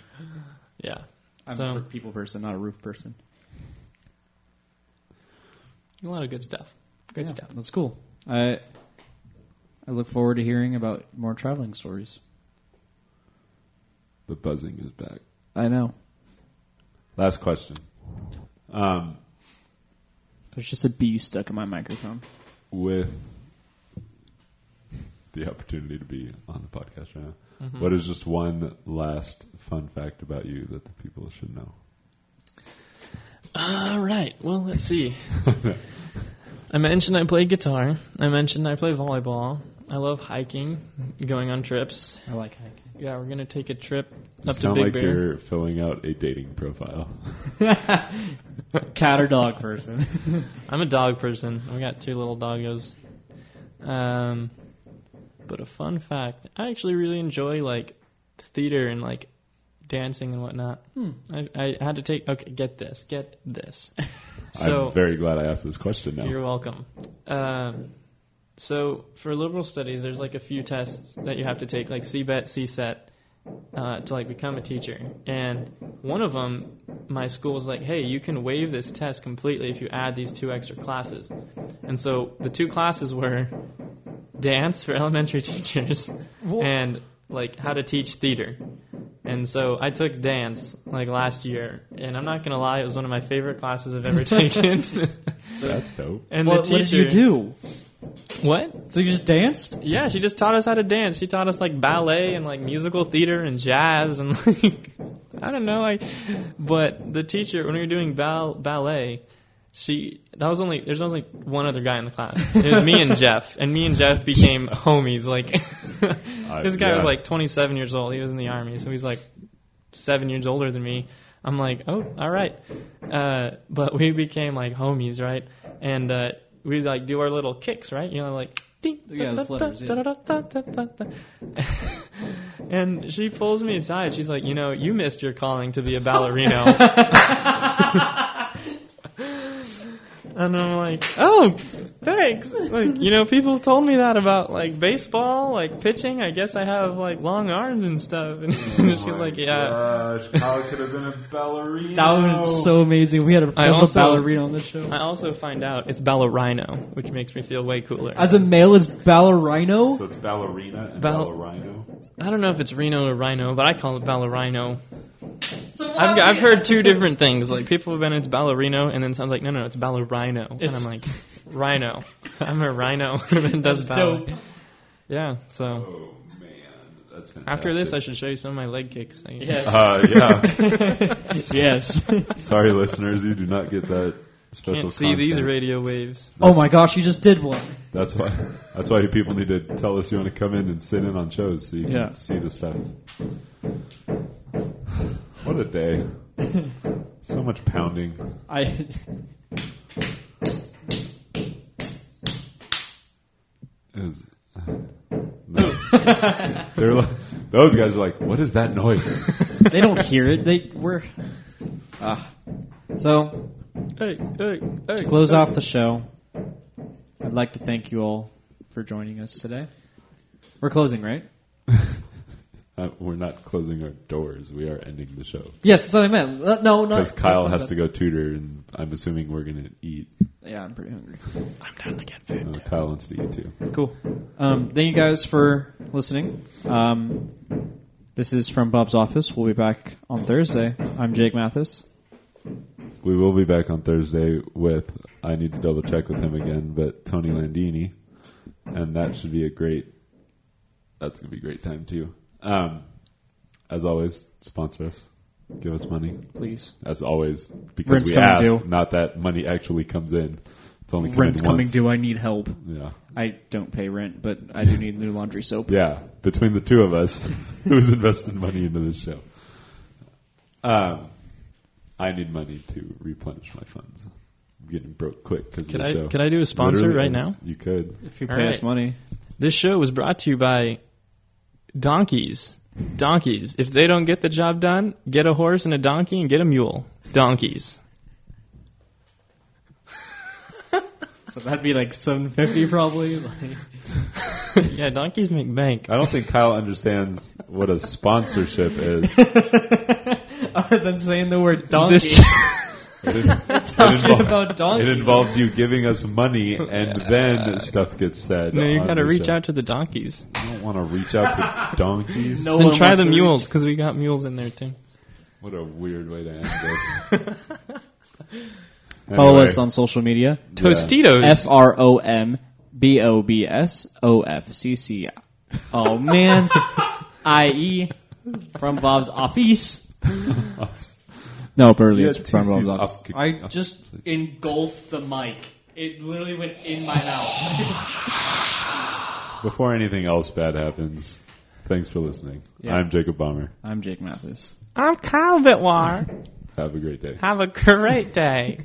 S3: Yeah.
S1: I'm
S3: So-
S1: a people person, not a roof person.
S3: A lot of good stuff. Good
S1: Yeah,
S3: stuff.
S1: That's cool. I I look forward to hearing about more traveling stories.
S2: the buzzing is back.
S1: I know.
S2: Last question. Um,
S1: There's just a bee stuck in my microphone.
S2: with the opportunity to be on the podcast right now,
S3: Mhm.
S2: what is just one last fun fact about you that the people should know?
S3: All right. Well, let's see. I mentioned I play guitar. I mentioned I play volleyball. I love hiking, going on trips.
S1: I like hiking.
S3: Yeah, we're gonna take a trip
S2: You
S3: up to
S2: sound
S3: Big
S2: like
S3: Bear.
S2: you're filling out a dating profile.
S1: Cat or dog person.
S3: I'm a dog person. We got two little doggos. Um, but a fun fact, I actually really enjoy like theater and like dancing and whatnot.
S1: Hmm.
S3: I, I had to take okay, get this, get this. so
S2: I'm very glad I asked this question now.
S3: You're welcome. Um, so for liberal studies, there's like a few tests that you have to take, like E CBET, CSET, uh, to like become a teacher. And one of them, my school was like, "Hey, you can waive this test completely if you add these two extra classes." And so the two classes were dance for elementary teachers and like how to teach theater. And so I took dance like last year, and I'm not gonna lie, it was one of my favorite classes I've ever taken.
S2: That's dope.
S3: And
S1: what,
S3: the
S1: what did
S3: teacher
S1: you do?
S3: What?
S1: So you just danced?
S3: Yeah, she just taught us how to dance. She taught us like ballet and like musical theater and jazz and like I don't know. I but the teacher when we were doing bal- ballet, she that was only there's only one other guy in the class. It was me and Jeff, and me and Jeff became homies. Like this guy
S2: yeah.
S3: was like 27 years old. He was in the army, so he's like seven years older than me. I'm like, oh, all right. Uh, but we became like homies, right? And uh, we like do our little kicks, right? You know, like ding,
S1: Yeah, the
S3: da- da-
S1: flippers,
S3: da-
S1: yeah.
S3: da- da- da- da- da. And she pulls me aside. She's like, you know, you missed your calling to be a ballerino. and I'm like, oh, thanks. Like, you know, people told me that about like baseball, like pitching. I guess I have like long arms and stuff. And
S1: Mm,
S3: she's like, yeah.
S2: Oh Gosh, how could have been a ballerina.
S1: That would have been so amazing. We had a professional
S3: also-
S1: ballerina on the show.
S3: I also find out it's ballerino, which makes me feel way cooler.
S1: As a male, it's ballerino?
S2: So it's ballerina and
S3: Bal-
S2: ballerino.
S3: I don't know if it's Reno or Rhino, but I call it ballerino. I've, I've heard two different things. Like people have been it's ballerino, and then sounds like no, no, it's ballerino, and
S1: It's-
S3: I'm like rhino. I'm a rhino, and then does
S1: That's
S3: ballet.
S1: dope.
S3: Yeah. So
S2: Oh man, that's fantastic.
S3: after this, I should show you some of my leg kicks. I-
S1: Yes.
S2: Uh, yeah.
S1: yes.
S2: Sorry, listeners, you do not get that special.
S3: Can't see these
S2: content.
S3: radio waves.
S1: oh my gosh, you just did one.
S2: That's why. That's why people need to tell us you want to come in and sit in on shows so you can
S1: Yeah.
S2: see the stuff. What a day! so much pounding.
S1: I.
S2: It was. No. They're like, those guys are like, what is that noise?
S4: they don't hear it. They we're. Ah. so
S3: Hey, hey, hey.
S4: to close
S3: hey.
S4: off the show, I'd like to thank you all for joining us today. We're closing, right?
S2: Uh, we're not closing our doors. We are ending the show
S4: Yes, that's what I meant. Uh, No, no.
S2: because Kyle has to go tutor, and I'm assuming we're gonna eat.
S4: Yeah, I'm pretty hungry.
S3: I'm down to get
S2: Uh,
S3: food.
S2: Kyle wants to eat too.
S4: Cool. Um, thank you guys for listening. Um, this is from Bob's office. We'll be back on Thursday. I'm Jake Mathis.
S2: We will be back on Thursday with I need to double check with him again, but Tony Landini, and that should be a great. That's gonna be a great time too. Um, as always, sponsor us, give us money.
S4: Please.
S2: As always, because
S4: Rent's
S2: we
S4: coming
S2: ask,
S4: due.
S2: not that money actually comes in. It's only coming
S4: Rent's coming
S2: once.
S4: due. I need help.
S2: Yeah,
S4: I don't pay rent, but I do need new laundry soap.
S2: yeah. Between the two of us, who's invested money into this show? Um, I need money to replenish my funds. I'm getting broke quick because of
S3: Could
S2: the
S3: I
S2: show.
S3: could I do a sponsor
S2: Literally,
S3: right now?
S2: You could.
S4: If you
S3: All
S4: pay us
S3: right.
S4: money,
S3: This show was brought to you by donkeys. Donkeys. If they don't get the job done, get a horse and a donkey and get a mule. Donkeys.
S4: so that'd be like seven fifty probably. Like,
S3: yeah, donkeys make bank.
S2: I don't think Kyle understands what a sponsorship is.
S4: Other than saying the word donkey,
S3: This-
S2: It, in- it
S4: talking
S2: invol-
S4: about donkey.
S2: it involves you giving us money, and then stuff gets said.
S3: No, you
S2: on
S3: gotta
S2: the
S3: reach
S2: show.
S3: out to the donkeys.
S2: I don't want to reach out to donkeys.
S4: no
S3: then
S4: one
S3: try
S4: wants
S3: the
S4: to
S3: mules because we got mules in there too.
S2: What a weird way to end this.
S4: reach- Follow
S2: Anyway,
S4: us on social media:
S2: yeah.
S3: Tostitos.
S4: F R O M B O B S O F C C. Oh man, I E from Bob's office. No, Burley,
S2: Yeah,
S4: it's from
S2: TC's
S4: Bob's office.
S2: office.
S4: I just engulfed the mic. It literally went in my mouth.
S2: Before anything else bad happens, thanks for listening.
S4: Yeah.
S2: I'm Jacob Bomber.
S4: I'm Jake Mathis.
S3: I'm Kyle Bitwar.
S2: Have a great day.
S3: Have a great day.